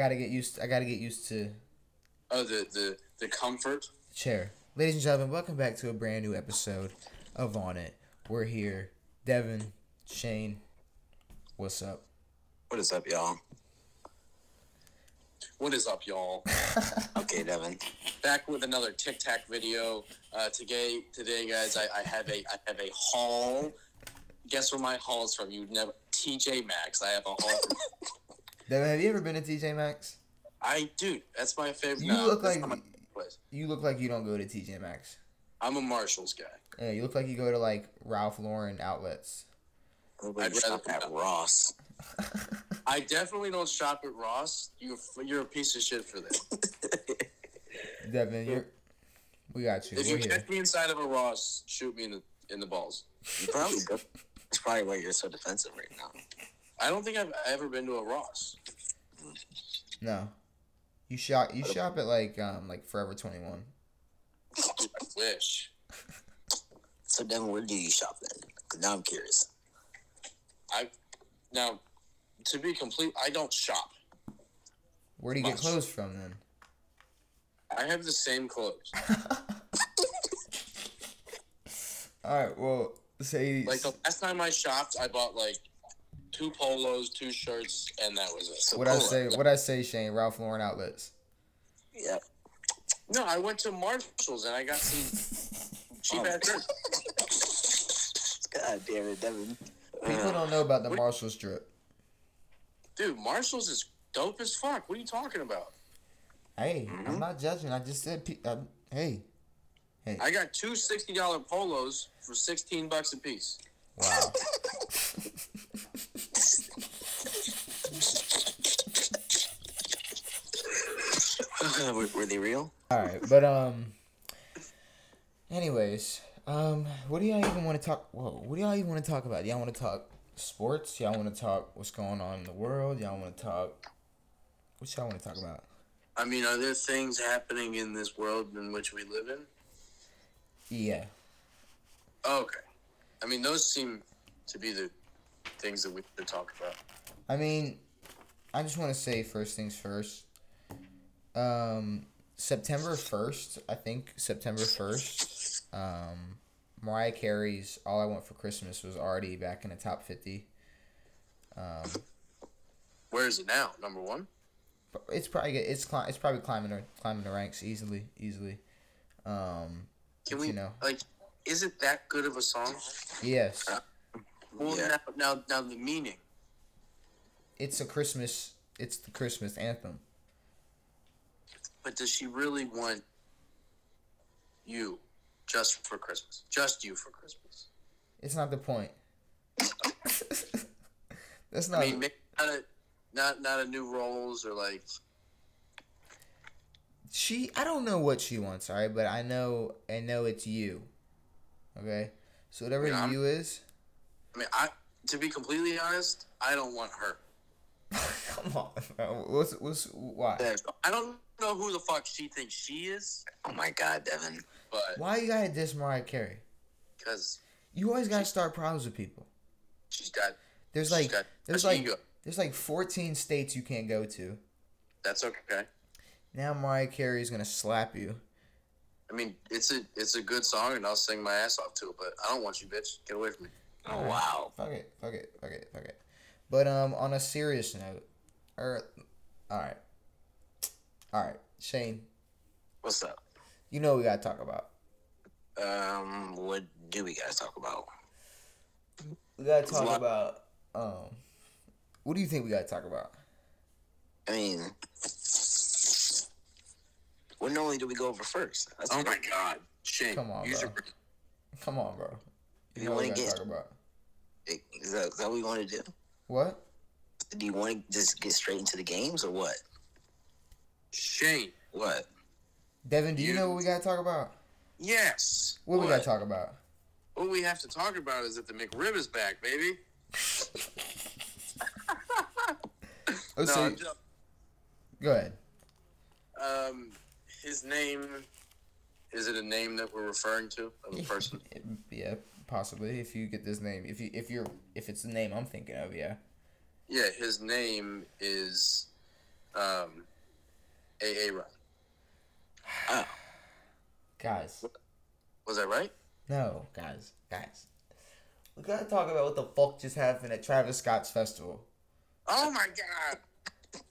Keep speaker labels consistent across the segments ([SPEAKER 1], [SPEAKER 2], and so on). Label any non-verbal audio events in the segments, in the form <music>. [SPEAKER 1] gotta get used. I gotta get used to
[SPEAKER 2] Oh, the the the comfort.
[SPEAKER 1] chair. Ladies and gentlemen, welcome back to a brand new episode of On It. We're here, Devin, Shane. What's up?
[SPEAKER 2] What is up, y'all? What is
[SPEAKER 1] <laughs>
[SPEAKER 2] up, y'all? okay, Devin. Back with another Tic Tac video. Uh, today, today, guys, I, I have a I have a haul. Guess where my haul is from? You never TJ Maxx. I have a haul. From,
[SPEAKER 1] Devin, have you ever been to TJ Maxx?
[SPEAKER 2] I dude, that's my favorite.
[SPEAKER 1] You
[SPEAKER 2] no,
[SPEAKER 1] look
[SPEAKER 2] that's
[SPEAKER 1] like-
[SPEAKER 2] not my favorite place.
[SPEAKER 1] You look like you don't go to TJ Maxx.
[SPEAKER 2] I'm a Marshalls guy.
[SPEAKER 1] Yeah, you look like you go to like Ralph Lauren outlets.
[SPEAKER 2] I'd shop rather at
[SPEAKER 3] <laughs>
[SPEAKER 2] Ross. I definitely don't shop at Ross. You you're a piece of shit
[SPEAKER 1] <laughs>
[SPEAKER 2] for that.
[SPEAKER 1] Devin, you're. We got you.
[SPEAKER 2] If
[SPEAKER 1] We're
[SPEAKER 2] you
[SPEAKER 1] here.
[SPEAKER 2] catch me inside of a Ross, shoot me in the in the balls.
[SPEAKER 3] You probably go. That's probably why you're so defensive right now.
[SPEAKER 2] I don't think I've ever been to a Ross.
[SPEAKER 1] No, you shop. You shop at like um like Forever Twenty One.
[SPEAKER 2] I wish.
[SPEAKER 3] So then, where do you shop then? 'Cause now I'm curious.
[SPEAKER 2] I now to be complete, I don't shop.
[SPEAKER 1] Where do you get
[SPEAKER 2] Much.
[SPEAKER 1] clothes from then?
[SPEAKER 2] I have the same clothes.
[SPEAKER 1] All right. Well, say
[SPEAKER 2] Like the last time I shopped, I bought like two polos, two shirts, and that was it. So
[SPEAKER 1] what I
[SPEAKER 2] polo.
[SPEAKER 1] say. What I say, Shane. Ralph Lauren outlets.
[SPEAKER 3] Yeah.
[SPEAKER 2] No, I went to Marshalls and I got some cheap ass shirts.
[SPEAKER 3] God damn it, Devin.
[SPEAKER 1] People don't know about the Marshall strip.
[SPEAKER 2] Dude, Marshalls is dope as fuck. What are you talking about?
[SPEAKER 1] Hey, I'm not judging. I just said, pe- um, hey,
[SPEAKER 2] I got two sixty dollar polos for sixteen bucks a piece.
[SPEAKER 1] wow.
[SPEAKER 3] <laughs> were, were they real?
[SPEAKER 1] All right, but um, anyways, um, what do y'all even want to talk? Whoa, what do y'all even want to talk about? Y'all want to talk sports? Y'all want to talk what's going on in the world? Y'all want to talk? What y'all want to talk about?
[SPEAKER 2] I mean, are there things happening in this world in which we live in?
[SPEAKER 1] Yeah,
[SPEAKER 2] Oh, Okay. I mean, those seem to be the things that we could talk about.
[SPEAKER 1] I mean, I just want to say first things first. Um, September first, I think September first. Um, Mariah Carey's "All I Want for Christmas" was already back in the top fifty.
[SPEAKER 2] Where is it now? Number one?
[SPEAKER 1] It's probably it's cli- it's probably climbing the climbing the ranks easily, easily. Um, But,
[SPEAKER 2] Can we,
[SPEAKER 1] you know.
[SPEAKER 2] like, is it that good of a song?
[SPEAKER 1] yes,
[SPEAKER 2] Well,
[SPEAKER 3] Yeah.
[SPEAKER 2] now, now, now the meaning.
[SPEAKER 1] it's a Christmas. It's the Christmas anthem.
[SPEAKER 2] But does she really want you just for Christmas? Just you for Christmas?
[SPEAKER 1] It's not the point. <laughs> That's
[SPEAKER 2] I
[SPEAKER 1] not.
[SPEAKER 2] mean, maybe not a, not, not a new roles or, like,
[SPEAKER 1] she I don't know what she wants, all right, but I know I know it's you. Okay? So whatever
[SPEAKER 2] Yeah, I'm-
[SPEAKER 1] you is, <laughs>
[SPEAKER 2] I mean, I, to be completely honest, I don't want her.
[SPEAKER 1] come on. Bro. What's what's why?
[SPEAKER 2] I don't know who the fuck she thinks she is,
[SPEAKER 3] Oh my God, Devin.
[SPEAKER 2] but
[SPEAKER 1] Why you gotta diss Mariah Carey?
[SPEAKER 2] because
[SPEAKER 1] You always gotta start problems with people.
[SPEAKER 2] she's got
[SPEAKER 1] There's
[SPEAKER 2] she's
[SPEAKER 1] like
[SPEAKER 2] got
[SPEAKER 1] there's
[SPEAKER 2] she
[SPEAKER 1] like
[SPEAKER 2] ego.
[SPEAKER 1] there's like fourteen states you can't go to.
[SPEAKER 2] That's okay.
[SPEAKER 1] Now Mariah Carey's gonna slap you.
[SPEAKER 2] I mean, it's a it's a good song, and I'll sing my ass off to it. But I don't want you, bitch. Get away from me.
[SPEAKER 3] Oh wow.
[SPEAKER 1] Fuck it, fuck it, fuck it, fuck it. But um on a serious note, er, alright. Alright, Shane,
[SPEAKER 3] What's up?
[SPEAKER 1] you know what we gotta talk about.
[SPEAKER 3] Um, what do we guys talk about?
[SPEAKER 1] We gotta talk about um. What do you think we gotta talk about?
[SPEAKER 3] I mean, what normally do we go over first? That's
[SPEAKER 2] Oh my god, Shane,
[SPEAKER 1] Come on,
[SPEAKER 2] use your
[SPEAKER 1] bro. Come on, bro. You
[SPEAKER 3] You
[SPEAKER 1] know what we
[SPEAKER 3] wanna
[SPEAKER 1] gotta
[SPEAKER 3] get-
[SPEAKER 1] talk about?
[SPEAKER 3] Is that, is that what you want to do?
[SPEAKER 1] What?
[SPEAKER 3] Do you want to just get straight into the games or what?
[SPEAKER 2] Shane.
[SPEAKER 3] What?
[SPEAKER 1] Devin, do you,
[SPEAKER 2] You-
[SPEAKER 1] know what we gotta talk about?
[SPEAKER 2] Yes.
[SPEAKER 1] What, we gotta talk about?
[SPEAKER 2] What we have to talk about is that the McRib is back, baby.
[SPEAKER 1] Oh,
[SPEAKER 2] No,
[SPEAKER 1] so
[SPEAKER 2] I'm
[SPEAKER 1] you-
[SPEAKER 2] just-
[SPEAKER 1] go ahead.
[SPEAKER 2] um, his name. Is it a name that we're referring to
[SPEAKER 1] <laughs>
[SPEAKER 2] of a person?
[SPEAKER 1] Yeah, possibly if you get this name, if you if you're if it's the name I'm thinking of, yeah.
[SPEAKER 2] yeah, his name is um, AA Ron.
[SPEAKER 1] Guys,
[SPEAKER 2] Was I right?
[SPEAKER 1] no, guys, guys. We gotta talk about what the fuck just happened at Travis Scott's festival.
[SPEAKER 2] Oh my god! <laughs>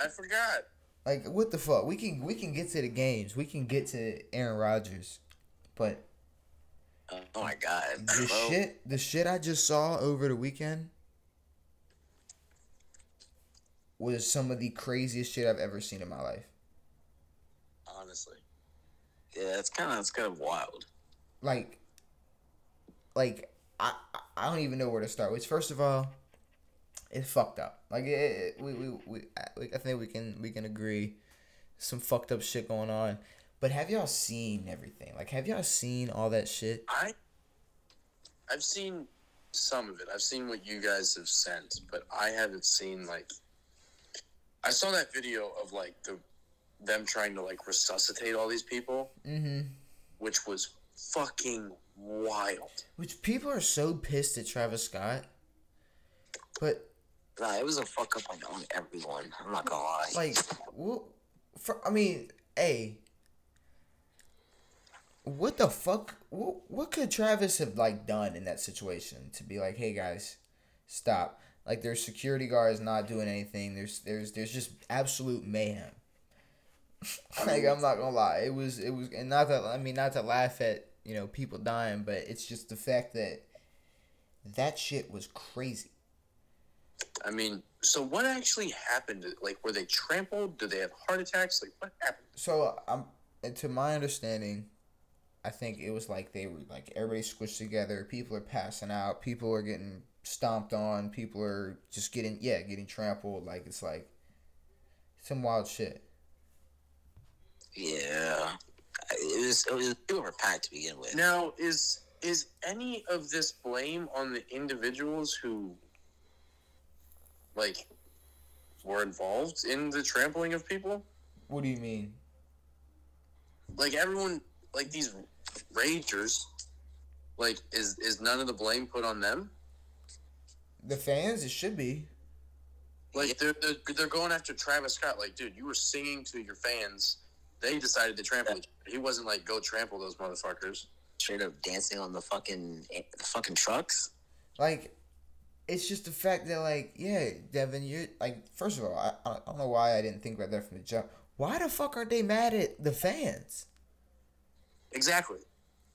[SPEAKER 2] I forgot.
[SPEAKER 1] Like, what the fuck? We can we can get to the games. We can get to Aaron Rodgers, but
[SPEAKER 3] Uh, oh my god.
[SPEAKER 1] the
[SPEAKER 3] Bro,
[SPEAKER 1] shit the shit I just saw over the weekend was some of the craziest shit I've ever seen in my life.
[SPEAKER 2] Honestly,
[SPEAKER 3] Yeah, it's kind of it's kind of wild.
[SPEAKER 1] Like, like I I- I don't even know where to start. Which first of all, it's fucked up. Like it, it- we, we we I- we I think we can we can agree, some fucked up shit going on. But have y'all seen everything? Like, have y'all seen all that shit?
[SPEAKER 2] I I've seen some of it. I've seen what you guys have sent, but I haven't seen like I saw that video of like the them trying to like resuscitate all these people,
[SPEAKER 1] Mm-hmm.
[SPEAKER 2] which was fucking wild.
[SPEAKER 1] Which people are so pissed at Travis Scott, but
[SPEAKER 3] Nah, it was a fuck up on, on everyone. I'm not gonna lie.
[SPEAKER 1] like what for, i mean hey what the fuck what, what could travis have like done in that situation to be like hey guys stop like there's security guards not doing anything there's there's there's just absolute mayhem <laughs> like i'm not gonna lie it was it was and not that i mean not to laugh at you know people dying but it's just the fact that that shit was crazy
[SPEAKER 2] I mean, so what actually happened? Like, were they trampled? Did they have heart attacks? Like, what happened?
[SPEAKER 1] So um, and to my understanding, I think it was like they were like everybody squished together. People are passing out. People are getting stomped on. People are just getting yeah getting trampled. Like it's like some wild shit.
[SPEAKER 3] yeah, I- it was it was overpacked to begin with.
[SPEAKER 2] Now, is is any of this blame on the individuals who, like, were involved in the trampling of people?
[SPEAKER 1] What do you mean?
[SPEAKER 2] Like everyone, like these ragers, like is is none of the blame put on them?
[SPEAKER 1] The fans? It should be.
[SPEAKER 2] Like they're they're, they're going after Travis Scott. Like, dude, you were singing to your fans. They decided to trample. each other. He wasn't like go trample those motherfuckers.
[SPEAKER 3] Straight up dancing on the fucking the fucking trucks.
[SPEAKER 1] Like, it's just the fact that like yeah, Devin, you're like first of all, I, I don't know why I didn't think about that from the jump. Why the fuck aren't they mad at the fans?
[SPEAKER 2] Exactly.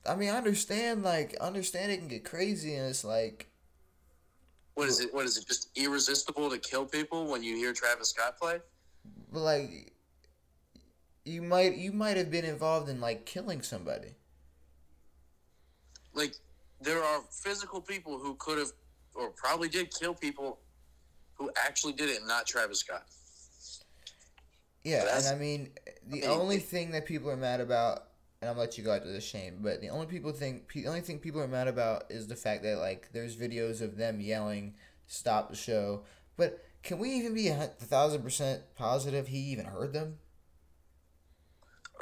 [SPEAKER 1] I mean, I understand like understand it can get crazy and it's like
[SPEAKER 2] What is it? What is it? Just irresistible to kill people when you hear Travis Scott play?
[SPEAKER 1] But like, you might you might have been involved in like killing somebody.
[SPEAKER 2] like there are physical people who could have or probably did kill people who actually did it, not Travis Scott.
[SPEAKER 1] Yeah,
[SPEAKER 3] That's-
[SPEAKER 1] and I mean, the
[SPEAKER 3] I mean,
[SPEAKER 1] only thing that people are mad about, and I'll let you go after this, Shane. But the only people think pe- the only thing people are mad about is the fact that like there's videos of them yelling, "Stop the show!" But can we even be a hun- a thousand percent positive he even heard them?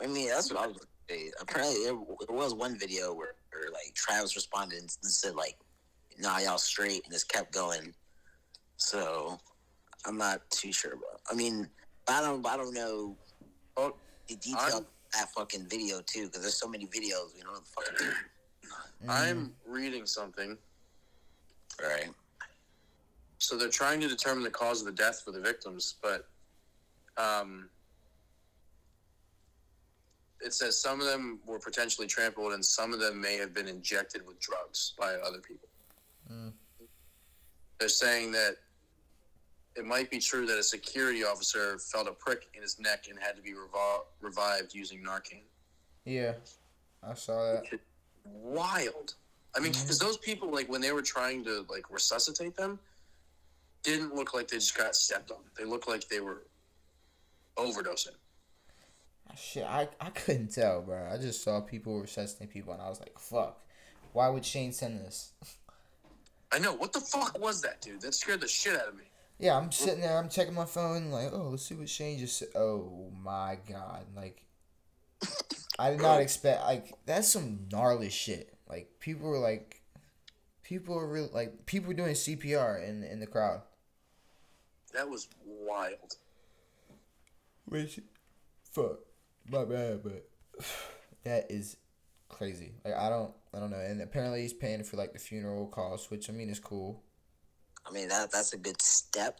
[SPEAKER 3] I mean, that's what I was. gonna say. Apparently, there, there was one video where, where like Travis responded and said like, "Nah, y'all straight," and just kept going. So, I'm not too sure, bro. I mean, I don't, I don't know
[SPEAKER 2] Oh,
[SPEAKER 3] the detail of that fucking video too, because there's so many videos we don't know the fucking.
[SPEAKER 1] Mm-hmm.
[SPEAKER 2] I'm reading something.
[SPEAKER 3] Right.
[SPEAKER 2] So they're trying to determine the cause of the death for the victims, but um, it says some of them were potentially trampled and some of them may have been injected with drugs by other people.
[SPEAKER 1] Mm.
[SPEAKER 2] They're saying that it might be true that a security officer felt a prick in his neck and had to be revol- revived using Narcan.
[SPEAKER 1] Yeah, I saw that.
[SPEAKER 2] Wild. I mean, because those people, like, when they were trying to, like, resuscitate them, didn't look like they just got stepped on. They looked like they were overdosing.
[SPEAKER 1] Shit, I, I couldn't tell, bro. I just saw people were assessing people, and I was like, "Fuck, why would Shane send this?"
[SPEAKER 2] I know. What the fuck was that, dude? That scared the shit out of me.
[SPEAKER 1] Yeah, I'm sitting there, I'm checking my phone, like, oh, let's see what Shane just said. Oh my god, like, I did not expect, like, that's some gnarly shit. Like, people were like, people were really, like, people were doing CPR in, in the crowd.
[SPEAKER 2] That was wild.
[SPEAKER 1] Which, fuck, my bad, but <sighs> that is crazy. Like I don't, I don't know. And apparently he's paying for like the funeral costs, which I mean is cool.
[SPEAKER 3] I mean, that that's a good step.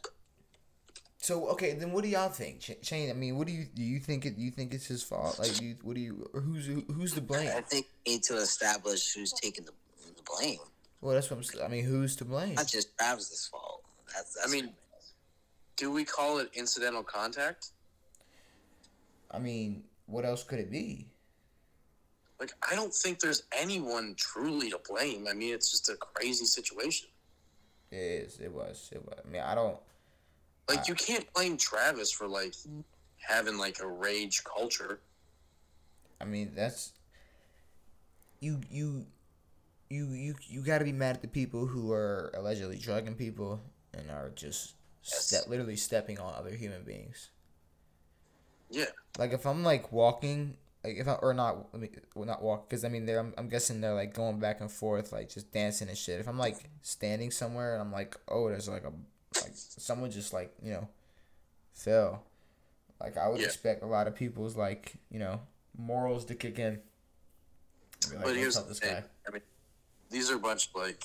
[SPEAKER 1] So okay, then what do y'all think, Ch- Shane? I mean, what do you do? You think it? You think it's his fault? Like you, what do you? Who's who, who's to blame?
[SPEAKER 3] I think we need to establish who's taking the, the blame.
[SPEAKER 1] Well, that's what I'm. s- I mean, who's to blame?
[SPEAKER 3] Not just Travis's fault. That's, that's
[SPEAKER 2] I mean, do we call it incidental contact?
[SPEAKER 1] I mean, what else could it be?
[SPEAKER 2] Like, I don't think there's anyone truly to blame. I mean, it's just a crazy situation.
[SPEAKER 1] It is. It was. It was. I mean, I don't.
[SPEAKER 2] Like, you can't blame Travis for like having like a rage culture.
[SPEAKER 1] I mean, that's you you you you you got to be mad at the people who are allegedly drugging people and are just ste- literally stepping on other human beings.
[SPEAKER 2] Yeah,
[SPEAKER 1] Like if I'm like walking, like if I or not, let me well, not walk because I mean they're I'm, I'm guessing they're like going back and forth, like just dancing and shit. If I'm like standing somewhere and I'm like, oh, there's like a like someone just like you know fell, like I would
[SPEAKER 2] Yeah.
[SPEAKER 1] expect a lot of people's like you know morals to kick in. Be like,
[SPEAKER 2] but
[SPEAKER 1] "Let's
[SPEAKER 2] here's
[SPEAKER 1] help
[SPEAKER 2] the thing. I mean, these are a bunch of like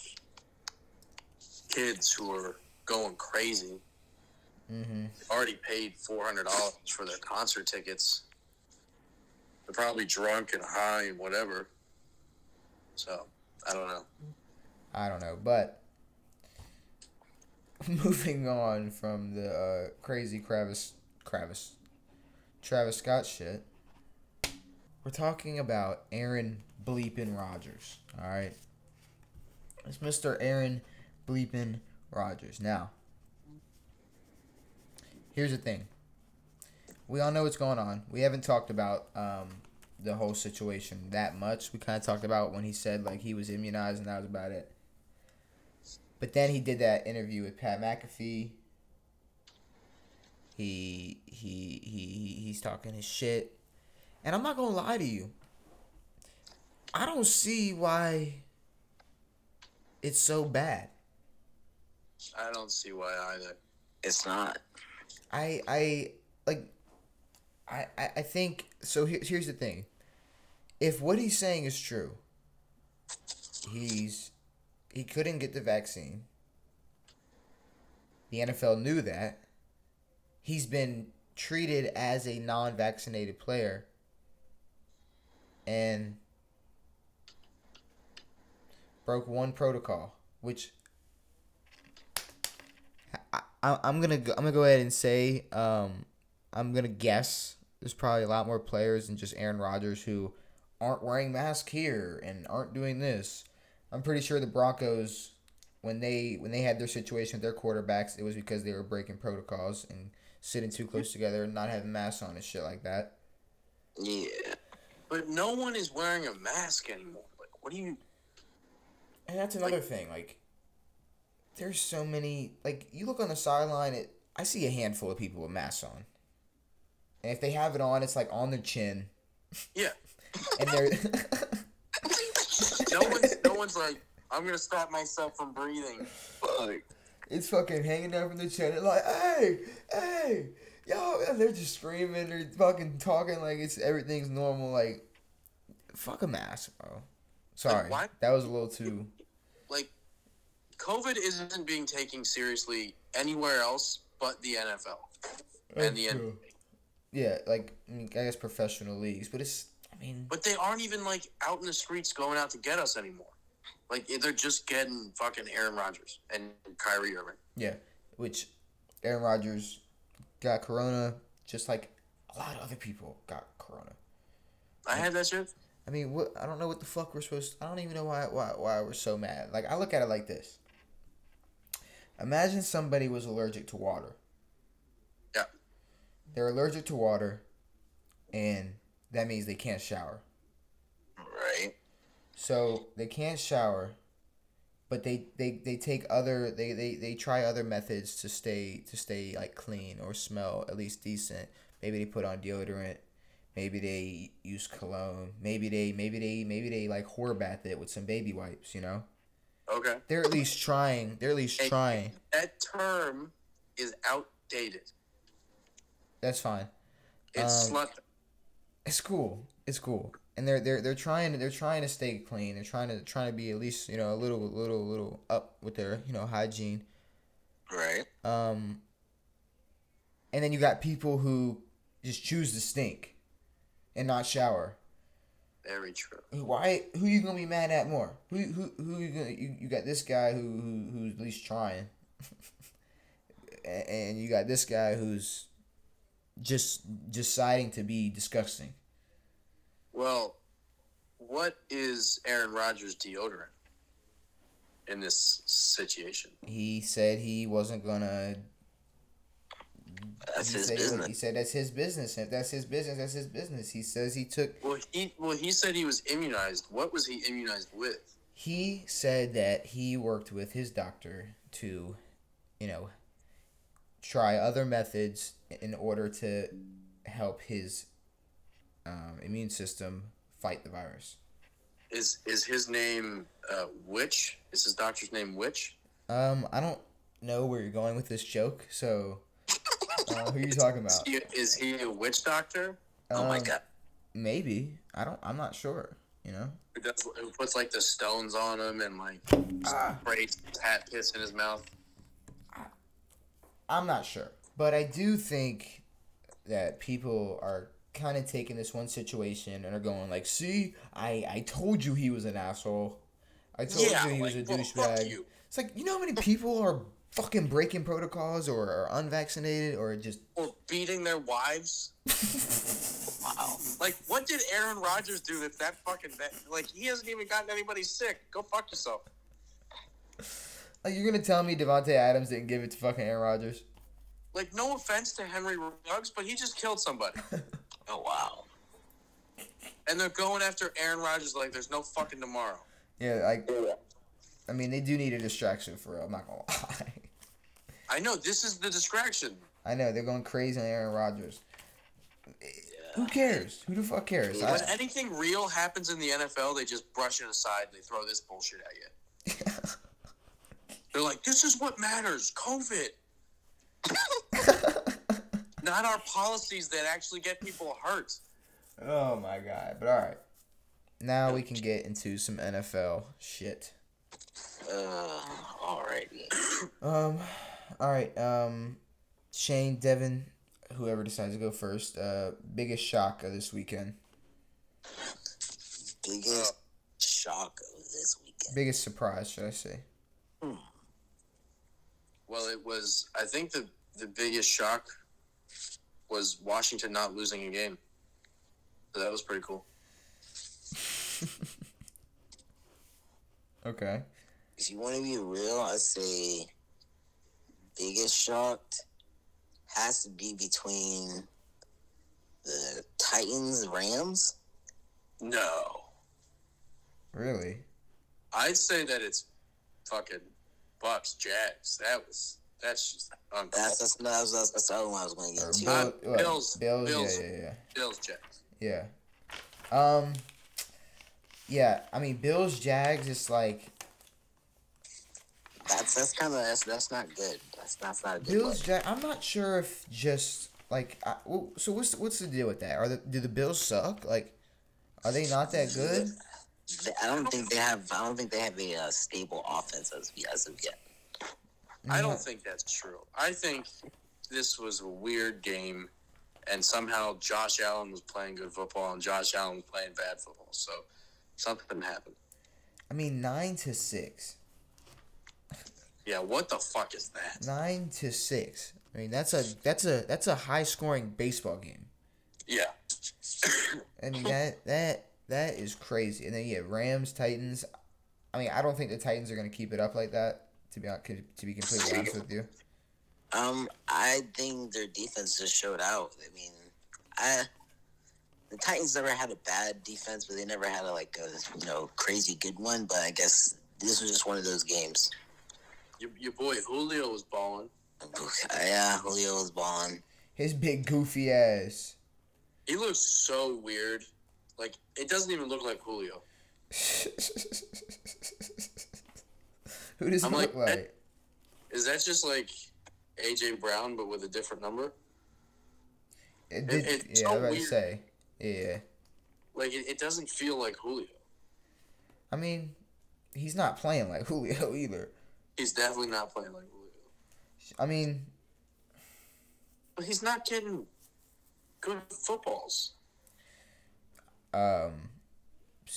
[SPEAKER 2] kids who are going crazy.
[SPEAKER 1] Mhm.
[SPEAKER 2] Already paid four hundred dollars for their concert tickets. They're probably drunk and high and whatever. So I don't know.
[SPEAKER 1] I don't know, but <laughs> moving on from the uh, crazy Travis, Travis, Travis Scott shit, we're talking about Aaron Bleepin Rodgers. All right, it's Mister Aaron Bleepin Rodgers. Now, here's the thing. We all know what's going on. We haven't talked about um, the whole situation that much. We kind of talked about when he said like he was immunized and that was about it. But then he did that interview with Pat McAfee. He he he he- he's talking his shit, and I'm not gonna lie to you. I don't see why it's so bad.
[SPEAKER 2] I don't see why either.
[SPEAKER 3] it's not.
[SPEAKER 1] I I like I I, I think so here, here's the thing. If what he's saying is true, he's he couldn't get the vaccine. The NFL knew that. He's been treated as a non-vaccinated player. And broke one protocol, which I, I'm gonna go, I'm gonna go ahead and say um, I'm gonna guess there's probably a lot more players than just Aaron Rodgers who aren't wearing masks here and aren't doing this. I'm pretty sure the Broncos when they when they had their situation with their quarterbacks, it was because they were breaking protocols and sitting too close together and not having masks on and shit like that.
[SPEAKER 3] Yeah.
[SPEAKER 2] But no one is wearing a mask anymore. Like, what do you?
[SPEAKER 1] And that's another thing. Like, there's so many. Like, you look on the sideline, it I see a handful of people with masks on, and if they have it on, it's like on their chin,
[SPEAKER 2] Yeah,
[SPEAKER 1] and they're <laughs>
[SPEAKER 2] no one's no one's like, I'm gonna stop myself from breathing.
[SPEAKER 3] Fuck.
[SPEAKER 1] it's fucking hanging down from their chin. And like, hey, hey, yo, and they're just screaming, they're fucking talking like it's everything's normal. Like, fuck a mask, bro. Sorry,
[SPEAKER 2] why-
[SPEAKER 1] that was a little too.
[SPEAKER 2] like COVID isn't being taken seriously anywhere else but the NFL. And the end.
[SPEAKER 1] Yeah, like I, mean, I guess professional leagues, but it's. I mean,
[SPEAKER 2] But they aren't even like out in the streets going out to get us anymore. Like they're just getting fucking Aaron Rodgers and Kyrie Irving.
[SPEAKER 1] Yeah, which Aaron Rodgers got corona just like a lot of other people got corona.
[SPEAKER 2] I had that shit.
[SPEAKER 1] I mean, what I don't know what the fuck we're supposed I don't even know why why why we're so mad. Like I look at it like this. Imagine somebody was allergic to water.
[SPEAKER 2] Yeah.
[SPEAKER 1] They're allergic to water and that means they can't shower.
[SPEAKER 3] Right.
[SPEAKER 1] So they can't shower, but they they, they take other they, they they try other methods to stay to stay like clean or smell at least decent. Maybe they put on deodorant. Maybe they use cologne. Maybe they maybe they maybe they like whore bath it with some baby wipes. You know,
[SPEAKER 2] Okay.
[SPEAKER 1] they're at least trying. They're at least
[SPEAKER 2] Hey.
[SPEAKER 1] trying.
[SPEAKER 2] That term is outdated.
[SPEAKER 1] That's fine.
[SPEAKER 2] It's
[SPEAKER 1] Um,
[SPEAKER 2] slut.
[SPEAKER 1] it's cool. It's cool. And they're they're they're trying they're trying to stay clean. They're trying to trying to be at least you know a little little little up with their you know hygiene.
[SPEAKER 3] Right.
[SPEAKER 1] Um, and then you got people who just choose to stink and not shower.
[SPEAKER 3] Very true.
[SPEAKER 1] Who- Why? Who you gonna be mad at more? Who who who you gonna you, you got this guy who, who who's at least trying, <laughs> A- and you got this guy who's just deciding to be disgusting.
[SPEAKER 2] Well, what is Aaron Rodgers' deodorant in this situation?
[SPEAKER 1] He said he wasn't gonna.
[SPEAKER 3] That's
[SPEAKER 1] he
[SPEAKER 3] his
[SPEAKER 1] said,
[SPEAKER 3] business.
[SPEAKER 1] He said that's his business. If that's his business, that's his business. He says he took
[SPEAKER 2] Well, he well he said he was immunized. What was he immunized with?
[SPEAKER 1] he said that he worked with his doctor to you know try other methods in order to help his um, immune system fight the virus
[SPEAKER 2] Is is his name uh, Witch? Is his doctor's name Witch?
[SPEAKER 1] um i don't know where you're going with this joke so uh, who are you talking
[SPEAKER 2] Is
[SPEAKER 1] about
[SPEAKER 2] he, is he a witch doctor
[SPEAKER 3] <laughs> oh my
[SPEAKER 1] Um,
[SPEAKER 3] god.
[SPEAKER 1] maybe i don't i'm not sure you know
[SPEAKER 2] who does who puts like the stones on him and like sprays hat piss in his mouth?
[SPEAKER 1] I'm not sure, but I do think that people are kind of taking this one situation and are going like, "See, I I told you he was an asshole. I told
[SPEAKER 2] Yeah,
[SPEAKER 1] you he was a
[SPEAKER 2] like, well, fuck
[SPEAKER 1] douchebag."
[SPEAKER 2] you.
[SPEAKER 1] It's like you know how many people are fucking breaking protocols or are unvaccinated or just
[SPEAKER 2] Or beating their wives? wow. Like, what did Aaron Rodgers do that's that fucking bad? Like, he hasn't even gotten anybody sick. Go fuck yourself.
[SPEAKER 1] like you're gonna tell me Devonte Adams didn't give it to fucking Aaron Rodgers.
[SPEAKER 2] Like, no offense to Henry Ruggs, but he just killed somebody.
[SPEAKER 3] Oh wow.
[SPEAKER 2] and they're going after Aaron Rodgers like there's no fucking tomorrow.
[SPEAKER 1] Yeah, like I mean they do need a distraction for real. I'm not gonna <laughs> lie.
[SPEAKER 2] I know this is the distraction.
[SPEAKER 1] I know they're going crazy on Aaron Rodgers. Eh, Who cares? Who the fuck cares?
[SPEAKER 2] When
[SPEAKER 1] I-
[SPEAKER 2] anything real happens in the NFL, they just brush it aside. They throw this bullshit at you. They're like, this is what matters COVID. Not our policies that actually get people hurt.
[SPEAKER 1] Oh my god! But all right, now we can get into some NFL shit.
[SPEAKER 3] Uh, alrighty.
[SPEAKER 1] Um, all right. Um, Shane, Devin, whoever decides to go first. Uh, biggest shock of this weekend.
[SPEAKER 3] Biggest shock of this weekend.
[SPEAKER 1] Biggest surprise, should I say?
[SPEAKER 2] Well, it was. I think the the biggest shock was Washington not losing a game. So that was pretty cool.
[SPEAKER 1] Okay.
[SPEAKER 3] If you want to be real, I say biggest shock has to be between the Titans Rams.
[SPEAKER 2] No,
[SPEAKER 1] Really?
[SPEAKER 2] I'd say that it's fucking Bucks Jags. That was that's just uncalled.
[SPEAKER 3] That's that's no, that's that's, that's the other one I was going to
[SPEAKER 1] Or
[SPEAKER 3] get to.
[SPEAKER 1] Bill-
[SPEAKER 2] Not Bills,
[SPEAKER 1] Bills.
[SPEAKER 2] Bills.
[SPEAKER 1] Yeah, yeah,
[SPEAKER 2] Bills Jags.
[SPEAKER 1] yeah, yeah. Um. Yeah, I mean Bills Jags. It's like
[SPEAKER 3] That's that's kind of that's that's not good. That's that's not a good.
[SPEAKER 1] Bills
[SPEAKER 3] look.
[SPEAKER 1] Jag. I'm not sure if just like I, well, so. What's the, what's the deal with that? Are the do the Bills suck? Like, are they not that good?
[SPEAKER 3] They- I don't think they have. I don't think they have a uh, stable offense as, as of yet.
[SPEAKER 2] <laughs> I
[SPEAKER 1] Yeah.
[SPEAKER 2] don't think that's true. I think this was a weird game, and somehow Josh Allen was playing good football and Josh Allen was playing bad football. So something happened.
[SPEAKER 1] I mean, nine to six.
[SPEAKER 2] Yeah, what the fuck is that?
[SPEAKER 1] Nine to six. I mean, that's a that's a that's a high scoring baseball game.
[SPEAKER 2] Yeah. <coughs>
[SPEAKER 1] I
[SPEAKER 2] <laughs>
[SPEAKER 1] mean that that that is crazy. And then yeah, Rams Titans. I mean, I don't think the Titans are gonna keep it up like that. To be hon- to be completely honest with you.
[SPEAKER 3] Um, I think their defense just showed out. I mean, I the Titans never had a bad defense, but they never had a like a you know crazy good one. But I guess this was just one of those games.
[SPEAKER 2] Your, your boy Julio was balling.
[SPEAKER 3] Yeah, uh, Julio was balling.
[SPEAKER 1] His big goofy ass.
[SPEAKER 2] He looks so weird. Like it doesn't even look like Julio.
[SPEAKER 1] Who does he
[SPEAKER 2] I'm
[SPEAKER 1] look
[SPEAKER 2] like,
[SPEAKER 1] like?
[SPEAKER 2] Is that just like AJ Brown but with a different number?
[SPEAKER 1] It did,
[SPEAKER 2] it- it's
[SPEAKER 1] yeah, I was
[SPEAKER 2] so
[SPEAKER 1] about to
[SPEAKER 2] weird.
[SPEAKER 1] say. Yeah.
[SPEAKER 2] Like it, it doesn't feel like Julio.
[SPEAKER 1] I mean, he's not playing like <laughs> Julio either.
[SPEAKER 2] He's definitely not playing like Julio.
[SPEAKER 1] I mean,
[SPEAKER 2] But he's not getting good footballs.
[SPEAKER 1] um,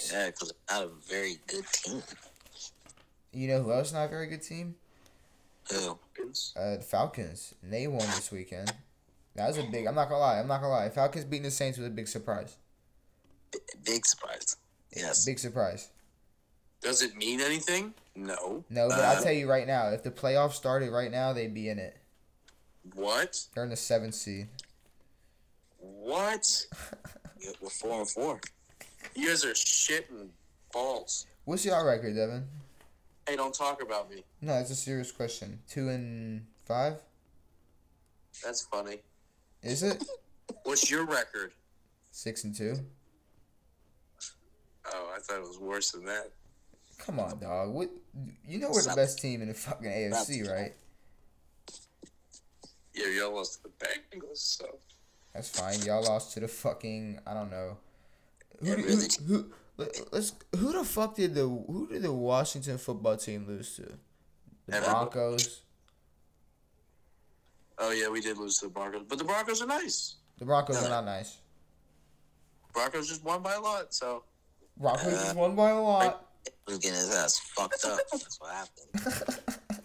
[SPEAKER 3] Yeah, because not a very good team.
[SPEAKER 1] you know who else is not a very good team?
[SPEAKER 3] Who?
[SPEAKER 2] It's-
[SPEAKER 1] Uh, the Falcons. And They won this weekend. That was a big. I'm not gonna lie. I'm not gonna lie. Falcons beating the Saints was a big surprise.
[SPEAKER 3] B- big surprise. Yes.
[SPEAKER 1] Big surprise.
[SPEAKER 2] Does it mean anything? No.
[SPEAKER 1] No, but I'll
[SPEAKER 3] Uh,
[SPEAKER 1] tell you right now, if the playoffs started right now, they'd be in it.
[SPEAKER 2] What?
[SPEAKER 1] They're in the seventh seed.
[SPEAKER 2] What?
[SPEAKER 3] Yeah, We're four and four.
[SPEAKER 2] You guys are shitting balls.
[SPEAKER 1] What's y'all record, Devin?
[SPEAKER 2] Hey, don't talk about me.
[SPEAKER 1] No, it's a serious question. Two and five?
[SPEAKER 2] That's funny.
[SPEAKER 1] Is it?
[SPEAKER 2] What's your record?
[SPEAKER 1] Six and two?
[SPEAKER 2] Oh, I thought it was worse than that.
[SPEAKER 1] Come on, dog. What? You know we're the
[SPEAKER 3] Stop.
[SPEAKER 1] best team in the fucking AFC,
[SPEAKER 3] Stop.
[SPEAKER 1] right?
[SPEAKER 2] Yeah, y'all lost to the Bengals, so
[SPEAKER 1] That's fine. Y'all lost to the fucking I don't know. Who,
[SPEAKER 3] Yeah,
[SPEAKER 1] who,
[SPEAKER 3] really.
[SPEAKER 1] who, let- let's, who the fuck did the who did the Washington football team lose to? The
[SPEAKER 2] Everyone.
[SPEAKER 1] Broncos.
[SPEAKER 2] Oh yeah, we did lose to the Broncos, but the Broncos are nice.
[SPEAKER 1] The Broncos are
[SPEAKER 3] No.
[SPEAKER 1] not nice.
[SPEAKER 2] Broncos just won by a lot, so
[SPEAKER 1] Broncos just won by a lot.
[SPEAKER 3] He was getting his ass
[SPEAKER 1] <laughs>
[SPEAKER 3] fucked up. That's what happened.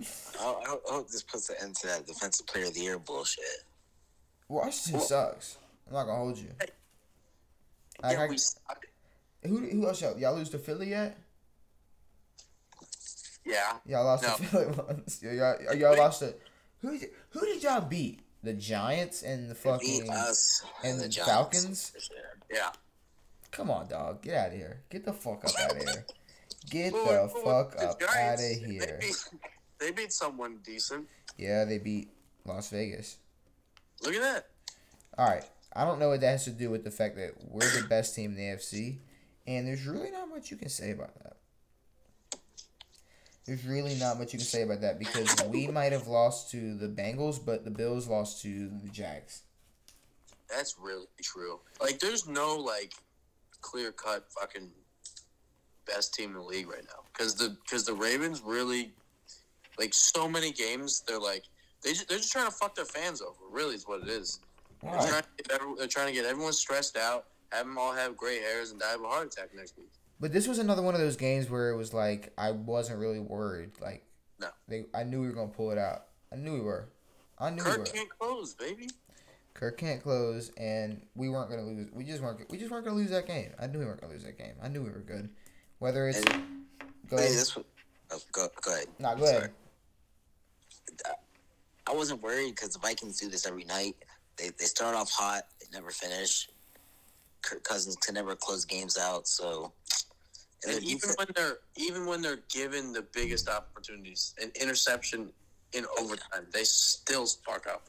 [SPEAKER 3] I, I hope- I hope this puts an end to that defensive player of the year bullshit.
[SPEAKER 1] Washington sucks. I'm not gonna hold you. Like,
[SPEAKER 2] yeah,
[SPEAKER 1] I-
[SPEAKER 2] we suck.
[SPEAKER 1] who who else y'all, y'all lose to Philly yet?
[SPEAKER 2] Yeah,
[SPEAKER 1] Y'all lost
[SPEAKER 2] No.
[SPEAKER 1] to Philly once. Y'all, y'all, y'all lost to who? did- Who did y'all beat? The Giants and the
[SPEAKER 3] Beat
[SPEAKER 1] fucking
[SPEAKER 3] us
[SPEAKER 1] and the
[SPEAKER 3] Giants.
[SPEAKER 1] Falcons.
[SPEAKER 2] yeah.
[SPEAKER 1] Come on, dog. Get out of here. Get the fuck up out of here. Get
[SPEAKER 2] Well,
[SPEAKER 1] the
[SPEAKER 2] well,
[SPEAKER 1] fuck
[SPEAKER 2] the
[SPEAKER 1] up out
[SPEAKER 2] Giants,
[SPEAKER 1] of here.
[SPEAKER 2] They beat, they beat someone decent.
[SPEAKER 1] Yeah, they beat Las Vegas.
[SPEAKER 2] Look at that.
[SPEAKER 1] All right. I don't know what that has to do with the fact that we're the best team in the AFC, and there's really not much you can say about that. There's really not much you can say about that because we might have lost to the Bengals, but the Bills lost to the Jags.
[SPEAKER 2] That's really true. Like, there's no like clear cut fucking best team in the league right now because the because the Ravens really like so many games they're like they ju- they're just trying to fuck their fans over. Really, is what it is.
[SPEAKER 1] All
[SPEAKER 2] They're,
[SPEAKER 1] right.
[SPEAKER 2] trying to get every, they're trying to get everyone stressed out, have them all have gray hairs and die of a heart attack next week.
[SPEAKER 1] But this was another one of those games where it was like I wasn't really worried. Like
[SPEAKER 2] No.
[SPEAKER 1] they, I knew we were gonna pull it out. I knew we were. I knew we were.
[SPEAKER 2] Kirk can't close, baby.
[SPEAKER 1] Kirk can't close, and we weren't gonna lose. We just weren't. We just weren't gonna lose that game. I knew we weren't gonna lose that game. I knew we were good. Whether it's go
[SPEAKER 3] Hey,
[SPEAKER 1] ahead.
[SPEAKER 3] this was, oh, go, go ahead.
[SPEAKER 1] Nah, go ahead.
[SPEAKER 3] Sorry. I wasn't worried because the Vikings do this every night. They, they start off hot, they never finish. Kirk Cousins can never close games out, so.
[SPEAKER 2] And
[SPEAKER 3] And their
[SPEAKER 2] even
[SPEAKER 3] defense-
[SPEAKER 2] when they're even when they're given the biggest opportunities, an interception in overtime, they still spark up.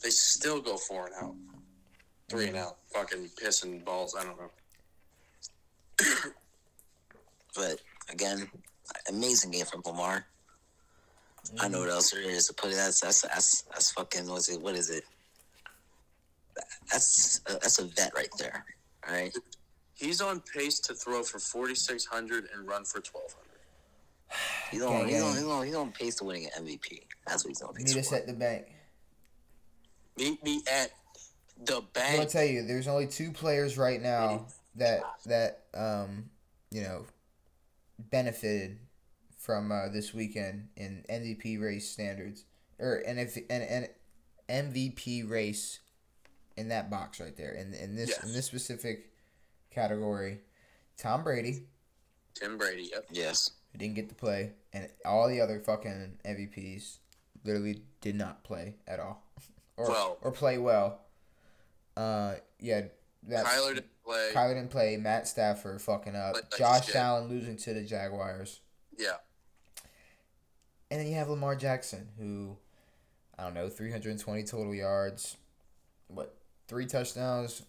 [SPEAKER 2] They still go four and out, three and out, fucking pissing balls. I don't know.
[SPEAKER 3] but again, amazing game from Lamar. I know what else there is to put it. That's that's that's, that's fucking what's it? What is it? That's that's a vet right there. All right.
[SPEAKER 2] He's on pace to throw for forty six hundred and run for twelve hundred.
[SPEAKER 3] He's on
[SPEAKER 1] Okay,
[SPEAKER 3] he's on
[SPEAKER 1] yeah.
[SPEAKER 3] he's on he's on pace to winning an MVP. That's what he's on
[SPEAKER 1] Meet
[SPEAKER 3] pace
[SPEAKER 1] us
[SPEAKER 3] for.
[SPEAKER 1] at the bank.
[SPEAKER 2] Meet me at the
[SPEAKER 1] I'm gonna
[SPEAKER 2] bank.
[SPEAKER 1] tell you, there's only two players right now that that um you know benefited from uh, this weekend in MVP race standards or NF and and MVP race in that box right there in in this in
[SPEAKER 2] Yes.
[SPEAKER 1] this specific category. Tom Brady
[SPEAKER 2] Tim Brady. Yep.
[SPEAKER 3] Yes.
[SPEAKER 1] who didn't get to play, and all the other fucking MVPs literally did not play at all, <laughs> or
[SPEAKER 2] Well.
[SPEAKER 1] or play well. Uh, yeah, that's,
[SPEAKER 2] Kyler didn't play.
[SPEAKER 1] Kyler didn't play. Matt Stafford fucking up.
[SPEAKER 2] Played like
[SPEAKER 1] Josh
[SPEAKER 2] shit.
[SPEAKER 1] Allen losing to the Jaguars,
[SPEAKER 2] Yeah.
[SPEAKER 1] and then you have Lamar Jackson, who I don't know, three hundred and twenty total yards, what three touchdowns.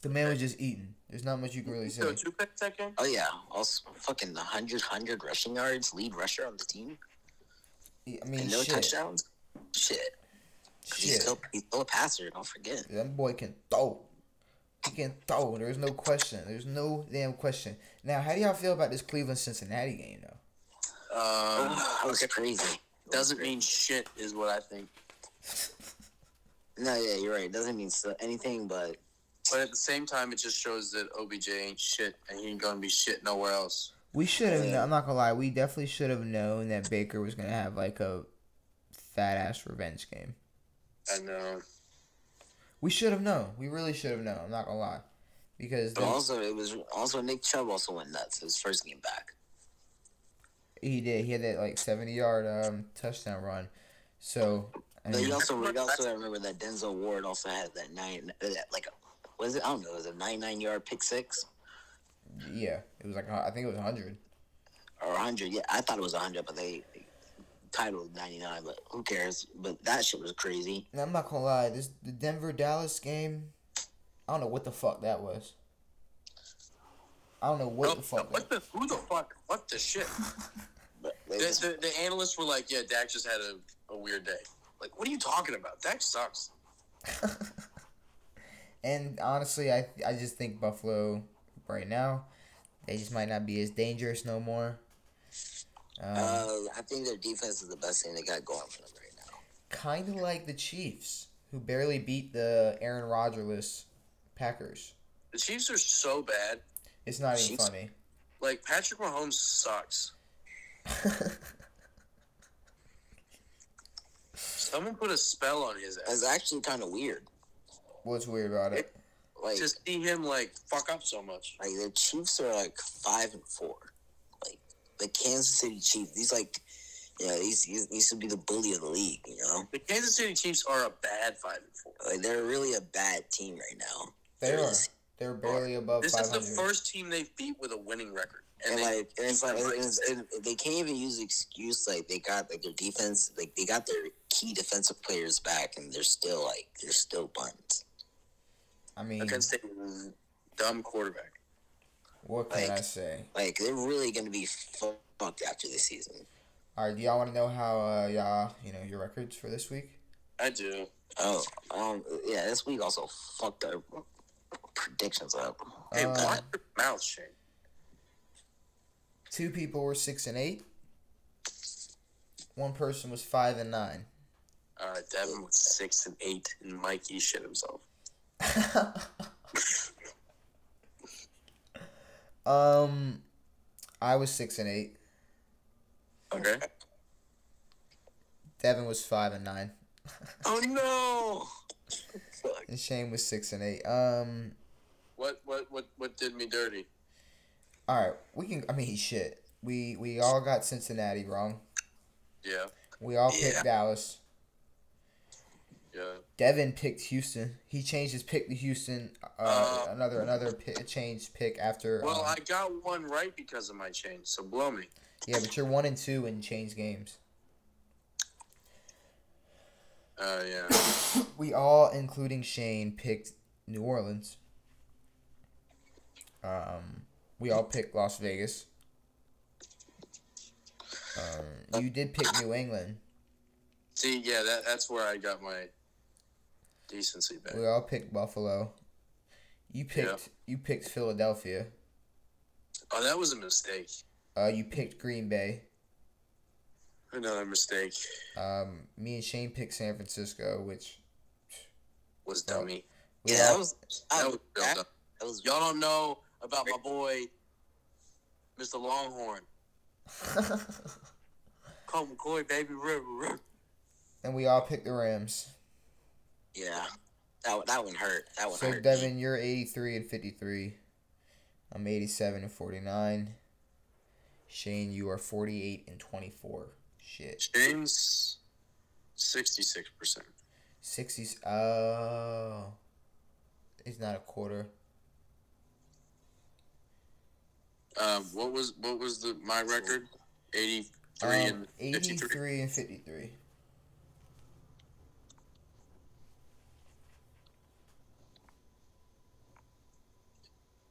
[SPEAKER 1] The man was just eating. There's not much you can really say.
[SPEAKER 2] So two picks that game.
[SPEAKER 3] Oh yeah. Also, fucking 100, 100 rushing yards, lead rusher on the team,
[SPEAKER 1] I mean,
[SPEAKER 3] and no
[SPEAKER 1] shit.
[SPEAKER 3] touchdowns. Shit. 'Cause He's
[SPEAKER 1] Shit.
[SPEAKER 3] still, he's still a passer. Don't forget.
[SPEAKER 1] That boy can throw. He can throw. There's no question. There's no damn question. Now, how do y'all feel about this Cleveland Cincinnati game though?
[SPEAKER 3] Oh,
[SPEAKER 2] Um,
[SPEAKER 3] that was crazy.
[SPEAKER 2] doesn't mean shit is what I think.
[SPEAKER 3] No, yeah, you're right. Doesn't mean so, anything, but
[SPEAKER 2] But at the same time, it just shows that OBJ ain't shit, and he ain't gonna be shit nowhere else.
[SPEAKER 1] We should have.
[SPEAKER 3] Yeah.
[SPEAKER 1] I'm not gonna lie. We definitely should have known that Baker was gonna have like a fat ass revenge game.
[SPEAKER 2] I know.
[SPEAKER 1] We should have known. We really should have known. I'm not gonna lie, because
[SPEAKER 3] but
[SPEAKER 1] the-
[SPEAKER 3] also it was also Nick Chubb also went nuts his first game back.
[SPEAKER 1] he did. He had that like 70 yard um touchdown run. So I
[SPEAKER 3] But
[SPEAKER 1] mean,
[SPEAKER 3] you also you also remember that Denzel Ward also had that nine that, like was it I don't know was it a nine nine yard pick six
[SPEAKER 1] yeah, it was like I think it was 100.
[SPEAKER 3] or hundred? Yeah, I thought it was hundred, but they titled ninety nine. But who cares? But that shit was crazy.
[SPEAKER 1] And I'm not gonna lie. This the Denver Dallas game. I don't know what the fuck that was. I don't know what the fuck. That,
[SPEAKER 2] What the? Who the fuck? What the shit?
[SPEAKER 3] But they
[SPEAKER 2] The,
[SPEAKER 3] just-
[SPEAKER 2] the, the analysts were like, "Yeah, Dak just had a, a weird day." Like, what are you talking about? Dak sucks.
[SPEAKER 1] And honestly, I I just think Buffalo right now, they just might not be as dangerous no more. Um,
[SPEAKER 3] uh, I think their defense is the best thing they got going for them right now.
[SPEAKER 1] kind of like the Chiefs, who barely beat the Aaron Rodgerless Packers.
[SPEAKER 2] The Chiefs are so bad.
[SPEAKER 1] It's not even
[SPEAKER 3] Chiefs?
[SPEAKER 1] funny.
[SPEAKER 2] Like Patrick Mahomes sucks. <laughs> Someone put a spell on his ass.
[SPEAKER 3] That's actually kind of weird.
[SPEAKER 1] What's weird about it?
[SPEAKER 3] Like
[SPEAKER 2] To see him like fuck up so much.
[SPEAKER 3] Like the Chiefs are like five and four. Like the Kansas City Chiefs. These like yeah, these these these would be the bully of the league, you know?
[SPEAKER 2] The Kansas City Chiefs are a bad five and four.
[SPEAKER 3] Like they're really a bad team right now.
[SPEAKER 1] They are.
[SPEAKER 3] This-
[SPEAKER 1] They're barely above
[SPEAKER 2] This is the
[SPEAKER 1] 500.
[SPEAKER 2] first team they've beat with a winning record,
[SPEAKER 3] And
[SPEAKER 2] and, they,
[SPEAKER 3] like and it's like and it's, and they can't even use the excuse like they got like their defense like they got their key defensive players back and they're still like they're still buns.
[SPEAKER 1] I mean,
[SPEAKER 2] against a dumb quarterback.
[SPEAKER 1] what can
[SPEAKER 3] like-
[SPEAKER 1] I say?
[SPEAKER 3] Like they're really gonna be fu- fucked after this season.
[SPEAKER 1] All right, do y'all want to know how uh, y'all you know your records for this week?
[SPEAKER 2] I do.
[SPEAKER 3] Oh, um, yeah, this week also fucked our predictions up.
[SPEAKER 2] Hey,
[SPEAKER 1] Uh,
[SPEAKER 2] watch your mouth, Shane.
[SPEAKER 1] Two people were six and eight. One person was five and nine.
[SPEAKER 2] Uh, Devin was six and eight, and Mikey shit himself.
[SPEAKER 1] Um, I was six and eight.
[SPEAKER 2] Okay.
[SPEAKER 1] Devin was five and nine,
[SPEAKER 2] oh no!
[SPEAKER 1] and Shane was six and eight. Um,
[SPEAKER 2] What what what what did me dirty?
[SPEAKER 1] all right, we can. I mean, shit, we we all got Cincinnati wrong.
[SPEAKER 2] Yeah,
[SPEAKER 1] We all picked
[SPEAKER 3] Yeah.
[SPEAKER 1] Dallas.
[SPEAKER 2] yeah.
[SPEAKER 1] Devin picked Houston. He changed his pick to Houston. Uh, another another pi change pick after.
[SPEAKER 2] Um, Well,
[SPEAKER 1] um,
[SPEAKER 2] I got one right because of my change, so blow me.
[SPEAKER 1] yeah, but you're one and two in change games.
[SPEAKER 2] Uh, yeah.
[SPEAKER 1] We all, including Shane, picked New Orleans. Um, we all picked Las Vegas. Um, you did pick New England.
[SPEAKER 2] See, yeah, that that's where I got my decency back.
[SPEAKER 1] We all picked Buffalo. You picked you picked Philadelphia.
[SPEAKER 2] Oh, that was a mistake.
[SPEAKER 1] Uh, you picked Green Bay.
[SPEAKER 2] Another mistake
[SPEAKER 1] Um, me and Shane picked San Francisco, which
[SPEAKER 2] was dummy.
[SPEAKER 1] we
[SPEAKER 3] Yeah, that
[SPEAKER 1] all-
[SPEAKER 3] was
[SPEAKER 2] That was real
[SPEAKER 3] that-
[SPEAKER 2] dumb.
[SPEAKER 3] that was
[SPEAKER 2] Y'all don't know about my boy, Mr. Longhorn. Call McCoy, baby. Ruh, ruh.
[SPEAKER 1] <laughs> and we all picked the Rams.
[SPEAKER 3] yeah. That one- that one hurt. That one
[SPEAKER 1] So
[SPEAKER 3] hurt.
[SPEAKER 1] Devin, you're 83 and 53. I'm 87 and 49. Shane, you are 48 and 24. Shit.
[SPEAKER 2] Shane's sixty-six percent.
[SPEAKER 1] 60s. Oh. It's not a quarter.
[SPEAKER 2] Um, what was what was the my record? Eighty three
[SPEAKER 1] Um,
[SPEAKER 2] and fifty
[SPEAKER 1] 83
[SPEAKER 2] three.
[SPEAKER 1] and 53.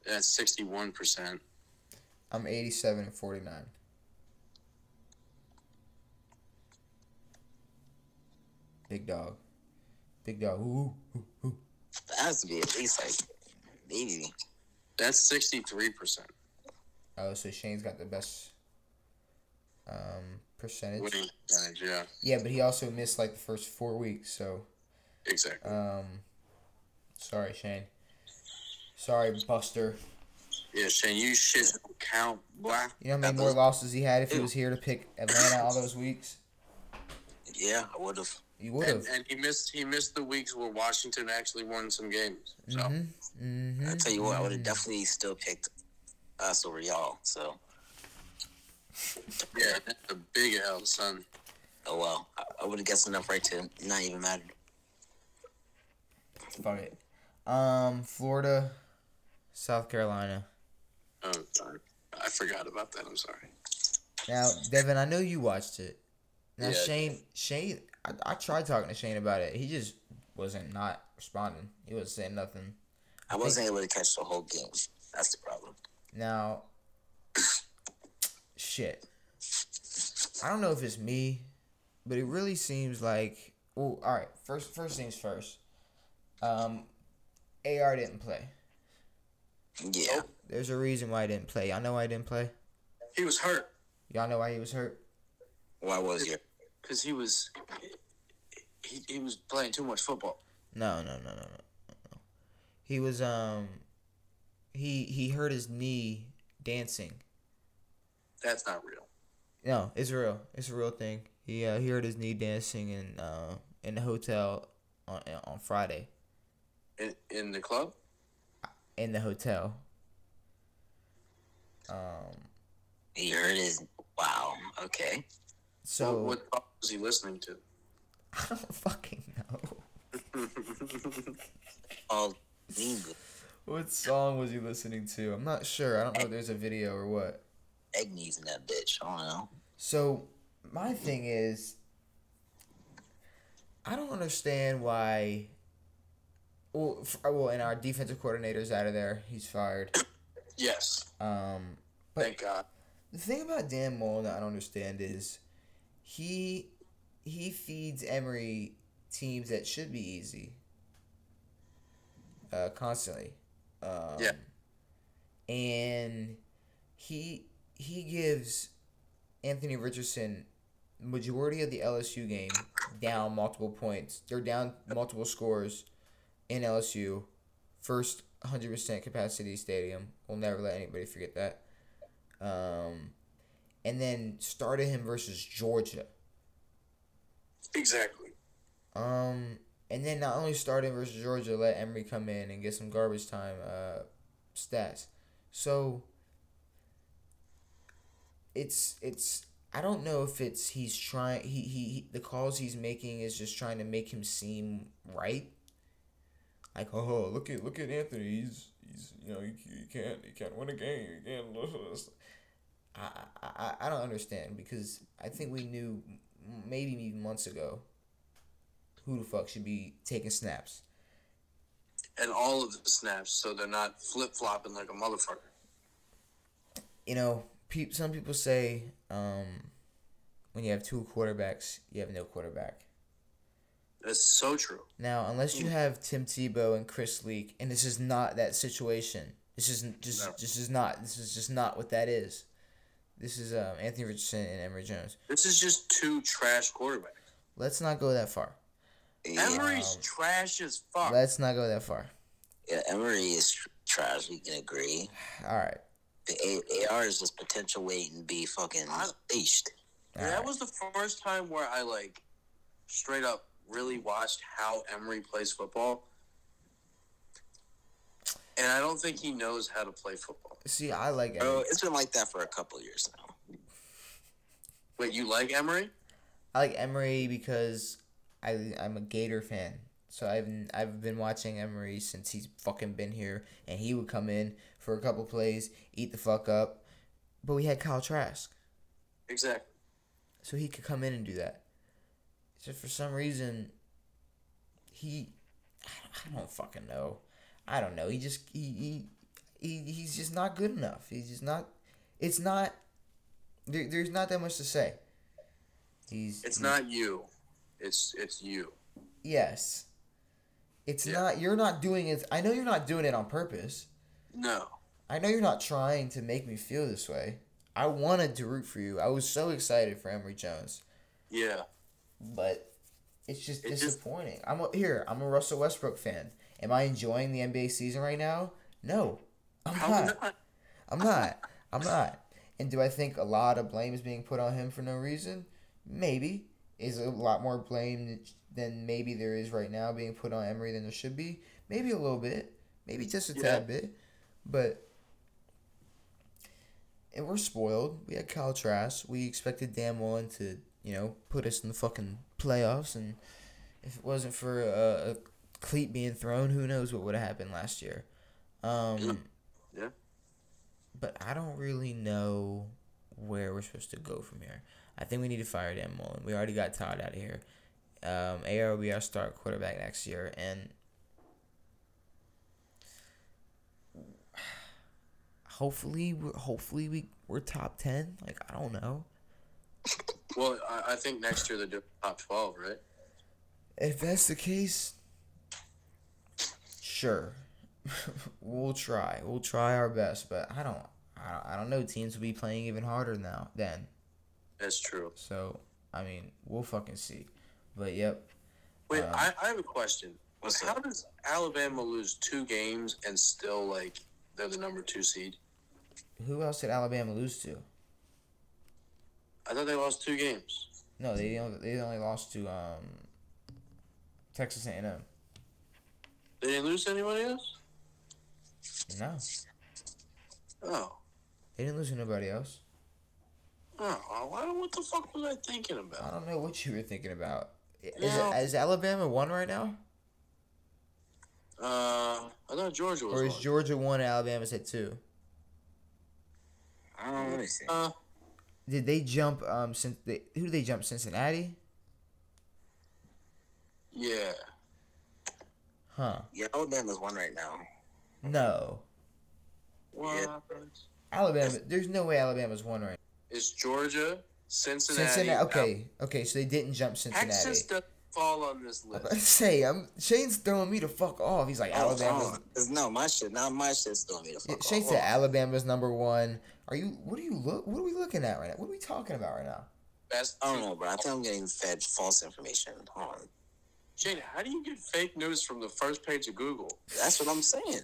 [SPEAKER 2] That's sixty one percent.
[SPEAKER 1] I'm 87 and 49. Big dog. Big dog. Ooh, ooh, ooh.
[SPEAKER 3] That has to be at least like maybe.
[SPEAKER 2] That's sixty three percent.
[SPEAKER 1] Oh, so Shane's got the best um percentage.
[SPEAKER 2] Winning percentage, yeah,
[SPEAKER 1] Yeah, but he also missed like the first four weeks, so
[SPEAKER 2] exactly.
[SPEAKER 1] um sorry, Shane. Sorry, Buster.
[SPEAKER 2] Yeah, Shane, you shit don't count. Blah.
[SPEAKER 1] You know how many more losses he had if he was here to pick Atlanta all those weeks?
[SPEAKER 3] Yeah, I would have.
[SPEAKER 1] You would
[SPEAKER 2] And,
[SPEAKER 1] have.
[SPEAKER 2] and he missed he missed the weeks where Washington actually won some games. So
[SPEAKER 1] Mm-hmm.
[SPEAKER 3] I tell you what, I would have definitely still picked us over y'all. So,
[SPEAKER 2] yeah, that's a big L, son.
[SPEAKER 3] oh well, I, I would have guessed enough right to not even matter.
[SPEAKER 1] Fuck it. Um, Florida, South Carolina.
[SPEAKER 2] Oh, darn. I forgot about that. I'm sorry.
[SPEAKER 1] Now, Devin, I know you watched it. Now,
[SPEAKER 2] Yeah.
[SPEAKER 1] Shane, Shane, I, I tried talking to Shane about it. He just wasn't not responding. He wasn't saying nothing.
[SPEAKER 3] I wasn't able to catch the whole game. That's the problem.
[SPEAKER 1] Now, shit. I don't know if it's me, but it really seems like. Oh, all right. First, first things first. Um, Ar didn't play.
[SPEAKER 3] Yeah,
[SPEAKER 1] There's a reason why I didn't play. Y'all know why I didn't play.
[SPEAKER 2] He was hurt
[SPEAKER 1] Y'all know why he was hurt.
[SPEAKER 3] why was you?
[SPEAKER 2] because he was he, he was playing too much football.
[SPEAKER 1] No, no, no, no, no, no. no. He was um, he he hurt his knee dancing.
[SPEAKER 2] That's not real.
[SPEAKER 1] No, it's real. It's a real thing. He uh, he hurt his knee dancing in uh in the hotel on on Friday
[SPEAKER 2] In, in the club,
[SPEAKER 1] in the hotel. Um.
[SPEAKER 3] He heard his. Wow. Okay.
[SPEAKER 1] So
[SPEAKER 2] what, what club was he listening to?
[SPEAKER 1] <laughs> I don't fucking know.
[SPEAKER 3] All Negro,
[SPEAKER 1] What song was he listening to? I'm not sure. I don't know if there's a video or what.
[SPEAKER 3] egg knees in that bitch. I don't know.
[SPEAKER 1] So my thing is, I don't understand why. Well, f- well, and our defensive coordinator's out of there. He's fired.
[SPEAKER 2] Yes,
[SPEAKER 1] Um,
[SPEAKER 2] thank God.
[SPEAKER 1] the thing about Dan Mullen that I don't understand is, he he feeds Emery teams that should be easy. Uh, constantly. Um,
[SPEAKER 2] Yeah.
[SPEAKER 1] And he he gives Anthony Richardson majority of the LSU game down multiple points. They're down multiple scores in LSU. First 100% capacity stadium. We'll never let anybody forget that. Um, and then started him versus Georgia.
[SPEAKER 2] Exactly.
[SPEAKER 1] Um, and then not only started versus Georgia, let Emory come in and get some garbage time uh, stats. So it's it's I don't know if it's he's trying he, he he the calls he's making is just trying to make him seem right. Like oh look at look at Anthony he's he's you know he, he can't he can't win a game he can't. I, I I- I don't understand because I think we knew m- maybe even months ago who the fuck should be taking snaps.
[SPEAKER 2] And all of the snaps, so they're not flip flopping like a motherfucker.
[SPEAKER 1] You know, peop some people say um, when you have two quarterbacks, you have no quarterback.
[SPEAKER 2] That's so true.
[SPEAKER 1] Now, unless you have Tim Tebow and Chris Leak, and this is not that situation. This isn't just.
[SPEAKER 2] No.
[SPEAKER 1] This is not. This is just not what that is. This is um, Anthony Richardson and Emory Jones.
[SPEAKER 2] This is just two trash quarterbacks.
[SPEAKER 1] Let's not go that far.
[SPEAKER 3] Yeah,
[SPEAKER 2] Emery's trash as fuck.
[SPEAKER 1] Let's not go that far.
[SPEAKER 3] yeah Emery is tr- trash. We can agree.
[SPEAKER 1] All right.
[SPEAKER 3] The A- AR is just potential waiting to be fucking leashed.
[SPEAKER 1] All
[SPEAKER 2] that
[SPEAKER 1] right.
[SPEAKER 2] was the first time where I like straight up really watched how Emery plays football. And I don't think he knows how to play football.
[SPEAKER 1] See, I like
[SPEAKER 3] Bro,
[SPEAKER 1] Emory.
[SPEAKER 3] it's been like that for a couple years now.
[SPEAKER 2] Wait, you like Emery?
[SPEAKER 1] I like Emory because I I'm a Gator fan. So I've I've been watching Emory since he's fucking been here, and he would come in for a couple plays, eat the fuck up. But we had Kyle Trask,
[SPEAKER 2] Exactly.
[SPEAKER 1] so he could come in and do that. So for some reason, he I don't, I don't fucking know. I don't know. He just he, he he he's just not good enough. He's just not. It's not. There, there's not that much to say. He's Mm.
[SPEAKER 2] It's not you. It's it's you.
[SPEAKER 1] Yes. It's
[SPEAKER 2] Yeah.
[SPEAKER 1] not you're not doing it. I know you're not doing it on purpose.
[SPEAKER 2] No.
[SPEAKER 1] I know you're not trying to make me feel this way. I wanted to root for you. I was so excited for Emory Jones,
[SPEAKER 2] Yeah.
[SPEAKER 1] but it's just
[SPEAKER 2] It just-
[SPEAKER 1] disappointing. I'm a, here. I'm a Russell Westbrook fan. Am I enjoying the NBA season right now? No, I'm
[SPEAKER 2] Probably
[SPEAKER 1] not.
[SPEAKER 2] not.
[SPEAKER 1] I'm not. I'm not. And do I think a lot of blame is being put on him for no reason? Maybe. Is a lot more blame than- than maybe there is right now being put on Emery than there should be? Maybe a little bit. Maybe just a
[SPEAKER 2] Yeah.
[SPEAKER 1] tad bit. But and we're spoiled. We had Kyle Trask. We expected Dan Mullen to, you know, put us in the fucking playoffs. And if it wasn't for uh, a, a cleat being thrown, who knows what would have happened last year. Um,
[SPEAKER 2] Yeah.
[SPEAKER 1] But I don't really know where we're supposed to go from here. I think we need to fire Dan Mullen. We already got Todd out of here. Um, AR will be our start quarterback next year, and hopefully, we're, hopefully we we're top ten. Like I don't know.
[SPEAKER 2] Well, I, I think next year they're doing top 12, right?
[SPEAKER 1] If that's the case, sure, <laughs> we'll try. We'll try our best, but I don't. I don't, I don't know. Teams will be playing even harder now. Then,
[SPEAKER 2] That's true.
[SPEAKER 1] so I mean, we'll fucking see. But yep,
[SPEAKER 2] Wait,
[SPEAKER 1] Uh,
[SPEAKER 2] I, I have a question.
[SPEAKER 3] What's
[SPEAKER 2] How
[SPEAKER 3] up?
[SPEAKER 2] does Alabama lose two games and still, like, they're the number two seed?
[SPEAKER 1] who else did Alabama lose to?
[SPEAKER 2] I thought they lost two games.
[SPEAKER 1] No, they only, they only lost to um, Texas A&M.
[SPEAKER 2] They didn't lose to anybody else?
[SPEAKER 1] No,
[SPEAKER 2] Oh.
[SPEAKER 1] they didn't lose to nobody else.
[SPEAKER 2] Oh, why, what the fuck was I thinking
[SPEAKER 1] I
[SPEAKER 2] about?
[SPEAKER 1] don't know what you were thinking about. Is,
[SPEAKER 2] No.
[SPEAKER 1] it, is Alabama one right now,
[SPEAKER 2] Uh, I thought Georgia was
[SPEAKER 1] or is
[SPEAKER 2] on.
[SPEAKER 1] Georgia one? and Alabama's at two.
[SPEAKER 3] I don't know. Let me see.
[SPEAKER 2] uh,
[SPEAKER 1] Did they jump? Um, since they, who did they jump? Cincinnati?
[SPEAKER 2] yeah.
[SPEAKER 1] Huh?
[SPEAKER 3] Yeah, Alabama's one right now.
[SPEAKER 1] No,
[SPEAKER 2] What?
[SPEAKER 1] Alabama. There's no way Alabama's one right.
[SPEAKER 2] It's Georgia, Cincinnati. uh,
[SPEAKER 1] Cincinnati. Okay, okay. So they didn't jump Cincinnati.
[SPEAKER 2] Texas doesn't fall on this
[SPEAKER 1] I'm
[SPEAKER 2] list.
[SPEAKER 1] about <laughs> to say, I'm Shane's throwing me the fuck off. He's like
[SPEAKER 3] Oh,
[SPEAKER 1] Alabama's
[SPEAKER 3] oh, it's- no, my shit. Not my shit's doing me to
[SPEAKER 1] Yeah,
[SPEAKER 3] fuck
[SPEAKER 1] Shane
[SPEAKER 3] off. Oh,
[SPEAKER 1] said Alabama's number one. Are you? What are you look? What are we looking at right now? What are we talking about right now?
[SPEAKER 2] Best
[SPEAKER 3] I don't know, bro. I think I'm getting fed false information. Hold on.
[SPEAKER 2] Jane, how do you get fake news from the first page of Google?
[SPEAKER 3] That's what I'm saying.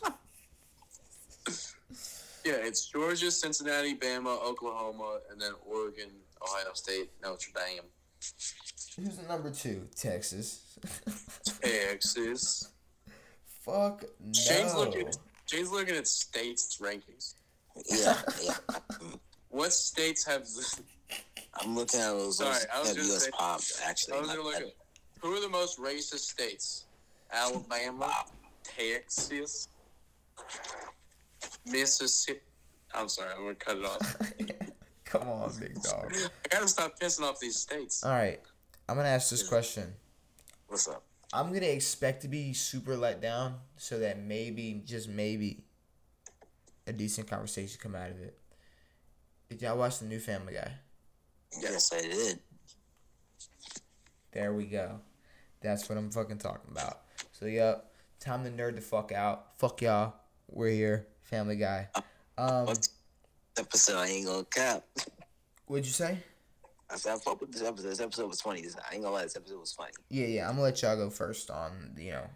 [SPEAKER 3] <laughs>
[SPEAKER 2] Yeah, it's Georgia, Cincinnati, Bama, Oklahoma, and then Oregon, Ohio State, Notre Dame,
[SPEAKER 1] Who's the number two? Texas. <laughs>
[SPEAKER 2] Texas.
[SPEAKER 1] Fuck no.
[SPEAKER 2] Shane's looking. Shane's looking at states rankings.
[SPEAKER 3] yeah, yeah.
[SPEAKER 2] What states have?
[SPEAKER 3] <laughs>
[SPEAKER 2] The,
[SPEAKER 3] I'm looking at those
[SPEAKER 2] Sorry,
[SPEAKER 3] those
[SPEAKER 2] I was
[SPEAKER 3] that
[SPEAKER 2] gonna
[SPEAKER 3] US
[SPEAKER 2] say-
[SPEAKER 3] pop actually.
[SPEAKER 2] I was
[SPEAKER 3] not
[SPEAKER 2] gonna look
[SPEAKER 3] that-
[SPEAKER 2] at. Who are the most racist states? Alabama, Texas, Mississippi. I'm sorry, I'm gonna cut it off.
[SPEAKER 1] <laughs>
[SPEAKER 2] <laughs>
[SPEAKER 1] Come on,
[SPEAKER 3] <laughs>
[SPEAKER 1] big dog.
[SPEAKER 2] I gotta stop pissing off these states.
[SPEAKER 1] All right, I'm gonna ask this question.
[SPEAKER 3] What's up?
[SPEAKER 1] I'm gonna expect to be super let down, so that maybe, just maybe, a decent conversation come out of it. Did y'all watch the new Family Guy?
[SPEAKER 3] Yes, I did.
[SPEAKER 1] There we go. That's what I'm fucking talking about. So yep, time to nerd the fuck out. Fuck y'all. We're here, Family Guy. Um,
[SPEAKER 3] What episode? I ain't gonna cap.
[SPEAKER 1] what'd you say?
[SPEAKER 3] I said I fuck with this episode. This episode was funny. This- I ain't gonna lie. This episode was funny.
[SPEAKER 1] Yeah, yeah. I'm gonna let y'all go first on you know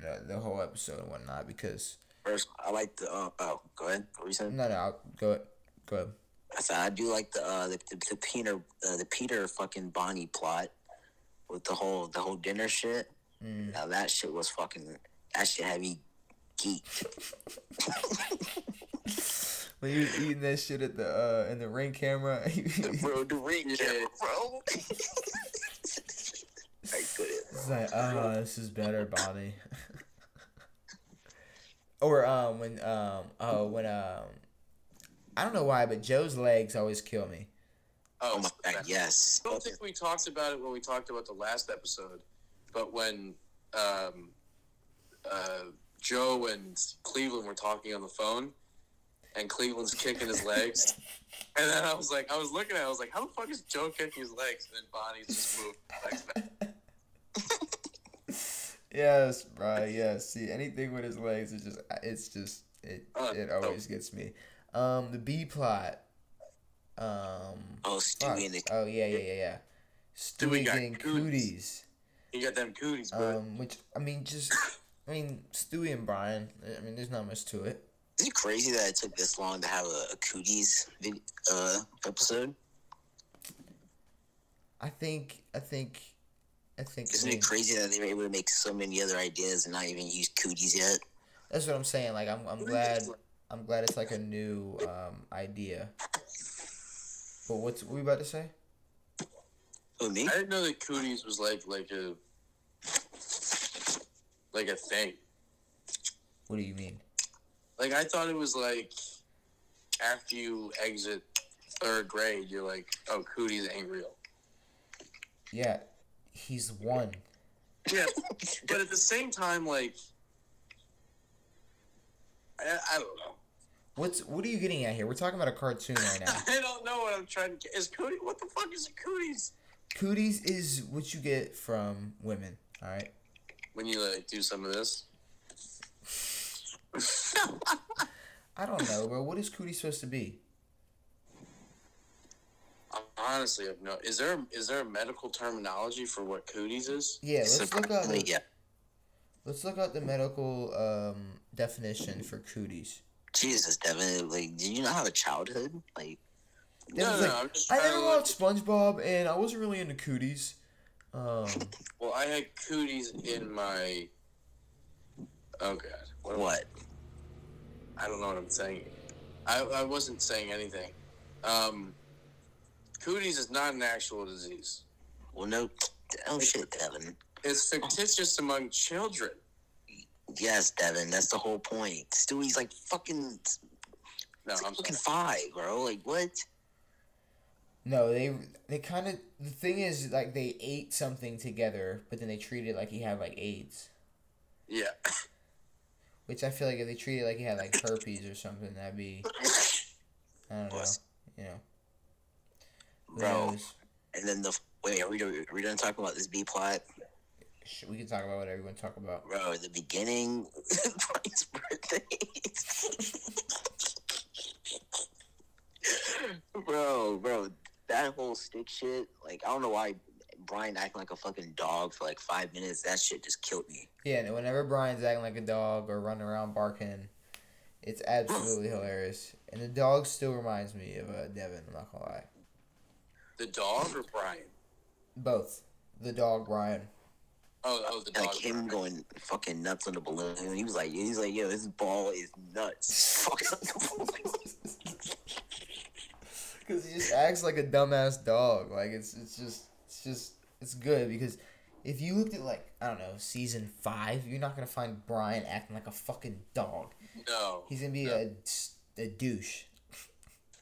[SPEAKER 1] the, the whole episode and whatnot because
[SPEAKER 3] First, I like the. Uh, oh, go ahead. What were you saying?
[SPEAKER 1] no, no. I'll go go. ahead.
[SPEAKER 3] I said I do like the uh, the, the, the Peter uh, the Peter fucking Bonnie plot with the whole the whole dinner shit.
[SPEAKER 1] Mm.
[SPEAKER 3] Now that shit was fucking. That shit had me geeked.
[SPEAKER 1] When he was eating that shit at the uh in the ring camera, <laughs> he's
[SPEAKER 3] bro, the ring
[SPEAKER 2] camera,
[SPEAKER 3] bro. I couldn't.
[SPEAKER 1] like, oh, this is better, Bonnie. <laughs> or um when um oh when um I don't know why, but Joe's legs always kill me.
[SPEAKER 3] <laughs> Oh my god, yes.
[SPEAKER 2] I don't think we talked about it when we talked about the last episode, but when um, uh, Joe and Cleveland were talking on the phone, and Cleveland's kicking his legs, and then I was like, I was looking at, it, I was like, how the fuck is Joe kicking his legs? And then Bonnie's just moved his legs back.
[SPEAKER 1] Yes, Brian. Yes. See, anything with his legs is just it's just it
[SPEAKER 2] Uh,
[SPEAKER 1] it always gets me. Um, the B plot. Um.
[SPEAKER 3] Oh,
[SPEAKER 1] fuck.
[SPEAKER 3] Stewie and the
[SPEAKER 1] Oh yeah, yeah, yeah, yeah.
[SPEAKER 2] Then we
[SPEAKER 1] Stewie
[SPEAKER 2] got
[SPEAKER 1] getting
[SPEAKER 2] cooties.
[SPEAKER 1] cooties.
[SPEAKER 2] You got them cooties, bro.
[SPEAKER 1] Um, which I mean, just I mean, Stewie and Brian. I mean, there's not much to it.
[SPEAKER 3] Is it crazy that it took this long to have a, a cooties vid- uh, episode?
[SPEAKER 1] I think. I think. I think. I
[SPEAKER 3] Isn't
[SPEAKER 1] mean,
[SPEAKER 3] it crazy that they were able to make so many other ideas and not even use cooties yet?
[SPEAKER 1] that's what I'm saying. Like, I'm. I'm glad. I'm glad it's like a new um idea. But what's what we about to say?
[SPEAKER 3] Oh, me?
[SPEAKER 2] I didn't know that cooties was like like a like a thing.
[SPEAKER 1] What do you mean?
[SPEAKER 2] Like I thought it was like after you exit third grade, you're like, oh, cooties ain't real.
[SPEAKER 1] Yeah, he's one.
[SPEAKER 2] Yeah, <laughs> but at the same time, like I, I don't know.
[SPEAKER 1] What's what are you getting at here? We're talking about a cartoon right now.
[SPEAKER 2] <laughs> I don't know what I'm trying to get. Is cootie? What the fuck is a cooties?
[SPEAKER 1] Cooties is what you get from women. All right.
[SPEAKER 2] When you like do some of this,
[SPEAKER 1] I don't know, bro. What is cootie supposed to be?
[SPEAKER 2] I honestly have no. Is there is there a medical terminology for what cooties is?
[SPEAKER 1] Yeah, let's look up.
[SPEAKER 3] Surprisingly, yeah.
[SPEAKER 1] Let's look up the medical um, definition for cooties.
[SPEAKER 3] Jesus, Devin, like, did you not have a childhood? Like,
[SPEAKER 1] Yeah,
[SPEAKER 2] No,
[SPEAKER 1] it's
[SPEAKER 2] no,
[SPEAKER 1] like,
[SPEAKER 2] I'm just
[SPEAKER 1] I
[SPEAKER 2] trying
[SPEAKER 1] never
[SPEAKER 2] to look-
[SPEAKER 1] watched SpongeBob, and I wasn't really into cooties.
[SPEAKER 3] <laughs>
[SPEAKER 1] Um,
[SPEAKER 2] Well, I had cooties in my. Oh god, what? am I-
[SPEAKER 3] what?
[SPEAKER 2] I don't know what I'm saying. I, I wasn't saying anything. Um, cooties is not an actual disease.
[SPEAKER 3] Well, no. Oh, shit, Devin.
[SPEAKER 2] It's fictitious among children.
[SPEAKER 3] Yes, Devin, that's the whole point. Stewie's like fucking,
[SPEAKER 2] No, I'm
[SPEAKER 3] fucking
[SPEAKER 2] sorry.
[SPEAKER 3] five, bro. Like, what?
[SPEAKER 1] no, they they kind of the thing is like they ate something together, but then they treated it like he had like AIDS,
[SPEAKER 2] Yeah.
[SPEAKER 1] which I feel like if they treated it like he had like herpes or something, that'd be I don't know,
[SPEAKER 3] Bless.
[SPEAKER 1] you know. Who
[SPEAKER 3] Bro.
[SPEAKER 1] knows?
[SPEAKER 3] And then the. Wait, are we, are we done talking about this B plot?
[SPEAKER 1] Shit, we can talk about whatever you want to talk about.
[SPEAKER 3] Bro, the beginning, <laughs> Brian's birthday. bro, bro, that whole stick shit. Like, I don't know why Brian acting like a fucking dog for like five minutes. That shit just killed me.
[SPEAKER 1] Yeah, and whenever Brian's acting like a dog or running around barking, it's
[SPEAKER 3] <laughs>
[SPEAKER 1] absolutely hilarious. And the dog still reminds me of uh, Devin. I'm not gonna lie.
[SPEAKER 2] The dog or Brian?
[SPEAKER 1] Both the dog Brian.
[SPEAKER 2] Oh, oh the
[SPEAKER 3] And,
[SPEAKER 2] dog.
[SPEAKER 3] like him going fucking nuts on the balloon. He was like, he's like, yo, this ball is
[SPEAKER 2] <laughs>
[SPEAKER 3] nuts. <laughs> Fucking up the balloon.
[SPEAKER 1] Because he just acts like a dumbass dog. Like it's it's just it's just it's good because if you looked at like I don't know season five, you're not gonna find Brian acting like a fucking dog.
[SPEAKER 2] No.
[SPEAKER 1] He's gonna be a, a douche.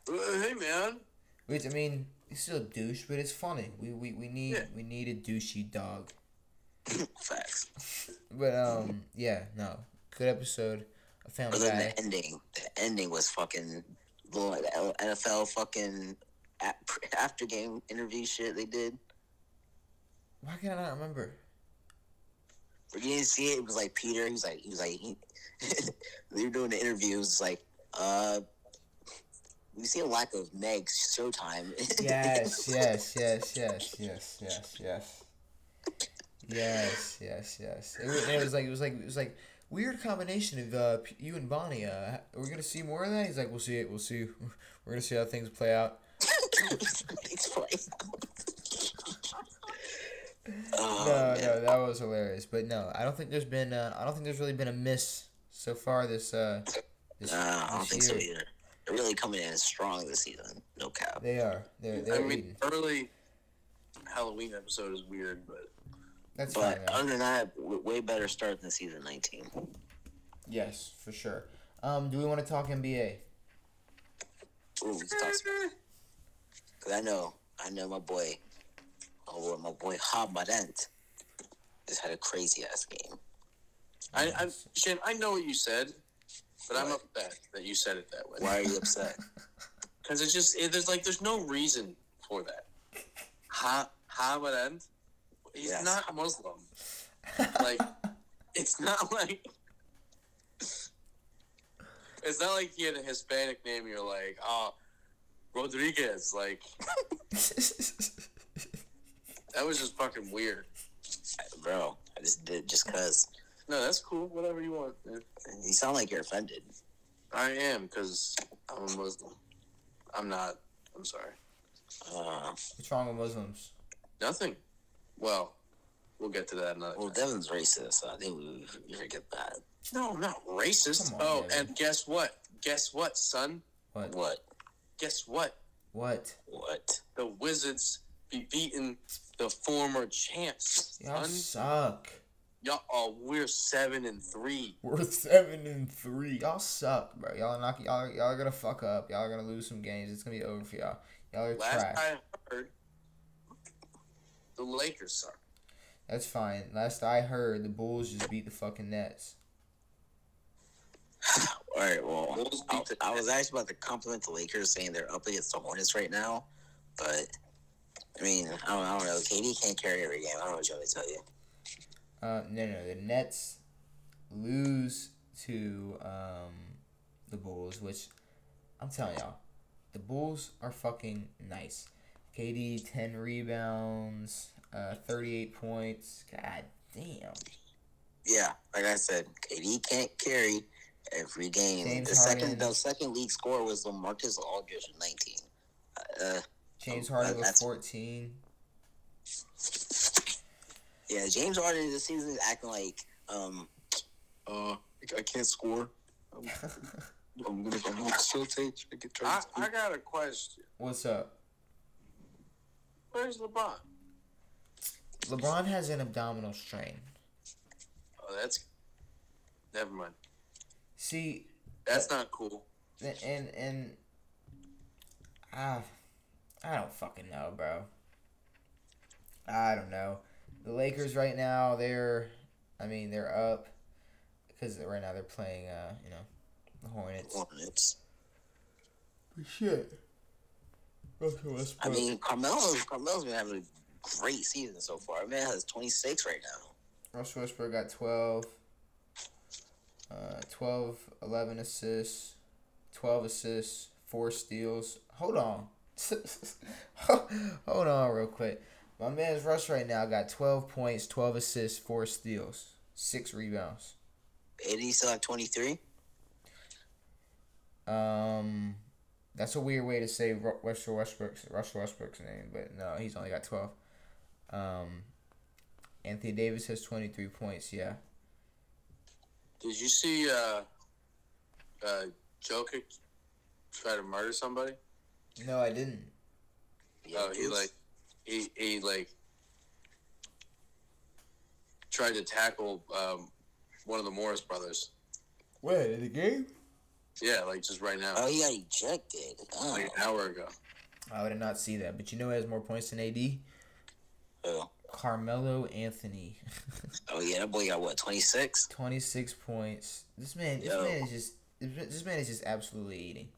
[SPEAKER 2] Uh, Hey, man.
[SPEAKER 1] Which I mean, he's still a douche, but it's funny. We we, we need
[SPEAKER 2] Yeah.
[SPEAKER 1] we need a douchey dog.
[SPEAKER 3] Facts.
[SPEAKER 1] But um, yeah, no, good episode. A
[SPEAKER 3] But
[SPEAKER 1] family
[SPEAKER 3] then
[SPEAKER 1] guy.
[SPEAKER 3] the ending, the ending was fucking the like, L- NFL fucking ap- <laughs> after game interview shit they did.
[SPEAKER 1] Why can I not remember?
[SPEAKER 3] But you didn't see it. It was like Peter. He was like, he was like, he, <laughs> they were doing the interview. It was like, uh, we see a lack of Meg's showtime.
[SPEAKER 1] Yes, yes, yes, yes, yes, yes, yes. Yes, yes, yes. It was, it was like it was like it was like weird combination of uh, P- you and Bonnie. Uh, we're gonna see more of that. He's like, we'll see it. We'll see. <laughs> We're gonna see how things play out.
[SPEAKER 3] <laughs> It's like- oh,
[SPEAKER 1] <laughs> No,
[SPEAKER 3] man.
[SPEAKER 1] no, that was hilarious. But no, I don't think there's been. Uh, I don't think there's really been a miss so far this. Uh, this,
[SPEAKER 3] Nah, I don't
[SPEAKER 1] this
[SPEAKER 3] think so
[SPEAKER 1] year.
[SPEAKER 3] either. They're really coming in strong this season. No cap.
[SPEAKER 1] They are. They're. They're
[SPEAKER 2] I mean,
[SPEAKER 1] eating.
[SPEAKER 2] early Halloween episode is weird, but
[SPEAKER 1] That's fine.
[SPEAKER 3] But
[SPEAKER 1] though.
[SPEAKER 3] other than that, w- way better start than season 19.
[SPEAKER 1] yes, for sure. Um, do we want to talk NBA? <laughs>
[SPEAKER 3] Ooh,
[SPEAKER 2] Eh.
[SPEAKER 3] we can talk some- 'cause I know, I know my boy, oh, my boy Hamarant just had a crazy ass game.
[SPEAKER 2] I, I, Shane, I know what you said, but I'm upset that you said it that way.
[SPEAKER 3] Why are you upset?
[SPEAKER 2] Because it's just it, there's like there's no reason for that. Ha Hamarand, he's
[SPEAKER 3] Yes.
[SPEAKER 2] not Muslim. Like It's not like it's not like he had a Hispanic name. You're like, oh, Rodriguez. Like that was just fucking weird.
[SPEAKER 3] bro. I just did just cause
[SPEAKER 2] No, that's cool. Whatever you want. man.
[SPEAKER 3] you sound like you're offended.
[SPEAKER 2] I am because I'm a Muslim. I'm not. I'm sorry.
[SPEAKER 3] Uh,
[SPEAKER 1] What's wrong with Muslims?
[SPEAKER 2] Nothing. Well, we'll get to that another.
[SPEAKER 3] well, Devin's racist. So I think we, we forget that.
[SPEAKER 2] No, I'm not racist.
[SPEAKER 1] Come on,
[SPEAKER 2] oh,
[SPEAKER 1] Devin.
[SPEAKER 2] and guess what? Guess what, son?
[SPEAKER 1] What?
[SPEAKER 3] What?
[SPEAKER 2] Guess what?
[SPEAKER 1] What?
[SPEAKER 3] What?
[SPEAKER 2] The Wizards be beating the former champs.
[SPEAKER 1] Y'all
[SPEAKER 2] Son.
[SPEAKER 1] suck.
[SPEAKER 2] Y'all, oh, we're seven and three.
[SPEAKER 1] We're seven and three. Y'all suck, bro. Y'all are not. Y'all y'all are gonna fuck up. Y'all are gonna lose some games. It's gonna be over for y'all. Y'all are
[SPEAKER 2] Last
[SPEAKER 1] trash.
[SPEAKER 2] I heard, the Lakers suck.
[SPEAKER 1] That's fine. Last I heard, the Bulls just beat the fucking Nets.
[SPEAKER 3] All right. Well,
[SPEAKER 2] Bulls
[SPEAKER 3] I,
[SPEAKER 2] beat the
[SPEAKER 3] I was actually about to compliment the Lakers, saying they're up against the Hornets right now, but I mean, I don't, I don't know. KD can't carry every game. I don't know what you want me to tell you.
[SPEAKER 1] Uh, no, no, the Nets lose to um the Bulls, which I'm telling y'all, the Bulls are fucking nice. KD ten rebounds, uh, thirty eight points. God damn.
[SPEAKER 3] Yeah, like I said, KD can't carry every game.
[SPEAKER 1] James
[SPEAKER 3] the
[SPEAKER 1] Harden.
[SPEAKER 3] second, the second league score was Lamarcus Aldridge with nineteen. Uh,
[SPEAKER 1] James
[SPEAKER 3] Oh,
[SPEAKER 1] Harden
[SPEAKER 3] that-
[SPEAKER 1] with
[SPEAKER 3] that's-
[SPEAKER 1] fourteen. <laughs>
[SPEAKER 3] yeah, James Harden this season is acting like um,
[SPEAKER 2] Uh, I can't score.
[SPEAKER 4] I'm gonna, I'm gonna facilitate. I get
[SPEAKER 2] I,
[SPEAKER 4] turned.
[SPEAKER 2] I got a question.
[SPEAKER 1] What's up?
[SPEAKER 2] Where's LeBron?
[SPEAKER 1] LeBron has an abdominal strain.
[SPEAKER 2] Oh, that's never mind.
[SPEAKER 1] See,
[SPEAKER 2] That's not cool.
[SPEAKER 1] and and, and I, I don't fucking know, bro. I don't know. The Lakers right now, they're, I mean, they're up because right now they're playing, uh, you know, the Hornets.
[SPEAKER 3] Hornets.
[SPEAKER 1] Shit. Okay,
[SPEAKER 3] I mean, Carmelo, Carmelo's been having a great season so far. Man has twenty six right now.
[SPEAKER 1] Russell Westbrook got 12, uh, 12, 11 assists, 12 assists, 4 steals. Hold on. <laughs> Hold on real quick. My man's Russ right now got 12 points, 12 assists, 4 steals, 6 rebounds.
[SPEAKER 3] Eighty still at twenty three.
[SPEAKER 1] Um, that's a weird way to say Ru- Russell Westbrook's Russell Westbrook's name, but no, he's only got twelve. Um, Anthony Davis has twenty three points. Yeah,
[SPEAKER 2] Did you see uh, uh, Jokic try to murder somebody?
[SPEAKER 1] no, I didn't.
[SPEAKER 2] Oh, he like he he like tried to tackle um, one of the Morris brothers.
[SPEAKER 1] Wait, in the game?
[SPEAKER 2] Yeah, like just right now,
[SPEAKER 3] Oh, he got ejected. Oh,
[SPEAKER 2] like an hour ago.
[SPEAKER 1] I did not see that. But you know who has more points than AD?
[SPEAKER 3] oh.
[SPEAKER 1] Carmelo Anthony. <laughs>
[SPEAKER 3] Oh, yeah, that boy got what twenty six.
[SPEAKER 1] 26 points. This man this
[SPEAKER 3] Yo.
[SPEAKER 1] man is just this man is just absolutely eating.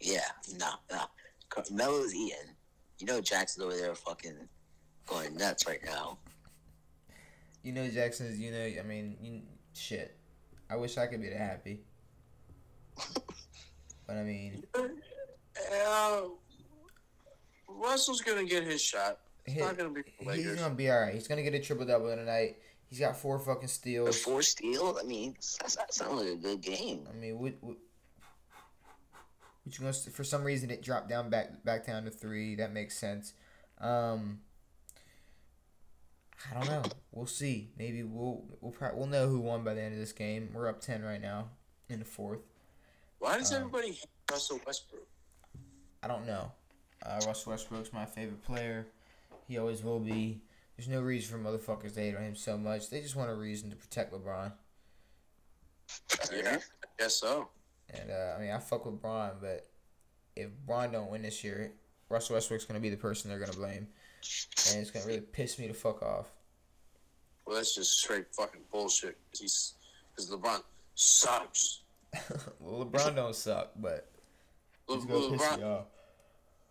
[SPEAKER 3] Yeah, no, no. Carmelo's eating. You know Jackson's over there fucking going nuts right now.
[SPEAKER 1] You know Jackson's, you know, I mean, you, shit. I wish I could be that
[SPEAKER 2] <laughs>
[SPEAKER 1] happy. but I mean,
[SPEAKER 2] Uh, Russell's gonna get his shot. It's
[SPEAKER 1] he-
[SPEAKER 2] not gonna be the
[SPEAKER 1] he's
[SPEAKER 2] Lakers.
[SPEAKER 1] going to be all right. He's going to get a triple double tonight. He's got four fucking
[SPEAKER 3] The
[SPEAKER 1] steals.
[SPEAKER 3] four steals. I mean, that's that sounds like a good game.
[SPEAKER 1] I mean, what what, what you gonna? s- For some reason, it dropped down back back down to three. That makes sense. Um, I don't know. We'll see. Maybe we'll we'll pro- we'll know who won by the end of this game. We're up ten right now in the fourth.
[SPEAKER 2] Why does
[SPEAKER 1] Um,
[SPEAKER 2] everybody hate Russell Westbrook?
[SPEAKER 1] I don't know. Uh, Russell Westbrook's my favorite player. He always will be. There's no reason for motherfuckers to hate on him so much. They just want a reason to protect LeBron.
[SPEAKER 2] Yeah, I guess so.
[SPEAKER 1] And uh, I mean, I fuck with Braun, but if Braun don't win this year, Russell Westbrook's gonna be the person they're gonna blame, and it's gonna really piss me the fuck off.
[SPEAKER 2] Well, that's just straight fucking bullshit. 'cause He's because LeBron sucks.
[SPEAKER 1] well, LeBron don't suck, but
[SPEAKER 2] Le-
[SPEAKER 1] he's gonna piss me
[SPEAKER 2] LeBron
[SPEAKER 1] off.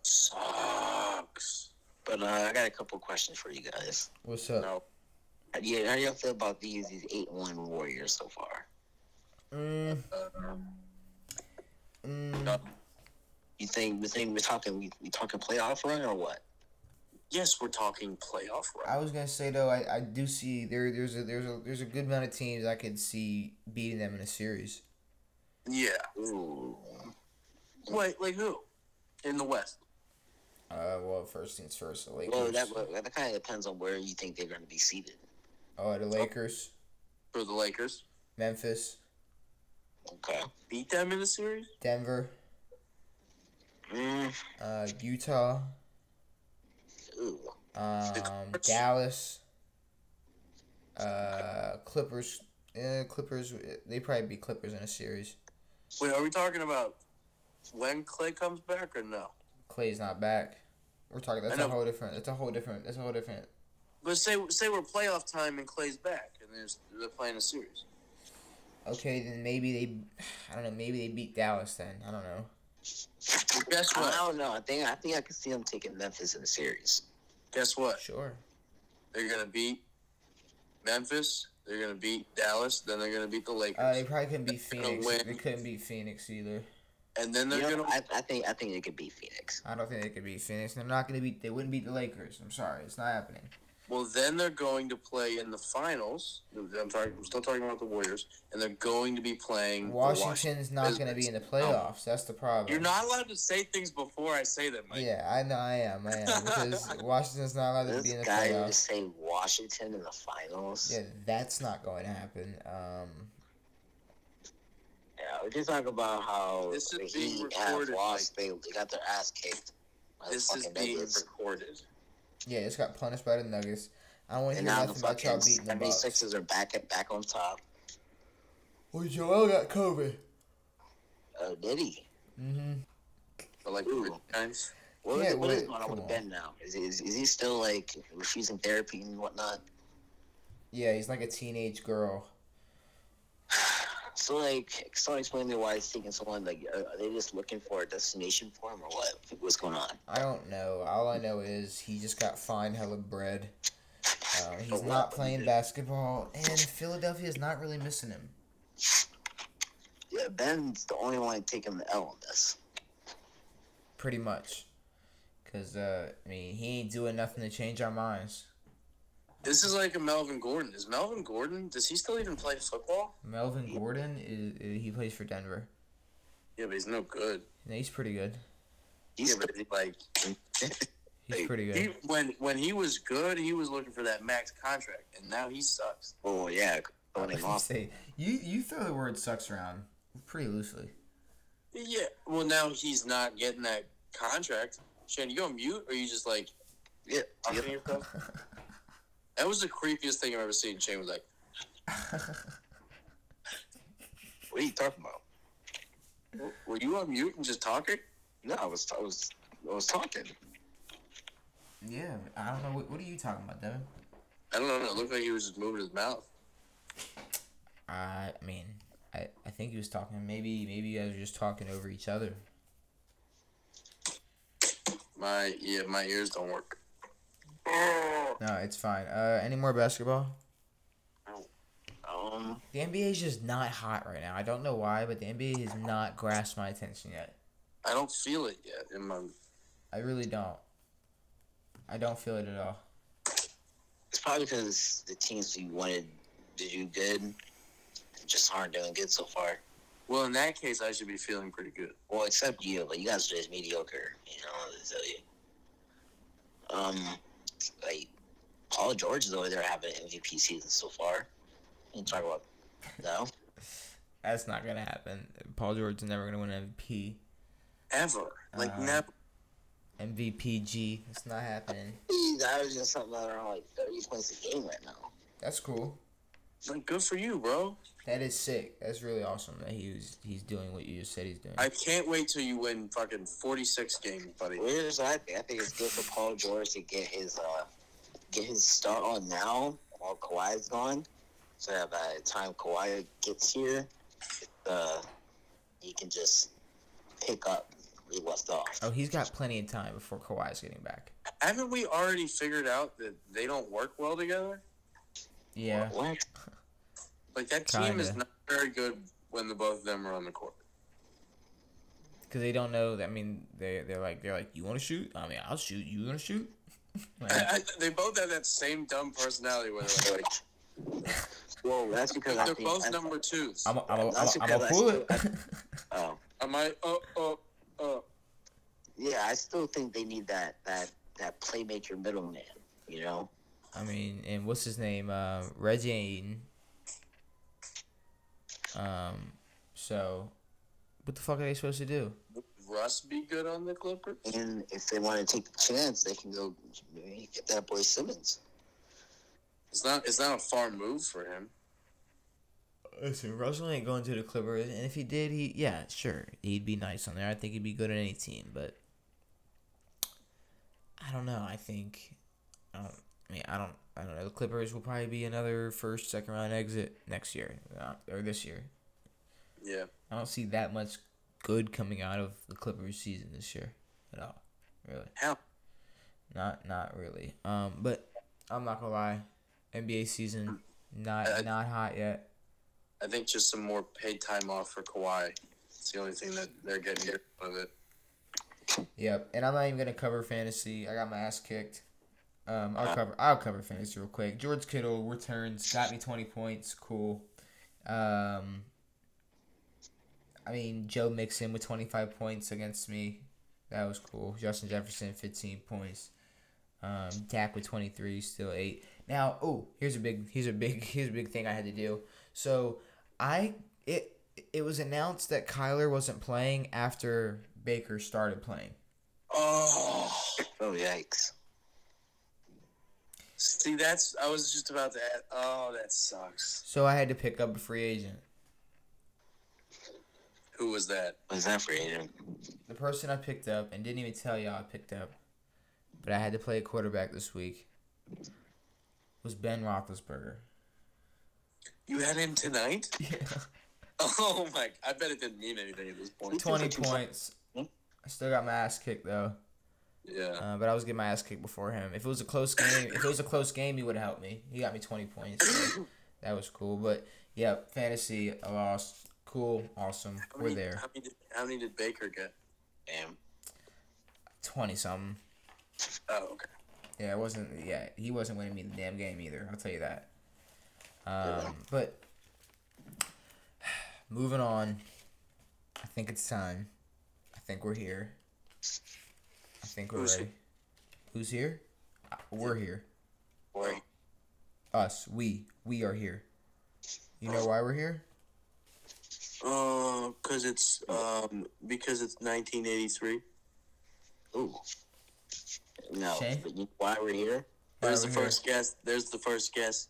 [SPEAKER 2] sucks.
[SPEAKER 3] But uh, I got a couple questions for you guys.
[SPEAKER 1] What's up?
[SPEAKER 2] No.
[SPEAKER 3] Yeah, how do y'all feel about these these eight one Warriors so far?
[SPEAKER 1] Mm,
[SPEAKER 2] Um,
[SPEAKER 1] mm,
[SPEAKER 3] You think we think we're talking we, we talking playoff run or what?
[SPEAKER 2] Yes, we're talking playoff
[SPEAKER 1] I
[SPEAKER 2] run.
[SPEAKER 1] was gonna say though, I, I do see there there's a there's a there's a good amount of teams I could see beating them in a series.
[SPEAKER 2] Yeah.
[SPEAKER 3] Ooh,
[SPEAKER 2] Wait, like who? In the West.
[SPEAKER 1] Uh, well, first things first, the Lakers.
[SPEAKER 3] well that that kind of depends on where you think they're going to be seated.
[SPEAKER 1] oh, the Lakers,
[SPEAKER 2] For the Lakers.
[SPEAKER 1] Memphis,
[SPEAKER 3] Okay.
[SPEAKER 2] Beat them in the series?
[SPEAKER 1] Denver,
[SPEAKER 3] Mm,
[SPEAKER 1] uh, Utah,
[SPEAKER 3] ooh,
[SPEAKER 1] um, Dallas, uh, Clippers. Eh, Clippers. They probably be Clippers in a series.
[SPEAKER 2] Wait, are we talking about when Clay comes back or no?
[SPEAKER 1] Clay's not back. We're talking. That's
[SPEAKER 2] I
[SPEAKER 1] a
[SPEAKER 2] know.
[SPEAKER 1] whole different. That's a whole different. That's a whole different.
[SPEAKER 2] But say say we're playoff time and Clay's back and there's they're playing a series.
[SPEAKER 1] Okay, then maybe they. I don't know. Maybe they beat Dallas. Then I don't know.
[SPEAKER 2] Guess
[SPEAKER 3] I
[SPEAKER 2] what?
[SPEAKER 3] don't know. I think I think I could see them taking Memphis in the series.
[SPEAKER 2] Guess what?
[SPEAKER 1] Sure.
[SPEAKER 2] They're gonna beat Memphis. They're gonna beat Dallas. Then they're gonna beat the Lakers.
[SPEAKER 1] Uh, they probably couldn't beat
[SPEAKER 2] They're gonna
[SPEAKER 1] Phoenix.
[SPEAKER 2] win.
[SPEAKER 1] They couldn't beat Phoenix either.
[SPEAKER 2] and then they're
[SPEAKER 3] You know,
[SPEAKER 2] gonna
[SPEAKER 3] I, I think I think they could beat Phoenix.
[SPEAKER 1] I don't think they could beat Phoenix. They're not gonna beat. They wouldn't beat the Lakers. I'm sorry. It's not happening.
[SPEAKER 2] well. Then they're going to play in the finals. I'm talking. I'm still talking about the Warriors, and they're going to be playing the Washington.
[SPEAKER 1] Washington's not gonna be in the playoffs. That's the problem.
[SPEAKER 2] You're not allowed to say things before I say them, Mike.
[SPEAKER 1] Yeah, I know. I am. I am because Washington's not allowed to be in
[SPEAKER 3] This
[SPEAKER 1] the
[SPEAKER 3] guy
[SPEAKER 1] playoffs.
[SPEAKER 3] would say Washington in the finals.
[SPEAKER 1] Yeah, that's not going to happen. Um,
[SPEAKER 3] Yeah, we can talk about how
[SPEAKER 2] This is
[SPEAKER 3] the
[SPEAKER 2] being
[SPEAKER 3] Heat have
[SPEAKER 2] recorded,
[SPEAKER 3] lost. They, they got their ass kicked. by the
[SPEAKER 2] This is
[SPEAKER 3] fucking
[SPEAKER 2] being
[SPEAKER 3] Nuggets.
[SPEAKER 2] recorded.
[SPEAKER 1] yeah, it's got punished by the Nuggets. I don't want to
[SPEAKER 3] And
[SPEAKER 1] hear
[SPEAKER 3] now the
[SPEAKER 1] nothing about y'all
[SPEAKER 3] fucking
[SPEAKER 1] beating the Bucks.
[SPEAKER 3] 76ers are back at, back on top.
[SPEAKER 1] Well, Joel got COVID.
[SPEAKER 3] Oh, did he?
[SPEAKER 1] Mm-hmm.
[SPEAKER 2] But like
[SPEAKER 3] Ooh.
[SPEAKER 2] times.
[SPEAKER 3] What,
[SPEAKER 1] Yeah,
[SPEAKER 3] is, what is
[SPEAKER 1] wait,
[SPEAKER 3] going on
[SPEAKER 1] come
[SPEAKER 3] with
[SPEAKER 1] on.
[SPEAKER 3] Ben now? Is, is, is he still like refusing therapy and whatnot?
[SPEAKER 1] Yeah, he's like a teenage girl.
[SPEAKER 3] So like, someone explain to me why he's taking someone. Like, are, are they just looking for a destination for him or what? What's going on?
[SPEAKER 1] I don't know. All I know is he just got fine hella bread. Uh,
[SPEAKER 3] Oh,
[SPEAKER 1] he's not playing basketball, and Philadelphia's not really missing him.
[SPEAKER 3] Yeah, Ben's the only one taking the L on this.
[SPEAKER 1] Pretty much. Because, uh, I mean, he ain't doing nothing to change our minds.
[SPEAKER 2] This is like a Melvin Gordon. Is Melvin Gordon? Does he still even play football?
[SPEAKER 1] Melvin Gordon, is, is- he plays for Denver.
[SPEAKER 2] Yeah, but he's no good.
[SPEAKER 1] And he's pretty good.
[SPEAKER 2] Yeah,
[SPEAKER 3] He's
[SPEAKER 2] but he, like
[SPEAKER 1] He's pretty good.
[SPEAKER 2] he, when when he was good, he was looking for that max contract, and now he sucks.
[SPEAKER 3] oh yeah,
[SPEAKER 1] I
[SPEAKER 3] throwing
[SPEAKER 1] was
[SPEAKER 3] him
[SPEAKER 1] gonna
[SPEAKER 3] off.
[SPEAKER 1] say, you you throw the word sucks around pretty loosely. <laughs>
[SPEAKER 2] Yeah. Well, now he's not getting that contract. Shannon, you go on mute, or you just like
[SPEAKER 3] Yeah,
[SPEAKER 2] talking
[SPEAKER 3] yeah.
[SPEAKER 2] to yourself? That was the creepiest thing I've ever seen. Shane was like,
[SPEAKER 3] What are you talking about?
[SPEAKER 2] "W- "Were you on mute and just talking?"
[SPEAKER 3] No, I was I was I was talking.
[SPEAKER 1] Yeah, I don't know. What, what are you talking about, Devin?
[SPEAKER 2] I don't know. It looked like he was just moving his mouth.
[SPEAKER 1] I mean, I, I think he was talking. Maybe maybe you guys are just talking over each other.
[SPEAKER 2] My yeah, my ears don't work. Um,
[SPEAKER 1] No, it's fine. Uh, any more basketball?
[SPEAKER 3] Um,
[SPEAKER 1] The NBA is just not hot right now. I don't know why, but the NBA has not grasped my attention yet.
[SPEAKER 2] I don't feel it yet in my.
[SPEAKER 1] I really don't. I don't feel it at all.
[SPEAKER 3] it's probably because the teams you wanted to do good just aren't doing good so far.
[SPEAKER 2] Well, in that case, I should be feeling pretty good.
[SPEAKER 3] Well, except you, but you guys are just mediocre. You know, so you- um, like Paul George is over there having an MVP season so far. You talk about no. <laughs>
[SPEAKER 1] That's not gonna happen. Paul George is never gonna win MVP.
[SPEAKER 2] Ever like
[SPEAKER 1] Uh,
[SPEAKER 2] never.
[SPEAKER 1] MVPG. It's not happening.
[SPEAKER 3] He's averaging something around like thirty points a game right now.
[SPEAKER 1] That's cool.
[SPEAKER 2] Like good for you, bro.
[SPEAKER 1] That is sick. That's really awesome that he was he's doing what you just said he's doing.
[SPEAKER 2] I can't wait till you win fucking forty six games, buddy.
[SPEAKER 3] Where's I think I think it's good for Paul George to get his uh get his start on now while Kawhi's gone, so that by the time Kawhi gets here, uh, he can just pick up where he left off.
[SPEAKER 1] oh, he's got plenty of time before Kawhi's getting back.
[SPEAKER 2] Haven't we already figured out that they don't work well together?
[SPEAKER 1] Yeah.
[SPEAKER 3] What?
[SPEAKER 2] Like that team is
[SPEAKER 1] Kinda.
[SPEAKER 2] not very good when the both of them are on the court.
[SPEAKER 1] Because they don't know. I mean, they they're like they're like, you want to shoot? I mean, I'll shoot. You want to shoot? <laughs> Like,
[SPEAKER 2] I, I, they both have that same dumb personality where
[SPEAKER 1] <laughs>
[SPEAKER 2] they're like,
[SPEAKER 3] Whoa, that's because I
[SPEAKER 2] they're
[SPEAKER 3] think
[SPEAKER 2] both
[SPEAKER 3] I-
[SPEAKER 2] number twos.
[SPEAKER 1] I'm a, I'm a, I'm
[SPEAKER 3] That's
[SPEAKER 1] a, I'm a
[SPEAKER 3] because I
[SPEAKER 1] pull it.
[SPEAKER 3] Oh,
[SPEAKER 2] Am I? Oh, oh, oh.
[SPEAKER 3] yeah. I still think they need that that that playmaker middleman. You know,
[SPEAKER 1] <laughs> I mean, and what's his name? Uh, Reggie Aiden. Um, so, what the fuck are they supposed to do?
[SPEAKER 2] Russ be good on the Clippers?
[SPEAKER 3] and if they want to take the chance, they can go maybe get that boy Simmons.
[SPEAKER 2] It's not. It's not a far move for him.
[SPEAKER 1] Listen, Russell ain't going to the Clippers, and if he did, he yeah, sure, he'd be nice on there. I think he'd be good at any team, but I don't know. I think I don't. I mean, I don't. I don't know. The Clippers will probably be another first, second round exit next year uh, or this year.
[SPEAKER 2] Yeah.
[SPEAKER 1] I don't see that much good coming out of the Clippers season this year at all. Really.
[SPEAKER 2] Hell.
[SPEAKER 1] Not not really. Um, but I'm not gonna lie, NBA season not
[SPEAKER 2] Uh,
[SPEAKER 1] not hot yet.
[SPEAKER 2] I think just some more paid time off for Kawhi. It's the only thing that they're getting out of it.
[SPEAKER 1] Yep, and I'm not even gonna cover fantasy. I got my ass kicked. Um, I'll cover I'll cover fantasy real quick. George Kittle returns, got me 20 points, cool. Um, I mean Joe Mixon with 25 points against me, that was cool. Justin Jefferson 15 points. Um, Dak with 23, still eight. Now, oh, here's a big here's a big <laughs> here's a big thing I had to do. So I it it was announced that Kyler wasn't playing after Baker started playing.
[SPEAKER 2] Oh.
[SPEAKER 3] Oh yikes!
[SPEAKER 2] See, that's. I was just about to add. Oh, that sucks.
[SPEAKER 1] So I had to pick up a free agent.
[SPEAKER 2] Who was that?
[SPEAKER 3] What's that for Aiden?
[SPEAKER 1] The person I picked up and didn't even tell y'all I picked up, but I had to play a quarterback this week. Was Ben Roethlisberger?
[SPEAKER 2] You had him tonight? <laughs> Oh my! I bet it didn't mean anything at this point.
[SPEAKER 1] Twenty points.
[SPEAKER 3] Hmm?
[SPEAKER 1] I still got my ass kicked though,
[SPEAKER 2] Yeah.
[SPEAKER 1] uh, but I was getting my ass kicked before him. If it was a close game, if it was a close game, he would have helped me. He got me twenty points. so that was cool. But yeah, fantasy, I lost. Cool, awesome.
[SPEAKER 2] How
[SPEAKER 1] We're
[SPEAKER 2] many,
[SPEAKER 1] there.
[SPEAKER 2] How many, did, how many did Baker get?
[SPEAKER 3] Damn.
[SPEAKER 1] Twenty something.
[SPEAKER 2] Oh, okay.
[SPEAKER 1] Yeah, it wasn't. Yeah, he wasn't winning me the damn game either. I'll tell you that. Um, but <sighs> moving on, I think it's time. I think we're here. I think we're
[SPEAKER 2] Who's
[SPEAKER 1] ready. Who's here? Uh, We're here.
[SPEAKER 2] Boy,
[SPEAKER 1] Us. We. We are here. You know why we're here?
[SPEAKER 2] Oh, because it's um because it's 1983.
[SPEAKER 3] Ooh. No.
[SPEAKER 1] Shay?
[SPEAKER 3] but you- Why we're here?
[SPEAKER 1] Why
[SPEAKER 2] There's the
[SPEAKER 1] we're here.
[SPEAKER 2] first guess. There's the first guess.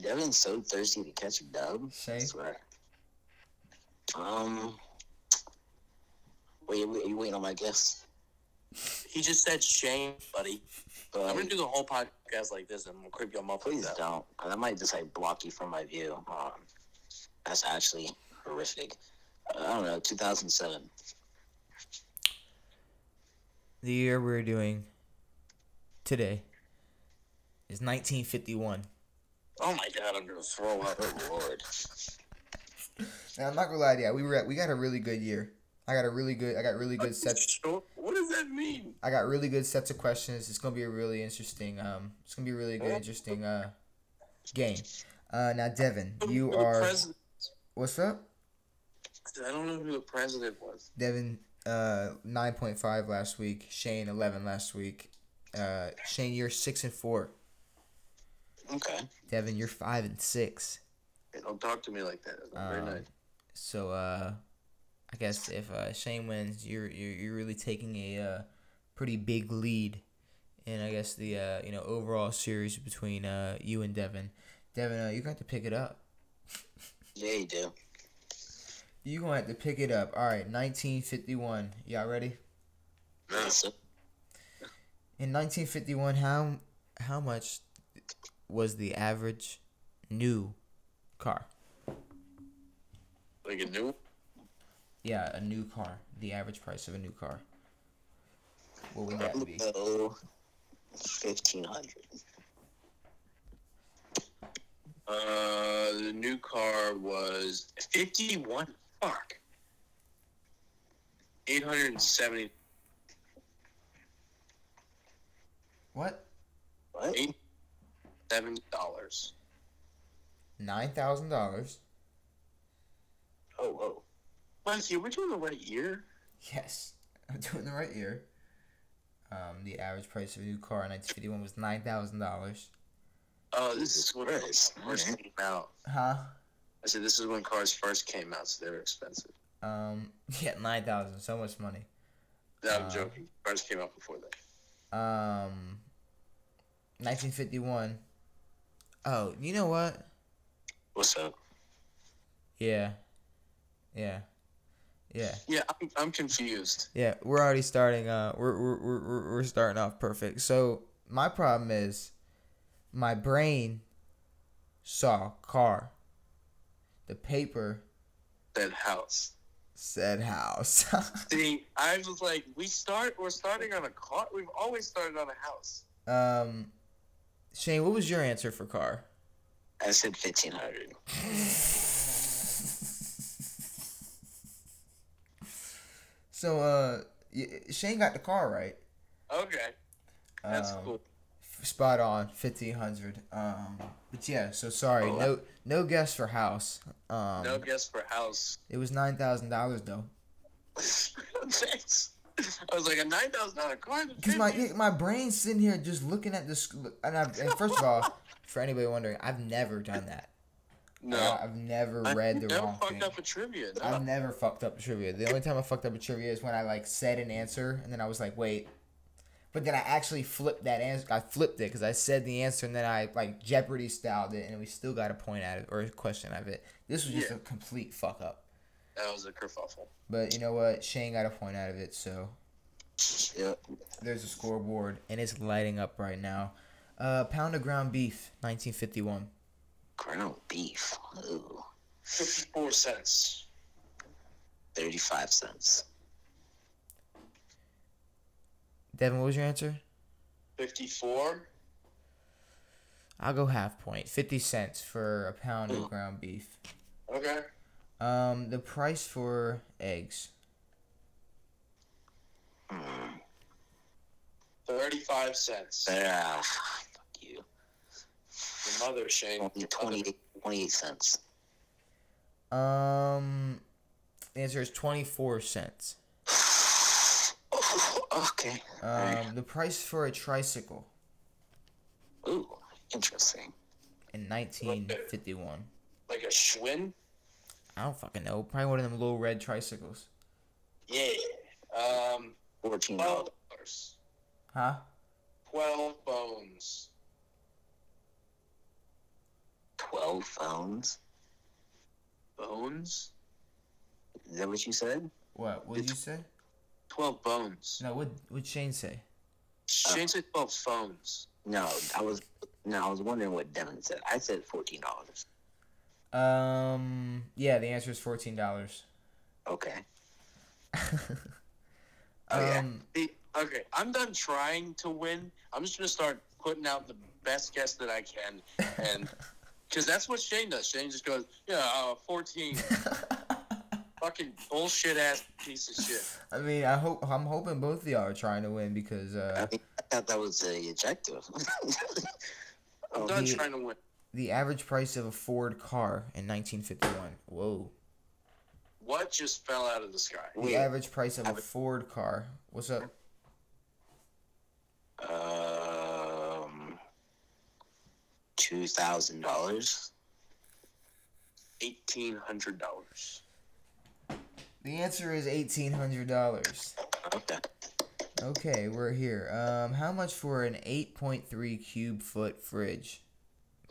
[SPEAKER 3] Devin's so thirsty to catch a dub. I
[SPEAKER 1] Shay.
[SPEAKER 3] swear. Um. Wait, wait, you waiting on my guess?
[SPEAKER 2] He just said shame, buddy.
[SPEAKER 3] But,
[SPEAKER 2] I'm gonna do the whole podcast like this, and I'm gonna creep you up.
[SPEAKER 3] Um, please don't. 'cause I might just like block you from my view. Um, that's actually horrific. I don't know. 2007.
[SPEAKER 1] The year we're doing today is 1951.
[SPEAKER 2] Oh my god, I'm gonna throw up.
[SPEAKER 3] <laughs> Oh Lord.
[SPEAKER 1] Now, I'm not gonna lie to you. We were at, we got a really good year. I got a really good. I got really good sets.
[SPEAKER 2] Sure. What does that mean?
[SPEAKER 1] I got really good sets of questions. It's gonna be a really interesting. Um, it's gonna be a really good, interesting uh, game. Uh, now Devin, you
[SPEAKER 2] The
[SPEAKER 1] are
[SPEAKER 2] president-
[SPEAKER 1] what's up,
[SPEAKER 2] I don't know who the president was.
[SPEAKER 1] Devin? Uh, nine point five last week. Shane eleven last week. Uh, Shane, you're six and four.
[SPEAKER 3] Okay.
[SPEAKER 1] Devin, you're five and six.
[SPEAKER 2] Don't talk to me like that. It's not very
[SPEAKER 1] Um,
[SPEAKER 2] nice.
[SPEAKER 1] So uh, I guess if uh, Shane wins, you're you're you're really taking a uh, pretty big lead, in I guess the uh, you know overall series between uh, you and Devin. Devin, uh, you got to pick it up.
[SPEAKER 3] Yeah, you do.
[SPEAKER 1] You gonna have to pick it up. All right, 1951. Y'all ready?
[SPEAKER 3] Listen,
[SPEAKER 1] In 1951, how how much was the average new car?
[SPEAKER 2] Like a new.
[SPEAKER 1] Yeah, a new car. The average price of a new car.
[SPEAKER 2] Uh,
[SPEAKER 1] What would that be?
[SPEAKER 3] no. 1500.
[SPEAKER 2] Uh, the new car was 51. Fuck. 870.
[SPEAKER 1] What?
[SPEAKER 3] What?
[SPEAKER 2] dollars.
[SPEAKER 1] Nine thousand dollars.
[SPEAKER 3] Oh, whoa.
[SPEAKER 2] Leslie, we're doing the right year.
[SPEAKER 1] Yes, I'm doing the right ear. Um, the average price of a new car in 1951 was nine thousand dollars.
[SPEAKER 2] Oh, this is when cars first came out.
[SPEAKER 1] Huh?
[SPEAKER 2] I said this is when cars first came out, so they were expensive.
[SPEAKER 1] Um, <laughs> yeah, nine thousand. So much money.
[SPEAKER 2] No, I'm
[SPEAKER 1] Uh,
[SPEAKER 2] joking. Cars came out before that.
[SPEAKER 1] Um, 1951. Oh, you know what?
[SPEAKER 2] What's up?
[SPEAKER 1] Yeah, yeah, yeah,
[SPEAKER 2] Yeah, I'm, I'm confused.
[SPEAKER 1] yeah. We're already starting. Uh, we're we're we're- we're we're starting off perfect. So my problem is, my brain saw car. The paper
[SPEAKER 2] That house.
[SPEAKER 1] said house. <laughs>
[SPEAKER 2] See, I was like, we start. We're starting on a car. We've always started on a house.
[SPEAKER 1] um, Shane, what was your answer for car?
[SPEAKER 3] I said 1500
[SPEAKER 1] So uh, y- Shane got the car right.
[SPEAKER 2] Okay, that's
[SPEAKER 1] Um,
[SPEAKER 2] cool.
[SPEAKER 1] spot on 1500 um but yeah so sorry
[SPEAKER 2] Oh,
[SPEAKER 1] no no guess for house um
[SPEAKER 2] No guess for house. <laughs>
[SPEAKER 1] it was nine thousand dollars though
[SPEAKER 2] Thanks. I was like a nine thousand dollar car.
[SPEAKER 1] because my yeah, my brain's sitting here just looking at this and i and first of all for anybody wondering i've never done that
[SPEAKER 2] no,
[SPEAKER 1] I, have never
[SPEAKER 2] I
[SPEAKER 1] read the
[SPEAKER 2] never
[SPEAKER 1] wrong
[SPEAKER 2] fucked
[SPEAKER 1] thing
[SPEAKER 2] up a trivia. No.
[SPEAKER 1] I've never fucked up trivia. The only time I fucked up a trivia is when I like said an answer and then I was like, wait. But then I actually flipped that answer. I flipped it because I said the answer and then I like Jeopardy styled it and we still got a point out of it or a question out of it. This was just
[SPEAKER 2] Yeah.
[SPEAKER 1] a complete fuck up.
[SPEAKER 2] that was a kerfuffle.
[SPEAKER 1] But you know what? Shane got a point out of it, so
[SPEAKER 3] Yep.
[SPEAKER 1] there's a scoreboard and it's lighting up right now. Uh, pound of ground beef, 1951.
[SPEAKER 3] Ground beef. Ooh.
[SPEAKER 2] Fifty four cents.
[SPEAKER 3] 35 cents.
[SPEAKER 1] Devin, what was your answer?
[SPEAKER 2] Fifty four.
[SPEAKER 1] I'll go half point, 50 cents for a pound of ground beef.
[SPEAKER 2] Okay.
[SPEAKER 1] Um, the price for eggs.
[SPEAKER 2] Mm. Thirty five cents.
[SPEAKER 3] Yeah. Fuck you.
[SPEAKER 2] Your mother, Shane.
[SPEAKER 3] Only 28,
[SPEAKER 2] <laughs>
[SPEAKER 3] 28 cents.
[SPEAKER 1] Um, the answer is twenty four cents.
[SPEAKER 3] okay.
[SPEAKER 1] Um, the price for a tricycle
[SPEAKER 3] Ooh. Interesting.
[SPEAKER 1] in nineteen fifty one.
[SPEAKER 2] Like a Schwinn.
[SPEAKER 1] I don't fucking know. Probably one of them little red tricycles.
[SPEAKER 2] Yeah. Um,
[SPEAKER 3] $14.
[SPEAKER 2] twelve dollars.
[SPEAKER 1] Huh?
[SPEAKER 2] Twelve bones.
[SPEAKER 3] 12 phones?
[SPEAKER 2] Bones.
[SPEAKER 3] Is that what you said?
[SPEAKER 1] What? What did you say?
[SPEAKER 2] Twelve bones.
[SPEAKER 1] No. What? What Shane say?
[SPEAKER 2] Shane said twelve phones.
[SPEAKER 3] No, I was no, I was wondering what Devin said. I said fourteen dollars.
[SPEAKER 1] Um. Yeah. The answer is fourteen dollars.
[SPEAKER 3] Okay.
[SPEAKER 1] um.
[SPEAKER 3] Oh, yeah.
[SPEAKER 2] See, Okay, I'm done trying to win. I'm just gonna start putting out the best guess that I can,
[SPEAKER 1] <laughs>
[SPEAKER 2] and because that's what Shane does. Shane just goes, "Yeah, uh,
[SPEAKER 1] <laughs>
[SPEAKER 2] 14." Fucking bullshit ass piece of shit.
[SPEAKER 1] I mean, I hope I'm hoping both of y'all are trying to win because uh,
[SPEAKER 3] I mean, I thought that was Oh, the
[SPEAKER 2] <laughs>
[SPEAKER 3] objective.
[SPEAKER 2] I'm
[SPEAKER 3] Oh,
[SPEAKER 2] done
[SPEAKER 1] he-
[SPEAKER 2] trying to win.
[SPEAKER 1] the average price of a Ford car in 1951. Whoa.
[SPEAKER 2] What just fell out of the sky?
[SPEAKER 1] The average price of a Ford car. What's up?
[SPEAKER 3] um, two thousand dollars.
[SPEAKER 2] Eighteen hundred dollars.
[SPEAKER 1] The answer is eighteen hundred dollars.
[SPEAKER 3] Okay.
[SPEAKER 1] Okay, we're here. Um, how much for an eight point three cube foot fridge?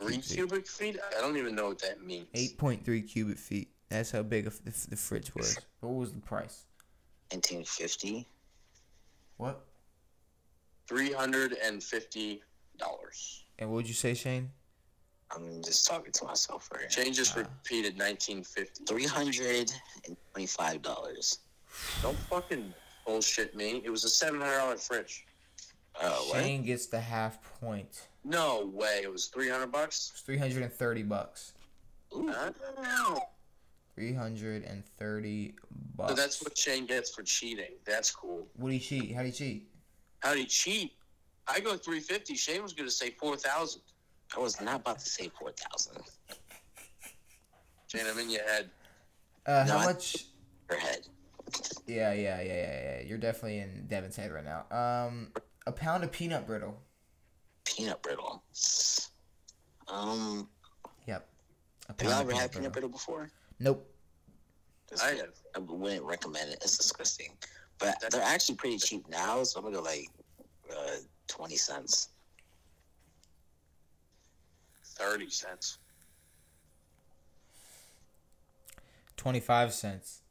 [SPEAKER 2] Three
[SPEAKER 1] Crazy.
[SPEAKER 2] cubic feet? I don't even know what that means.
[SPEAKER 1] Eight point three cubic feet. That's how big of the, the fridge was. What was the price?
[SPEAKER 3] Nineteen fifty.
[SPEAKER 1] What?
[SPEAKER 2] Three hundred and fifty dollars.
[SPEAKER 1] And what would you say, Shane?
[SPEAKER 3] I'm just talking to myself right
[SPEAKER 2] Shane just repeated nineteen fifty.
[SPEAKER 3] Three hundred and twenty-five dollars.
[SPEAKER 2] Don't fucking bullshit me. It was a seven hundred dollar fridge.
[SPEAKER 3] Oh, what?
[SPEAKER 1] Shane gets the half point.
[SPEAKER 2] No way. It was 300 bucks?
[SPEAKER 1] It's three hundred and thirty bucks.
[SPEAKER 2] Oh.
[SPEAKER 1] Three hundred and thirty bucks.
[SPEAKER 2] So that's what Shane gets for cheating. That's cool.
[SPEAKER 1] What do you cheat? How do you cheat?
[SPEAKER 2] How would he cheat? I go 350. Shane was going to say 4,000.
[SPEAKER 3] I was not about to say four thousand
[SPEAKER 2] Shane, I'm in your head.
[SPEAKER 1] Uh, how
[SPEAKER 3] No, I-
[SPEAKER 1] much?
[SPEAKER 3] per head.
[SPEAKER 1] Yeah, yeah, yeah, yeah, yeah. You're definitely in Devin's head right now. Um, a pound of peanut brittle.
[SPEAKER 3] Peanut brittle. Um,
[SPEAKER 1] Yep. A
[SPEAKER 3] have y'all
[SPEAKER 1] of
[SPEAKER 3] ever had peanut brittle before?
[SPEAKER 1] Nope.
[SPEAKER 2] I have.
[SPEAKER 3] I wouldn't recommend it. It's disgusting. But they're actually pretty cheap now, so I'm gonna go like uh, twenty cents.
[SPEAKER 2] 30 cents.
[SPEAKER 1] Twenty-five cents.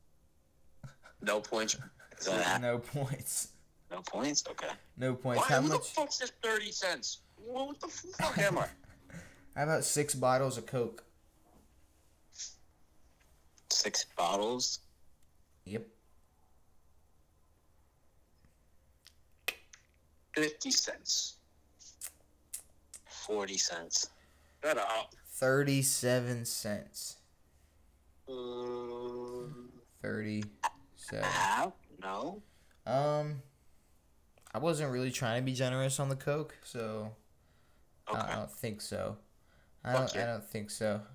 [SPEAKER 2] No points.
[SPEAKER 3] Is that ha-
[SPEAKER 1] No points.
[SPEAKER 3] no points? Okay.
[SPEAKER 1] No points.
[SPEAKER 2] Ah. Why,
[SPEAKER 1] how
[SPEAKER 2] who the
[SPEAKER 1] much?
[SPEAKER 2] fuck's this 30 cents? Well, what the fuck
[SPEAKER 1] <laughs>
[SPEAKER 2] am I?
[SPEAKER 1] How about six bottles of Coke?
[SPEAKER 3] Six bottles.
[SPEAKER 1] Yep.
[SPEAKER 2] 50 cents.
[SPEAKER 3] Forty cents.
[SPEAKER 2] Shut up.
[SPEAKER 1] Thirty-seven cents.
[SPEAKER 2] Um,
[SPEAKER 1] Thirty-seven.
[SPEAKER 3] Half? No.
[SPEAKER 1] Um, I wasn't really trying to be generous on the Coke, so I- I
[SPEAKER 3] Okay.
[SPEAKER 1] don't think so. I
[SPEAKER 2] Fuck
[SPEAKER 1] don't.
[SPEAKER 2] yeah.
[SPEAKER 1] I don't think so.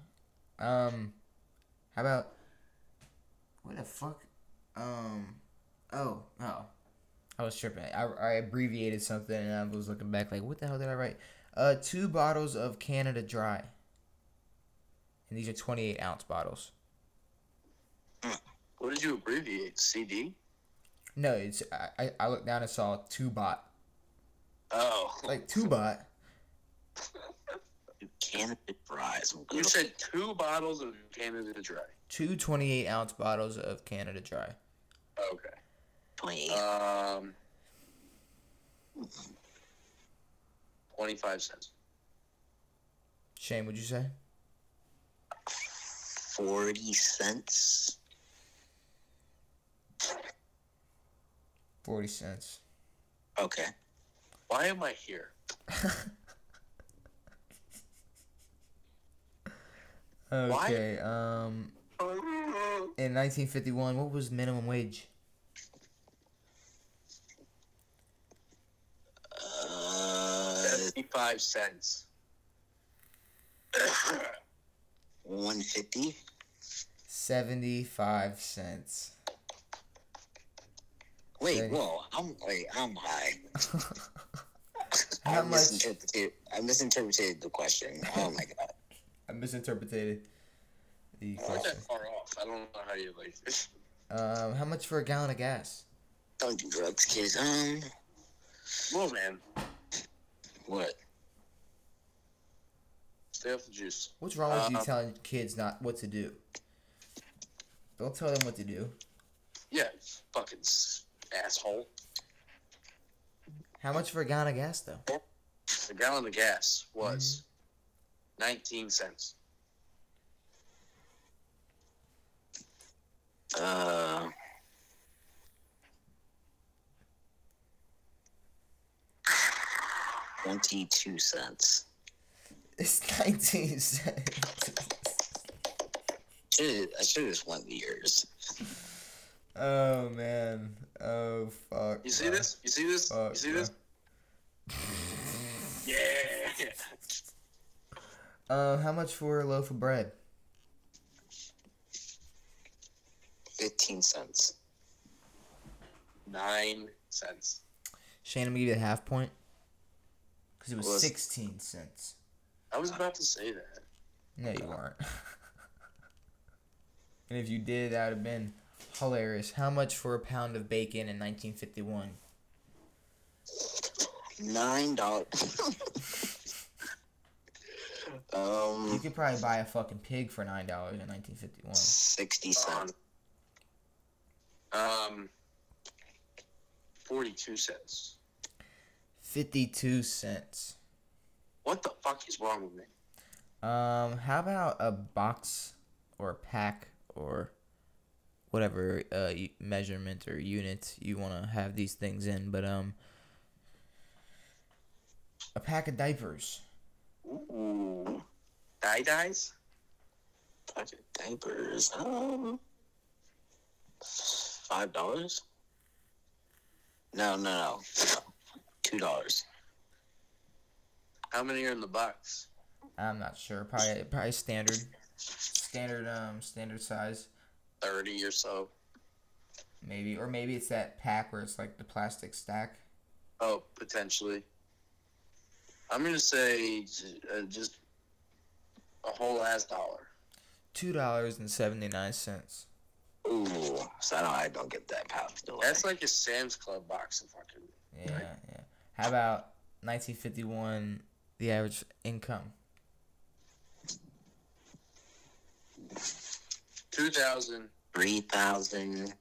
[SPEAKER 1] Um, how about what the fuck? Um, oh, oh, I was tripping. I, I abbreviated something, and I was looking back like, what the hell did I write? Uh, two bottles of Canada Dry, and these are twenty-eight ounce bottles.
[SPEAKER 2] what did you abbreviate? CD?
[SPEAKER 1] No, it's I. I, I looked down and saw two bot,
[SPEAKER 2] Oh.
[SPEAKER 1] like two bot.
[SPEAKER 3] Canada Dry. Some
[SPEAKER 2] You
[SPEAKER 3] good.
[SPEAKER 2] said two bottles of Canada Dry.
[SPEAKER 1] two 28 ounce bottles of Canada Dry.
[SPEAKER 2] Okay.
[SPEAKER 3] Twenty.
[SPEAKER 2] Um, 25 cents.
[SPEAKER 1] Shane, would you say?
[SPEAKER 3] Forty cents.
[SPEAKER 1] 40 cents.
[SPEAKER 3] Okay.
[SPEAKER 2] Why am I here?
[SPEAKER 1] Okay. Um, in 1951, what was minimum wage?
[SPEAKER 3] Uh,
[SPEAKER 2] 75 cents.
[SPEAKER 3] one fifty.
[SPEAKER 1] 75 cents.
[SPEAKER 3] Wait,
[SPEAKER 1] Okay.
[SPEAKER 3] whoa! I'm wait,
[SPEAKER 1] <laughs>
[SPEAKER 3] I'm high.
[SPEAKER 1] How
[SPEAKER 3] I
[SPEAKER 1] much?
[SPEAKER 3] misinterpreted. I misinterpreted the question. Oh my god!
[SPEAKER 1] I misinterpreted the
[SPEAKER 2] Not that
[SPEAKER 1] question.
[SPEAKER 2] far off. I don't know how you like this.
[SPEAKER 1] Um, how much for a gallon of gas?
[SPEAKER 3] Don't do drugs, kids. Um,
[SPEAKER 2] Well, man,
[SPEAKER 3] what?
[SPEAKER 2] stay off the juice.
[SPEAKER 1] What's wrong with you
[SPEAKER 2] Uh,
[SPEAKER 1] telling kids not what to do? Don't tell them what to do.
[SPEAKER 2] Yeah, fucking s- asshole.
[SPEAKER 1] How much for a gallon of gas, though? <laughs>
[SPEAKER 2] A gallon of gas was 19 cents.
[SPEAKER 3] Uh, twenty-two cents.
[SPEAKER 1] It's 19 cents. <laughs>
[SPEAKER 3] Should've, I should have just went the years.
[SPEAKER 1] Oh man. Oh fuck.
[SPEAKER 2] You see
[SPEAKER 1] bro.
[SPEAKER 2] this? You see this?
[SPEAKER 1] Fuck,
[SPEAKER 2] you see
[SPEAKER 1] bro.
[SPEAKER 2] this? Yeah. <laughs>
[SPEAKER 1] Uh, how much for a loaf of bread?
[SPEAKER 3] Fifteen cents.
[SPEAKER 2] Nine cents.
[SPEAKER 1] Shane, I'm gonna give you a half point. Cause it was,
[SPEAKER 3] Was-
[SPEAKER 1] sixteen cents.
[SPEAKER 2] I was about to say that.
[SPEAKER 1] No, you weren't. <laughs> and if you did, that would have been hilarious. How much for a pound of bacon in 1951?
[SPEAKER 3] Nine <laughs> dollars.
[SPEAKER 1] You
[SPEAKER 3] um,
[SPEAKER 1] could probably buy a fucking pig for nine dollars in 1951.
[SPEAKER 3] sixty cents.
[SPEAKER 2] Um, 42 cents.
[SPEAKER 1] 52 cents.
[SPEAKER 2] What the fuck is wrong with me?
[SPEAKER 1] Um, how about a box or a pack or whatever uh, y- measurement or unit you want to have these things in? But um, a pack of diapers.
[SPEAKER 3] Ooh,
[SPEAKER 2] Dye dyes?
[SPEAKER 3] pocket diapers. Um, five dollars? No, no, no. Two dollars.
[SPEAKER 2] How many are in the box?
[SPEAKER 1] I'm not sure. Probably probably standard, standard um standard size
[SPEAKER 2] 30 or so.
[SPEAKER 1] maybe, or maybe it's that pack where it's like the plastic stack.
[SPEAKER 2] Oh, potentially. I'm going to say uh, just a whole ass dollar.
[SPEAKER 1] Two dollars and seventy nine cents.
[SPEAKER 3] Ooh, so I don't, I don't get that pouch. Do I?
[SPEAKER 2] That's like a Sam's Club box of fucking.
[SPEAKER 1] Yeah, yeah. How about 1951? The average income.
[SPEAKER 2] 2,800
[SPEAKER 3] three thousand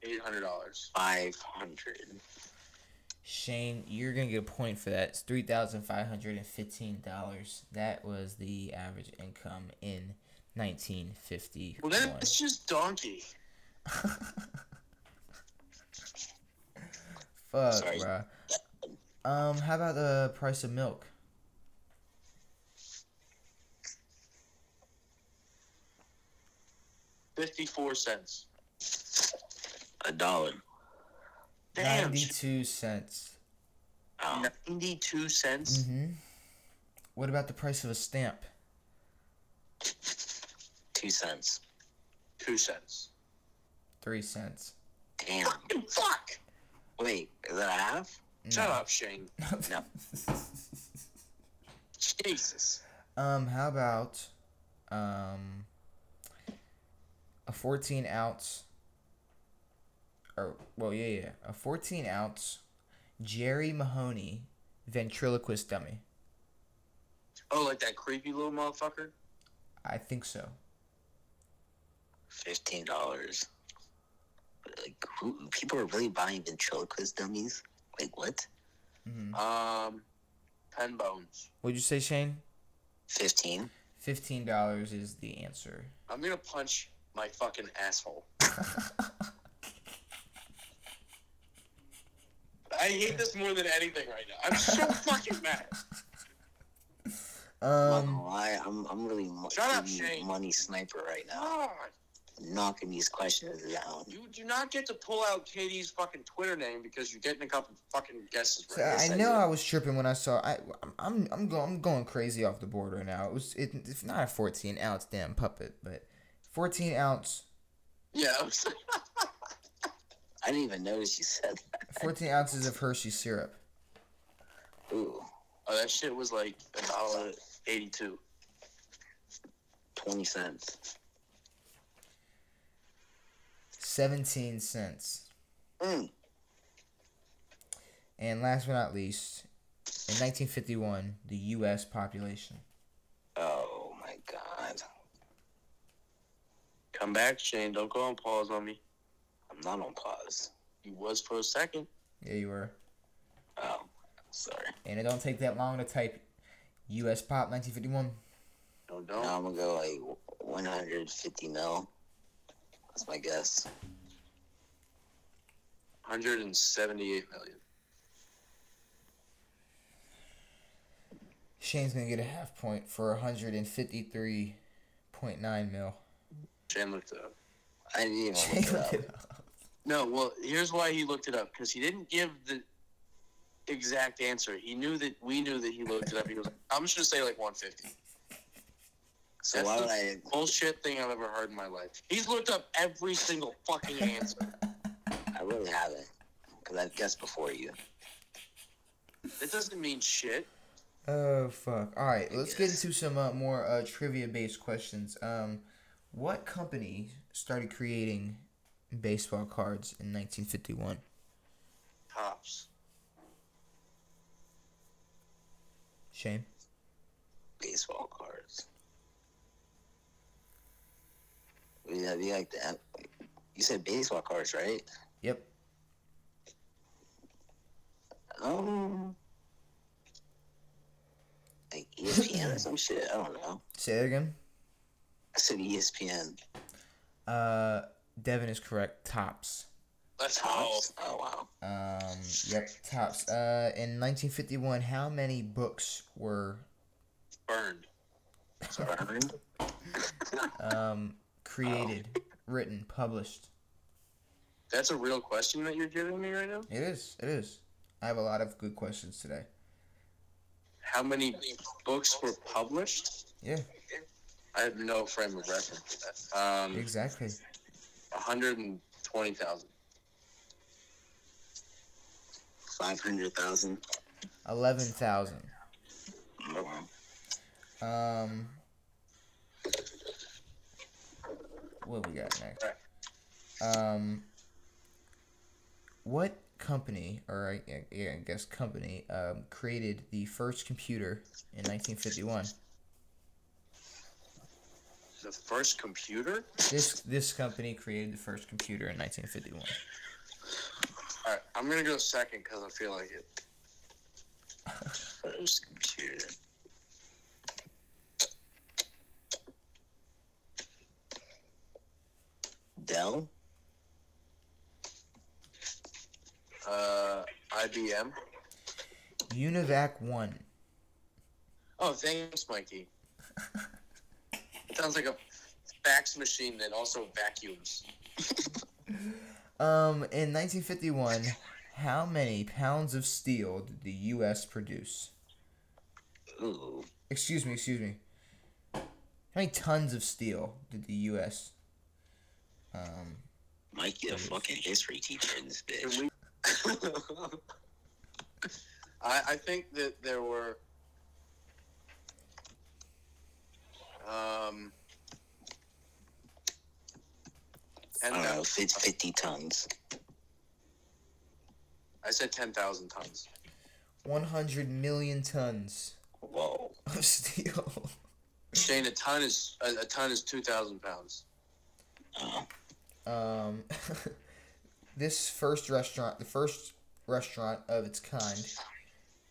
[SPEAKER 2] dollars.
[SPEAKER 3] five hundred.
[SPEAKER 1] Shane, you're gonna get a point for that. It's three thousand five hundred and fifteen dollars. That was the average income in 1951.
[SPEAKER 2] Well, then it's just donkey.
[SPEAKER 1] Fuck,
[SPEAKER 3] Sorry.
[SPEAKER 1] bruh. Um, how about the price of milk?
[SPEAKER 2] Fifty-four cents.
[SPEAKER 3] A dollar.
[SPEAKER 2] Damn.
[SPEAKER 1] Ninety-two cents.
[SPEAKER 3] Oh,
[SPEAKER 2] Ninety-two cents.
[SPEAKER 1] Mm-hmm. What about the price of a stamp?
[SPEAKER 3] two cents.
[SPEAKER 2] Two cents.
[SPEAKER 1] Three cents.
[SPEAKER 3] Damn.
[SPEAKER 2] Fuck.
[SPEAKER 3] Wait, is that a half?
[SPEAKER 2] Shut up, Shane.
[SPEAKER 3] No.
[SPEAKER 1] <laughs>
[SPEAKER 2] Jesus.
[SPEAKER 1] Um, how about um a fourteen ounce or well yeah yeah a fourteen ounce Jerry Mahoney ventriloquist dummy.
[SPEAKER 2] Oh, like that creepy little motherfucker.
[SPEAKER 1] I think so.
[SPEAKER 3] Fifteen dollars. Like, who, people are really buying ventriloquist dummies. Like, what?
[SPEAKER 1] Mm-hmm.
[SPEAKER 2] Um, ten bones.
[SPEAKER 1] What'd you say, Shane?
[SPEAKER 3] Fifteen.
[SPEAKER 1] Fifteen dollars is the answer.
[SPEAKER 2] I'm gonna punch my fucking asshole. <laughs> I hate this more than anything right now. I'm so fucking mad.
[SPEAKER 3] I'm not
[SPEAKER 1] Um,
[SPEAKER 3] gonna lie, I'm I'm really mo-
[SPEAKER 2] Shut up,
[SPEAKER 3] giving you
[SPEAKER 2] Shane.
[SPEAKER 3] money sniper right now.
[SPEAKER 2] God,
[SPEAKER 3] Knocking these questions down.
[SPEAKER 2] you do not get to pull out Katie's fucking Twitter name because you're getting a couple fucking guesses
[SPEAKER 1] so
[SPEAKER 2] right.
[SPEAKER 1] I know I was tripping when I saw I I'm I'm I'm, go, I'm going crazy off the board right now. It was it, it's not a fourteen ounce damn puppet, but fourteen ounce
[SPEAKER 2] Yeah. <laughs> Oh, I was-
[SPEAKER 3] I didn't even notice you said that.
[SPEAKER 1] 14 ounces of Hershey syrup.
[SPEAKER 3] Ooh,
[SPEAKER 2] oh, that shit was like a dollar eighty-two.
[SPEAKER 3] twenty cents.
[SPEAKER 1] 17 cents.
[SPEAKER 2] Hmm.
[SPEAKER 3] Mm.
[SPEAKER 1] And last but not least, in 1951, the U.S. population.
[SPEAKER 3] Oh my god.
[SPEAKER 2] Come back, Shane. Don't go on pause on me.
[SPEAKER 3] I'm not on pause.
[SPEAKER 2] You was for a second.
[SPEAKER 1] Yeah, you were.
[SPEAKER 3] Oh, sorry.
[SPEAKER 1] And it don't take that long to type U.S. pop 1951.
[SPEAKER 2] No,
[SPEAKER 3] No,
[SPEAKER 2] don't.
[SPEAKER 3] I'm gonna go like 150 mil. That's my guess.
[SPEAKER 2] 178 million.
[SPEAKER 1] Shane's gonna get a half point for 153.9
[SPEAKER 3] <laughs>
[SPEAKER 1] mil.
[SPEAKER 2] Shane looked it up.
[SPEAKER 3] I didn't even
[SPEAKER 1] Shane
[SPEAKER 3] look it
[SPEAKER 1] <laughs> looked
[SPEAKER 3] up.
[SPEAKER 1] it up.
[SPEAKER 2] No, well, here's why he looked it up because he didn't give the exact answer. He knew that we knew that he looked it up. He goes, I'm just gonna say like 150.
[SPEAKER 3] So
[SPEAKER 2] That's
[SPEAKER 3] why
[SPEAKER 2] the
[SPEAKER 3] would I?
[SPEAKER 2] bullshit thing I've ever heard in my life. He's looked up every single fucking answer.
[SPEAKER 3] I really haven't, because I've guessed before you.
[SPEAKER 2] that doesn't mean shit.
[SPEAKER 1] Oh fuck! All right, let's get into some uh, more uh, trivia-based questions. Um, what company started creating baseball cards in 1951?
[SPEAKER 2] Tops.
[SPEAKER 1] Shane,
[SPEAKER 3] Baseball cards. We gotta be like that. You said baseball cards, right?
[SPEAKER 1] Yep.
[SPEAKER 3] Um, like E ESPN or some shit. I don't know.
[SPEAKER 1] Say that again.
[SPEAKER 3] I said E ESPN.
[SPEAKER 1] Uh, Devin is correct. Tops.
[SPEAKER 2] Let's go.
[SPEAKER 3] Tops? Oh wow.
[SPEAKER 1] Um, yep. Tops. Uh, in 1951, how many books were
[SPEAKER 2] Burned.
[SPEAKER 3] Sorry.
[SPEAKER 1] Um, created, written, published.
[SPEAKER 2] That's a real question that you're giving me right now.
[SPEAKER 1] It is. It is. I have a lot of good questions today.
[SPEAKER 2] How many books were published?
[SPEAKER 1] Yeah,
[SPEAKER 2] I have no frame of reference for that. Um,
[SPEAKER 1] exactly.
[SPEAKER 2] 120,000.
[SPEAKER 3] 500,000.
[SPEAKER 1] Eleven thousand.
[SPEAKER 4] Wow.
[SPEAKER 1] Um, what we got next? Um, what company, or I, yeah, yeah, I guess company, um, created the first computer in 1951?
[SPEAKER 2] The first computer?
[SPEAKER 1] This this company created the first computer in 1951.
[SPEAKER 2] All right, I'm gonna go second because I feel like it.
[SPEAKER 3] First computer. Dell?
[SPEAKER 2] Uh, IBM.
[SPEAKER 1] Univac One.
[SPEAKER 2] Oh, thanks, Mikey. it sounds like a fax machine that also vacuums.
[SPEAKER 1] Um, in 1951, how many pounds of steel did the U.S. produce?
[SPEAKER 3] Ooh.
[SPEAKER 1] Excuse me, excuse me. How many tons of steel did the U.S. Um,
[SPEAKER 3] Mike, you're a fucking history teacher in this
[SPEAKER 2] Did
[SPEAKER 3] <laughs> bitch.
[SPEAKER 2] we? I, I think that there were. Um,
[SPEAKER 3] I
[SPEAKER 2] ten
[SPEAKER 3] don't know,
[SPEAKER 2] thousand.
[SPEAKER 3] if it's 50 tons.
[SPEAKER 2] I said ten thousand tons.
[SPEAKER 1] 100 million tons
[SPEAKER 3] Whoa.
[SPEAKER 1] of <laughs> steel.
[SPEAKER 2] Shane, a ton is a, a ton is two thousand pounds.
[SPEAKER 3] Oh,
[SPEAKER 1] Um, <laughs> this first restaurant, the first restaurant of its kind,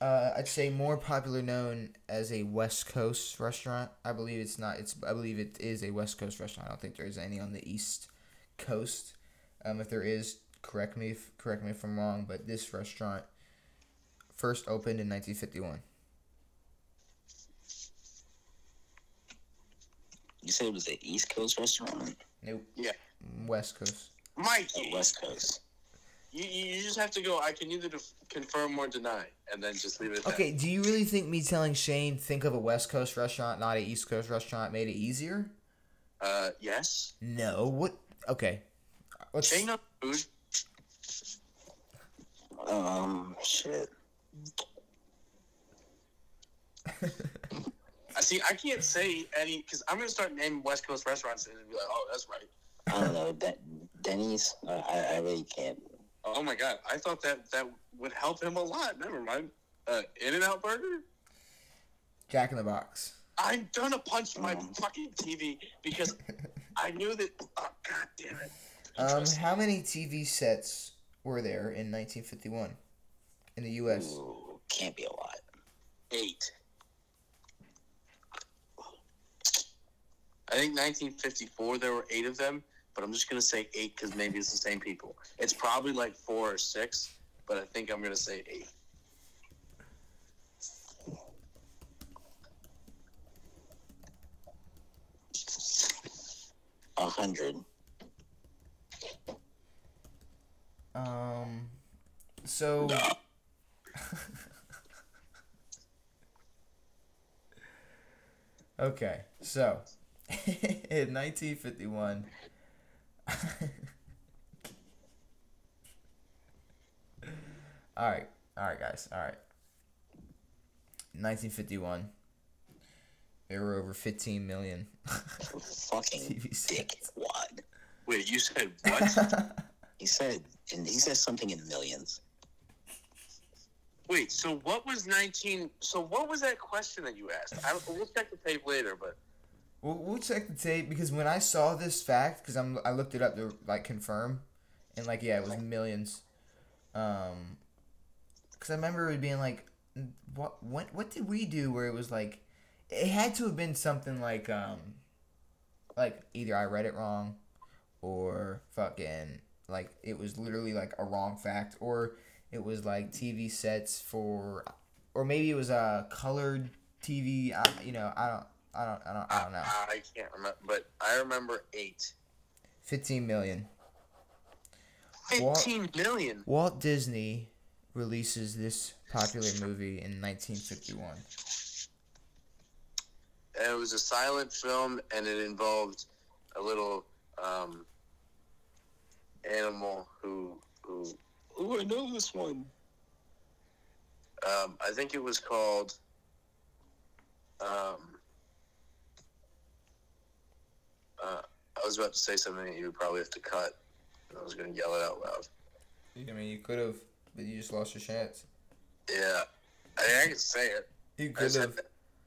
[SPEAKER 1] uh, I'd say more popular known as a West Coast restaurant. I believe it's not. It's I believe it is a West Coast restaurant. I don't think there is any on the East Coast. Um, if there is, correct me if correct me if I'm wrong. But this restaurant first opened in 1951.
[SPEAKER 3] you said it was an East Coast restaurant?
[SPEAKER 1] Nope.
[SPEAKER 2] Yeah.
[SPEAKER 1] West Coast.
[SPEAKER 3] Or
[SPEAKER 2] Mikey,
[SPEAKER 3] West Coast?
[SPEAKER 2] you, you you just have to go. I can either def- confirm or deny, and then just leave it. At that.
[SPEAKER 1] Okay. Do you really think me telling Shane think of a West Coast restaurant, not a East Coast restaurant, made it easier?
[SPEAKER 2] Uh, yes.
[SPEAKER 1] No. What? Okay. Let's,
[SPEAKER 2] Shane knows food.
[SPEAKER 3] Um, shit.
[SPEAKER 2] I see. I can't say any because I'm gonna start naming West Coast restaurants and it'll be like, oh, that's right.
[SPEAKER 3] I don't know. That Denny's? Uh, I, I really can't.
[SPEAKER 2] Oh my god, I thought that that would help him a lot. Never mind. Uh, In and Out Burger.
[SPEAKER 1] Jack in the Box.
[SPEAKER 2] I'm gonna punch my
[SPEAKER 3] Mm.
[SPEAKER 2] fucking TV because I knew that. Oh, god damn it.
[SPEAKER 1] Um, how many TV sets were there in 1951 in the U.S.?
[SPEAKER 3] Ooh, can't be a lot.
[SPEAKER 2] Eight. I think 1954 there were eight of them, but I'm just gonna say eight because maybe it's the same people. It's probably like four or six, but I think I'm gonna say eight.
[SPEAKER 3] A hundred.
[SPEAKER 1] Um, so <laughs> okay, so <laughs> in <laughs> 1951. all right, all right, guys, all right. 1951. There were over 15 million <laughs>
[SPEAKER 3] Fucking
[SPEAKER 1] TV sets.
[SPEAKER 3] dickwad.
[SPEAKER 2] Wait, you said what?
[SPEAKER 3] He said, and he said something in millions.
[SPEAKER 2] Wait, so what was 19? So what was that question that you asked? I, we'll check the tape later, but
[SPEAKER 1] We'll, we'll check the tape because when I saw this fact, because I'm I looked it up to like confirm, and like yeah, it was millions. Um, because I remember it being like, what what what did we do where it was like, it had to have been something like um, like either I read it wrong, or fucking like it was literally like a wrong fact, or it was like TV sets for, or maybe it was uh, colored TV. I, you know I don't I don't. I don't. I don't know.
[SPEAKER 2] I can't remember, but I remember eight.
[SPEAKER 1] Fifteen million. What?
[SPEAKER 2] Fifteen million.
[SPEAKER 1] Walt Disney releases this popular movie in 1951.
[SPEAKER 2] And it was a silent film, and it involved a little um, animal who who
[SPEAKER 4] Oh, I know this one.
[SPEAKER 2] um, I think it was called. Um, uh, I was about to say something that you would probably have to cut, and I was going to yell it out loud.
[SPEAKER 1] I mean, you could have, but you just lost your chance.
[SPEAKER 2] Yeah, I, mean, I can say it.
[SPEAKER 1] You
[SPEAKER 2] I
[SPEAKER 1] could
[SPEAKER 2] just,
[SPEAKER 1] have. <laughs>
[SPEAKER 2] have <laughs> to,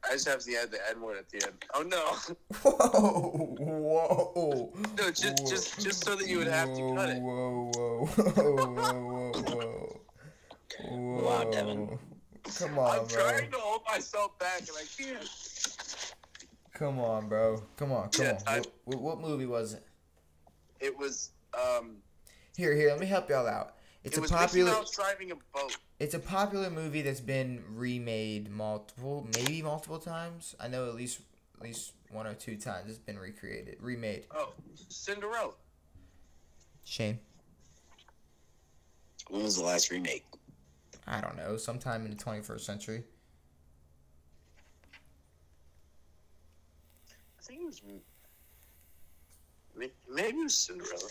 [SPEAKER 2] I just have to add the N word at the end. Oh no!
[SPEAKER 1] Whoa! Whoa!
[SPEAKER 2] No, just
[SPEAKER 1] whoa.
[SPEAKER 2] just just so that you would have to cut it.
[SPEAKER 1] Whoa! Whoa! Whoa! Whoa! Whoa! Whoa!
[SPEAKER 3] Wow, Devin.
[SPEAKER 1] Come on,
[SPEAKER 2] I'm
[SPEAKER 1] bro.
[SPEAKER 2] trying to hold myself back, and I can't.
[SPEAKER 1] Come on, bro. Come on. Come
[SPEAKER 2] Yeah,
[SPEAKER 1] on.
[SPEAKER 2] I-
[SPEAKER 1] What, what, what movie was it?
[SPEAKER 2] It was um.
[SPEAKER 1] Here, here. Let me help y'all out. It's
[SPEAKER 2] it
[SPEAKER 1] a
[SPEAKER 2] was
[SPEAKER 1] popular.
[SPEAKER 2] Mickey Mouse driving a boat.
[SPEAKER 1] It's a popular movie that's been remade multiple, maybe multiple times. I know at least at least one or two times it's been recreated, remade.
[SPEAKER 2] Oh, Cinderella.
[SPEAKER 1] Shane,
[SPEAKER 3] When was the last remake?
[SPEAKER 1] I don't know, sometime in the 21st century.
[SPEAKER 2] I think it was. may- Maybe it was Cinderella.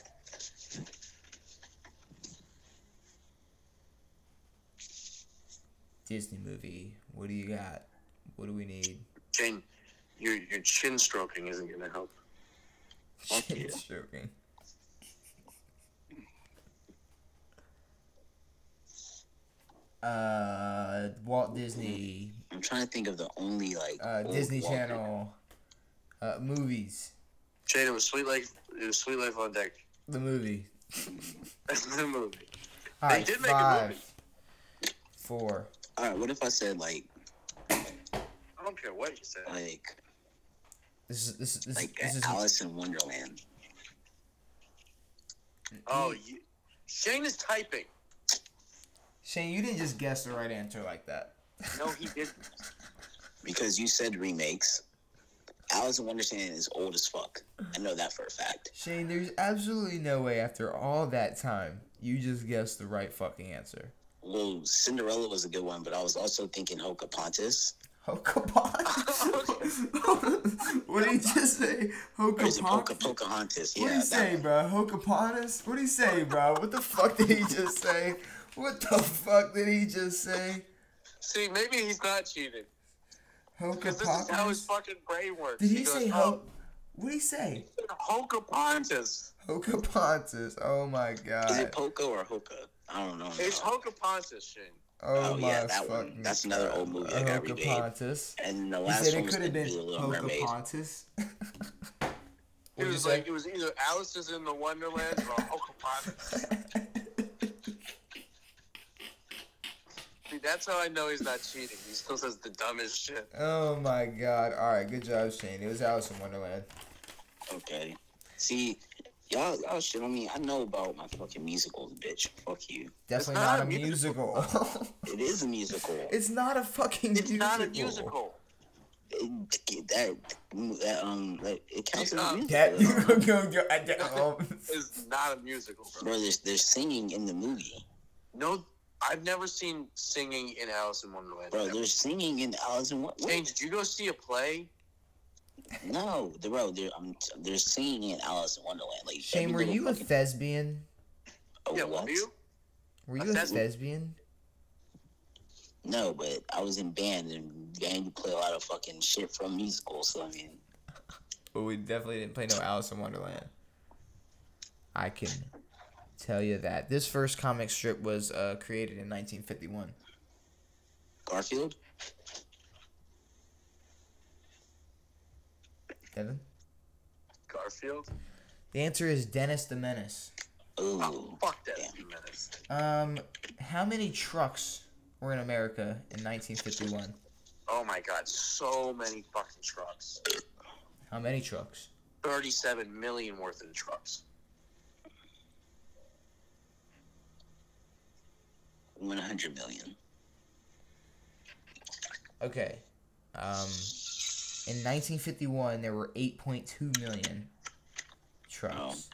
[SPEAKER 1] Disney movie. What do you got? What do we need?
[SPEAKER 2] Jane, your your chin stroking isn't going to help.
[SPEAKER 1] <laughs> Shane's joking. Uh, Walt Disney,
[SPEAKER 3] I'm trying to think of the only like
[SPEAKER 1] uh,
[SPEAKER 3] old
[SPEAKER 1] Disney
[SPEAKER 3] Walt-
[SPEAKER 1] Channel, uh, movies.
[SPEAKER 2] Jane, it was Sweet Life. It was Sweet Life on Deck. <laughs>
[SPEAKER 1] The movie.
[SPEAKER 2] That's the movie.
[SPEAKER 1] All
[SPEAKER 2] They
[SPEAKER 1] right,
[SPEAKER 2] did make a
[SPEAKER 1] five,
[SPEAKER 2] movie.
[SPEAKER 1] four.
[SPEAKER 3] All right, what if I said like
[SPEAKER 2] I don't care what you said.
[SPEAKER 3] like
[SPEAKER 1] This is this is this,
[SPEAKER 3] like
[SPEAKER 1] is- this is
[SPEAKER 3] Alice in Wonderland?
[SPEAKER 2] Oh, you, Shane is typing.
[SPEAKER 1] Shane. You didn't just guess the right answer like that.
[SPEAKER 2] No,
[SPEAKER 1] <laughs>
[SPEAKER 2] he didn't.
[SPEAKER 3] Because you said remakes. Alice in Wonderland is old as fuck. I know that for a fact.
[SPEAKER 1] Shane, there's absolutely no way after all that time you just guessed the right fucking answer. <laughs>
[SPEAKER 3] Well, Cinderella was a good one, but I was also thinking Hoka Pontus.
[SPEAKER 1] Oh come on! what did he just say?
[SPEAKER 3] Or is it Poca
[SPEAKER 1] Hokapontas?
[SPEAKER 3] Pocahontas?
[SPEAKER 1] What did he
[SPEAKER 3] Yeah, that
[SPEAKER 1] say, bro? Hokapontas? What did he say, bro? What the fuck did he just say? What the fuck did he just say?
[SPEAKER 2] See, maybe he's not cheating. Because this is how his
[SPEAKER 1] Hokapontas?
[SPEAKER 2] fucking brain works.
[SPEAKER 1] Did he
[SPEAKER 2] goes,
[SPEAKER 1] say ho?
[SPEAKER 2] oh,
[SPEAKER 1] What did he say?
[SPEAKER 2] Hokapontas?
[SPEAKER 1] Hokapontas. Oh my god.
[SPEAKER 3] Is it Poco or Hoka? I don't know.
[SPEAKER 2] It's Hokapontas, Shane.
[SPEAKER 1] Oh,
[SPEAKER 3] Oh,
[SPEAKER 1] my
[SPEAKER 3] yeah, that one.
[SPEAKER 1] fucking
[SPEAKER 3] That's another old movie that got remade.
[SPEAKER 1] Hokapontas.
[SPEAKER 3] And the
[SPEAKER 1] He
[SPEAKER 3] last
[SPEAKER 1] said
[SPEAKER 3] one
[SPEAKER 1] it
[SPEAKER 3] was
[SPEAKER 1] could
[SPEAKER 3] gonna
[SPEAKER 1] have
[SPEAKER 3] be
[SPEAKER 1] been
[SPEAKER 3] The Little Mermaid.
[SPEAKER 1] Hokapontas. <laughs>
[SPEAKER 2] It
[SPEAKER 1] What'd you
[SPEAKER 2] was
[SPEAKER 1] say?
[SPEAKER 2] like it was either Alice is in the Wonderland or <laughs> Hokapontas. See, that's how I know he's not cheating. He still says the dumbest shit.
[SPEAKER 1] oh my god. Alright, good job, Shane. It was Alice in Wonderland.
[SPEAKER 3] Okay. See, y'all, y'all shit on me. I know about my fucking musicals, bitch. Fuck you.
[SPEAKER 1] Definitely not,
[SPEAKER 2] not a
[SPEAKER 1] a musical.
[SPEAKER 3] It is a musical.
[SPEAKER 1] <laughs> it's not a fucking
[SPEAKER 2] It's
[SPEAKER 1] musical.
[SPEAKER 2] not a musical.
[SPEAKER 3] It, that, that um, that, it counts as
[SPEAKER 2] Yeah.
[SPEAKER 3] a musical. <laughs>
[SPEAKER 1] That <laughs> you go go um, go.
[SPEAKER 2] It's not a musical, bro.
[SPEAKER 3] Bro, there's there's singing in the movie.
[SPEAKER 2] No, I've never seen singing in Alice in Wonderland.
[SPEAKER 3] Bro,
[SPEAKER 2] Never.
[SPEAKER 3] there's singing in Alice in
[SPEAKER 2] Shane,
[SPEAKER 3] Wonderland.
[SPEAKER 2] did you go see a play?
[SPEAKER 3] No, the- bro, there, um, there's singing in Alice in Wonderland. Like
[SPEAKER 1] Shane,
[SPEAKER 3] every
[SPEAKER 1] were
[SPEAKER 3] little
[SPEAKER 1] you a
[SPEAKER 3] fucking-
[SPEAKER 1] thespian?
[SPEAKER 3] oh,
[SPEAKER 2] yeah,
[SPEAKER 3] what?
[SPEAKER 2] were you?
[SPEAKER 1] Were
[SPEAKER 2] A
[SPEAKER 1] you a
[SPEAKER 2] thes-
[SPEAKER 1] thespian?
[SPEAKER 3] No, but I was in band, and band you play a lot of fucking shit from musicals. So I mean,
[SPEAKER 1] But we definitely didn't play no Alice in Wonderland. I can tell you that. This first comic strip was uh, created in 1951.
[SPEAKER 3] Garfield.
[SPEAKER 1] Devin?
[SPEAKER 2] Garfield?
[SPEAKER 1] The answer is Dennis the Menace.
[SPEAKER 3] Ooh,
[SPEAKER 2] Fuck that.
[SPEAKER 3] Damn.
[SPEAKER 2] menace.
[SPEAKER 1] Um, how many trucks were in America in 1951?
[SPEAKER 2] Oh my god, so many fucking trucks.
[SPEAKER 1] How many trucks?
[SPEAKER 2] 37 million worth of trucks.
[SPEAKER 3] one hundred million.
[SPEAKER 1] Okay. Um, In 1951, there were 8.2 million trucks.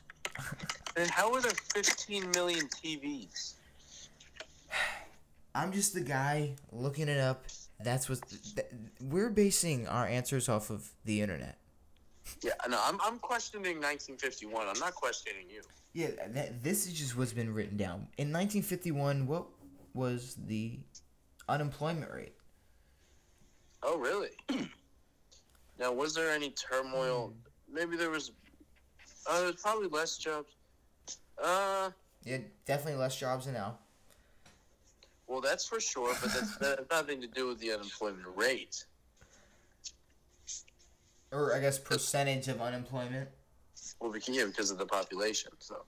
[SPEAKER 2] Then how were there 15 million TVs?
[SPEAKER 1] I'm just the guy looking it up. That's what th- we're basing our answers off of the internet.
[SPEAKER 2] Yeah, no, I'm, I'm questioning 1951. I'm not questioning you.
[SPEAKER 1] Yeah, that, this is just what's been written down. In 1951, what was the unemployment rate?
[SPEAKER 2] Oh, really? <clears throat> now, was there any turmoil? Maybe there was. Uh, there's probably less jobs. Uh,
[SPEAKER 1] Yeah, definitely less jobs than now.
[SPEAKER 2] well, that's for sure, but that's, that has nothing to do with the unemployment rate.
[SPEAKER 1] Or I guess percentage of unemployment.
[SPEAKER 2] Well, we can yeah, because of the population. So,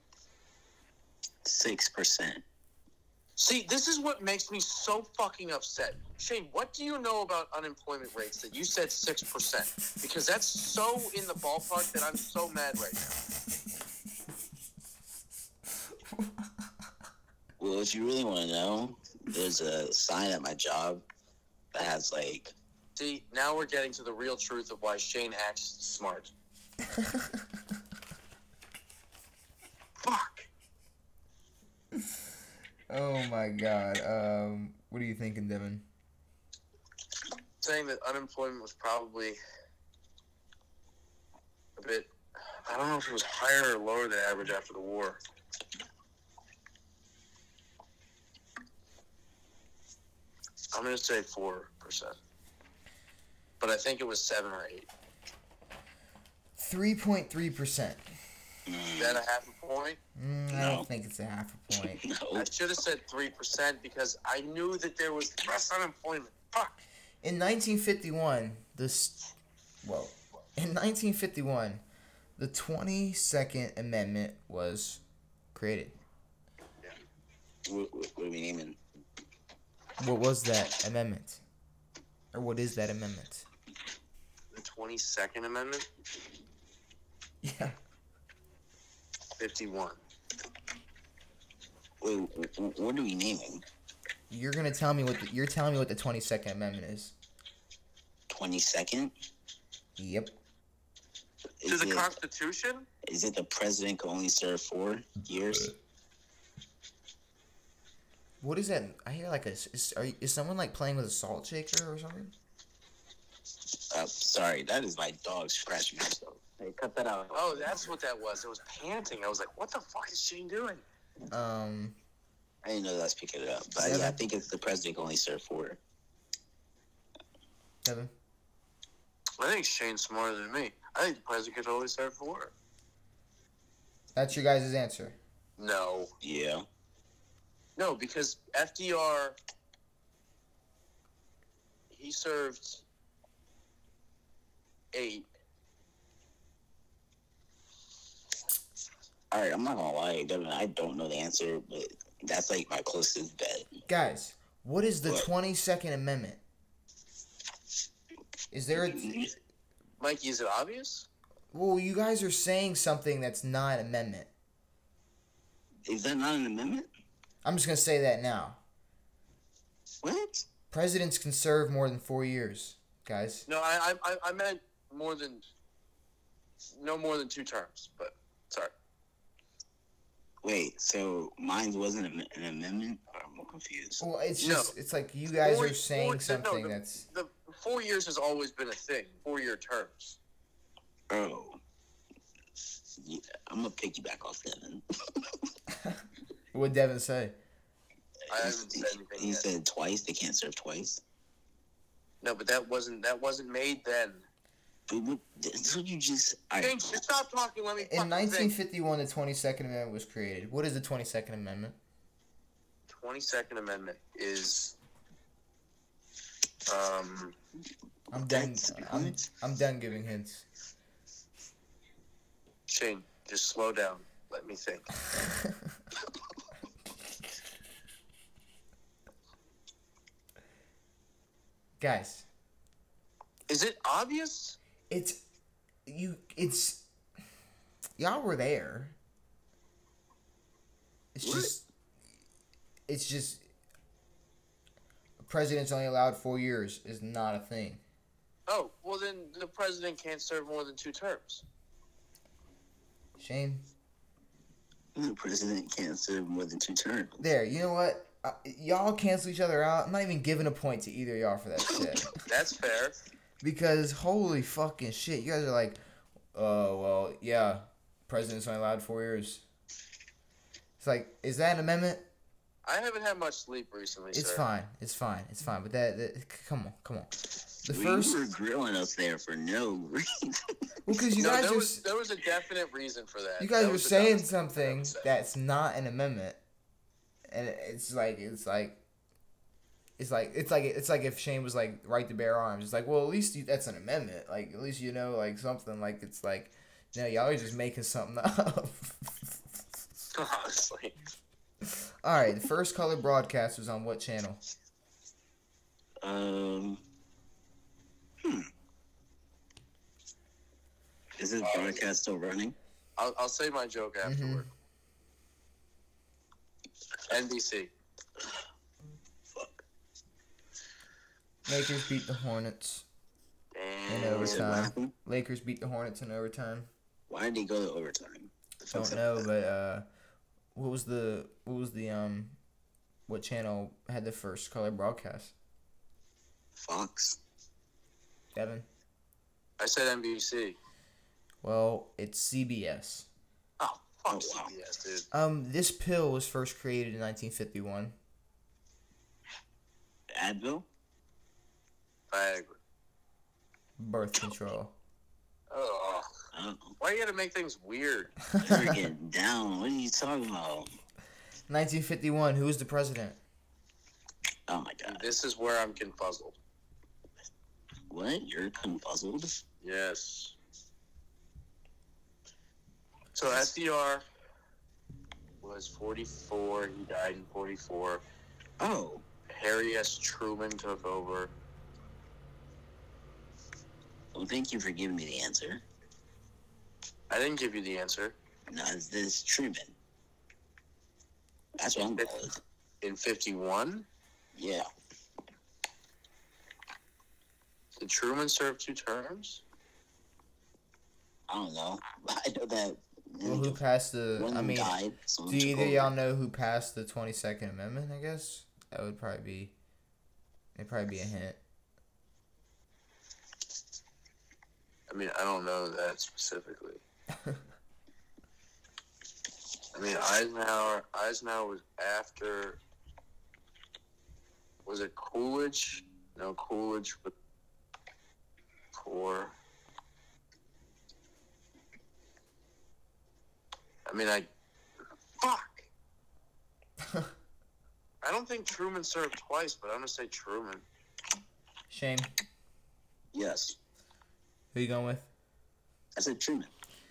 [SPEAKER 3] Six percent.
[SPEAKER 2] see, this is what makes me so fucking upset. Shane, what do you know about unemployment rates that you said six percent? Because that's so in the ballpark that I'm so mad right now.
[SPEAKER 3] Well, if you really want to know, there's a sign at my job that has like
[SPEAKER 2] See, now we're getting to the real truth of why Shane acts smart. Fuck.
[SPEAKER 1] Oh my god. Um, what are you thinking, Devin?
[SPEAKER 2] Saying that unemployment was probably a bit. I don't know if it was higher or lower than average after the war. I'm gonna say four percent, but I think it was seven or eight.
[SPEAKER 1] 3.3%.
[SPEAKER 2] Is <laughs> that a half a point?
[SPEAKER 1] Mm, I
[SPEAKER 3] No.
[SPEAKER 1] don't think it's a half a point.
[SPEAKER 3] no.
[SPEAKER 2] I should have said three percent because I knew that there was less unemployment. Fuck.
[SPEAKER 1] In 1951, this well, in 1951, the 22nd Amendment was created.
[SPEAKER 3] What, what, what are we naming?
[SPEAKER 1] What was that amendment? Or what is that amendment?
[SPEAKER 2] The Twenty Second Amendment,
[SPEAKER 1] Yeah.
[SPEAKER 2] fifty one.
[SPEAKER 3] Wait, wh- wh- what are we naming?
[SPEAKER 1] You're going to tell me what the, you're telling me what the 22nd Amendment is.
[SPEAKER 3] Twenty second?
[SPEAKER 1] Yep.
[SPEAKER 2] To
[SPEAKER 3] Is
[SPEAKER 2] the
[SPEAKER 3] it,
[SPEAKER 2] Constitution?
[SPEAKER 3] is it the president can only serve four years?
[SPEAKER 1] What is that? I hear like a is, are, you- is someone like playing with a salt shaker or something?
[SPEAKER 3] Uh, sorry, that is my dog scratching himself. Hey, cut that out.
[SPEAKER 2] Oh, that's what that was. It was panting. I was like, what the fuck is Shane doing?
[SPEAKER 1] Um
[SPEAKER 3] I didn't know that's picking it up, but yeah, I
[SPEAKER 1] Seven.
[SPEAKER 3] think it's the president can only serve four.
[SPEAKER 1] Devin.
[SPEAKER 2] I think Shane's smarter than me. I think the president could always serve four.
[SPEAKER 1] That's your guys' answer.
[SPEAKER 2] No.
[SPEAKER 3] Yeah.
[SPEAKER 2] No, because FDR, he served eight.
[SPEAKER 3] All right, I'm not gonna lie, Devin. I don't know the answer, but that's like my closest bet.
[SPEAKER 1] Guys, what is the
[SPEAKER 3] What?
[SPEAKER 1] 22nd Amendment? Is there a
[SPEAKER 2] Mikey, is it obvious?
[SPEAKER 1] Well, you guys are saying something that's not an amendment.
[SPEAKER 3] Is that not an amendment?
[SPEAKER 1] I'm just gonna say that now.
[SPEAKER 3] What?
[SPEAKER 1] Presidents can serve more than four years, guys.
[SPEAKER 2] No, I, I, I- I meant more than, no more than two terms, but sorry.
[SPEAKER 3] Wait, so mine wasn't am- an amendment? I'm confused.
[SPEAKER 1] Well, it's
[SPEAKER 2] No.
[SPEAKER 1] just it's like you guys
[SPEAKER 2] Four-
[SPEAKER 1] are saying
[SPEAKER 2] four- no,
[SPEAKER 1] something
[SPEAKER 2] no.
[SPEAKER 1] that's
[SPEAKER 2] The four years has always been a thing, four year terms.
[SPEAKER 3] Oh. Yeah, I'm gonna piggyback off Devin.
[SPEAKER 1] what Devin say.
[SPEAKER 2] I haven't
[SPEAKER 3] <laughs>
[SPEAKER 2] said anything
[SPEAKER 3] He
[SPEAKER 2] yet.
[SPEAKER 3] said twice. They can't serve twice.
[SPEAKER 2] No, but that wasn't that wasn't made then.
[SPEAKER 3] But what, that's what you just. I,
[SPEAKER 2] Shane, just stop talking. Let me
[SPEAKER 1] In
[SPEAKER 2] fucking 19...
[SPEAKER 1] 1951, the 22nd Amendment was created. What is the 22nd Amendment?
[SPEAKER 2] Twenty Second Amendment is. Um,
[SPEAKER 1] I'm done.
[SPEAKER 3] That's-
[SPEAKER 1] I'm, I'm done giving hints.
[SPEAKER 2] Shane, just slow down. Let me think.
[SPEAKER 1] guys,
[SPEAKER 2] Is it obvious?
[SPEAKER 1] it's you. It's y'all were there. It's
[SPEAKER 2] What?
[SPEAKER 1] just. It's just. A president's only allowed four years is not a thing.
[SPEAKER 2] Oh, well, then the president can't serve more than two terms.
[SPEAKER 1] Shane.
[SPEAKER 3] The president can't serve more than two terms.
[SPEAKER 1] There, you know what? Uh, y'all cancel each other out. I'm not even giving a point to either of y'all for that shit.
[SPEAKER 2] That's fair.
[SPEAKER 1] because holy fucking shit, you guys are like, oh well, yeah, president's only allowed four years. It's like, is that an amendment?
[SPEAKER 2] I haven't had much sleep recently.
[SPEAKER 1] It's
[SPEAKER 2] sir.
[SPEAKER 1] fine, it's fine, it's fine. But that, that c- come on, come on. The
[SPEAKER 3] we
[SPEAKER 1] first,
[SPEAKER 3] were grilling us there for no reason. <laughs>
[SPEAKER 1] well, because you
[SPEAKER 2] no,
[SPEAKER 1] guys
[SPEAKER 2] there
[SPEAKER 1] are,
[SPEAKER 2] was
[SPEAKER 1] s-
[SPEAKER 2] there was a definite reason for that.
[SPEAKER 1] you guys
[SPEAKER 2] That
[SPEAKER 1] were
[SPEAKER 2] was a
[SPEAKER 1] saying
[SPEAKER 2] definite-
[SPEAKER 1] something that's not an amendment, and it- it's like, it's like. It's like it's like it's like if Shane was like right to bear arms. It's like well at least you, that's an amendment. Like at least you know like something like it's like no y'all are just making something <laughs> up.
[SPEAKER 2] <laughs> honestly.
[SPEAKER 1] All right, the first color broadcast was on what channel?
[SPEAKER 3] um. Hmm. Is
[SPEAKER 2] Uh,
[SPEAKER 3] this broadcast still running?
[SPEAKER 2] I'll, I'll say my joke
[SPEAKER 1] Mm-hmm.
[SPEAKER 2] afterward. NBC.
[SPEAKER 1] Lakers beat the Hornets.
[SPEAKER 2] And
[SPEAKER 1] know,
[SPEAKER 3] Is it
[SPEAKER 1] overtime.
[SPEAKER 3] laughing?
[SPEAKER 1] Lakers beat the Hornets in overtime.
[SPEAKER 3] Why did he go to overtime?
[SPEAKER 1] Don't know, but uh, what was the what was the um, what channel had the first color broadcast?
[SPEAKER 3] Fox.
[SPEAKER 1] Devin.
[SPEAKER 2] I said NBC.
[SPEAKER 1] Well, it's CBS.
[SPEAKER 2] Oh, fuck
[SPEAKER 3] Oh, wow.
[SPEAKER 2] CBS, dude.
[SPEAKER 1] Um, this pill was first created in 1951.
[SPEAKER 3] Advil.
[SPEAKER 2] Viagra.
[SPEAKER 1] Birth control.
[SPEAKER 2] Oh,
[SPEAKER 3] Oh,
[SPEAKER 2] why you gotta make things weird?
[SPEAKER 3] they're
[SPEAKER 1] <laughs>
[SPEAKER 3] getting down. What are you talking about?
[SPEAKER 1] 1951. Who was the president?
[SPEAKER 3] Oh my god.
[SPEAKER 2] This is where I'm confuzzled.
[SPEAKER 3] What? You're confuzzled?
[SPEAKER 2] Yes. So FDR was 44. He died in 44.
[SPEAKER 3] Oh.
[SPEAKER 2] Harry S. Truman took over.
[SPEAKER 3] Well, thank you for giving me the answer.
[SPEAKER 2] I didn't give you the answer.
[SPEAKER 3] No, it's this Truman. That's what I'm going with.
[SPEAKER 2] In 51,
[SPEAKER 3] Yeah.
[SPEAKER 2] did Truman serve two terms?
[SPEAKER 3] I don't know. <laughs> I know that
[SPEAKER 1] Well, who passed the?
[SPEAKER 3] one
[SPEAKER 1] I mean,
[SPEAKER 3] died. Someone
[SPEAKER 1] do
[SPEAKER 3] took
[SPEAKER 1] either
[SPEAKER 3] over.
[SPEAKER 1] y'all know who passed the 22nd Amendment? I guess that would probably be. It'd probably be a hint.
[SPEAKER 2] I mean, I don't know that specifically. I mean, Eisenhower. Eisenhower was after. Was it Coolidge? No, Coolidge was poor. I mean, I. Fuck. I don't think Truman served twice, but I'm gonna say Truman.
[SPEAKER 1] Shane,
[SPEAKER 3] Yes.
[SPEAKER 1] who you going with?
[SPEAKER 3] I said Truman.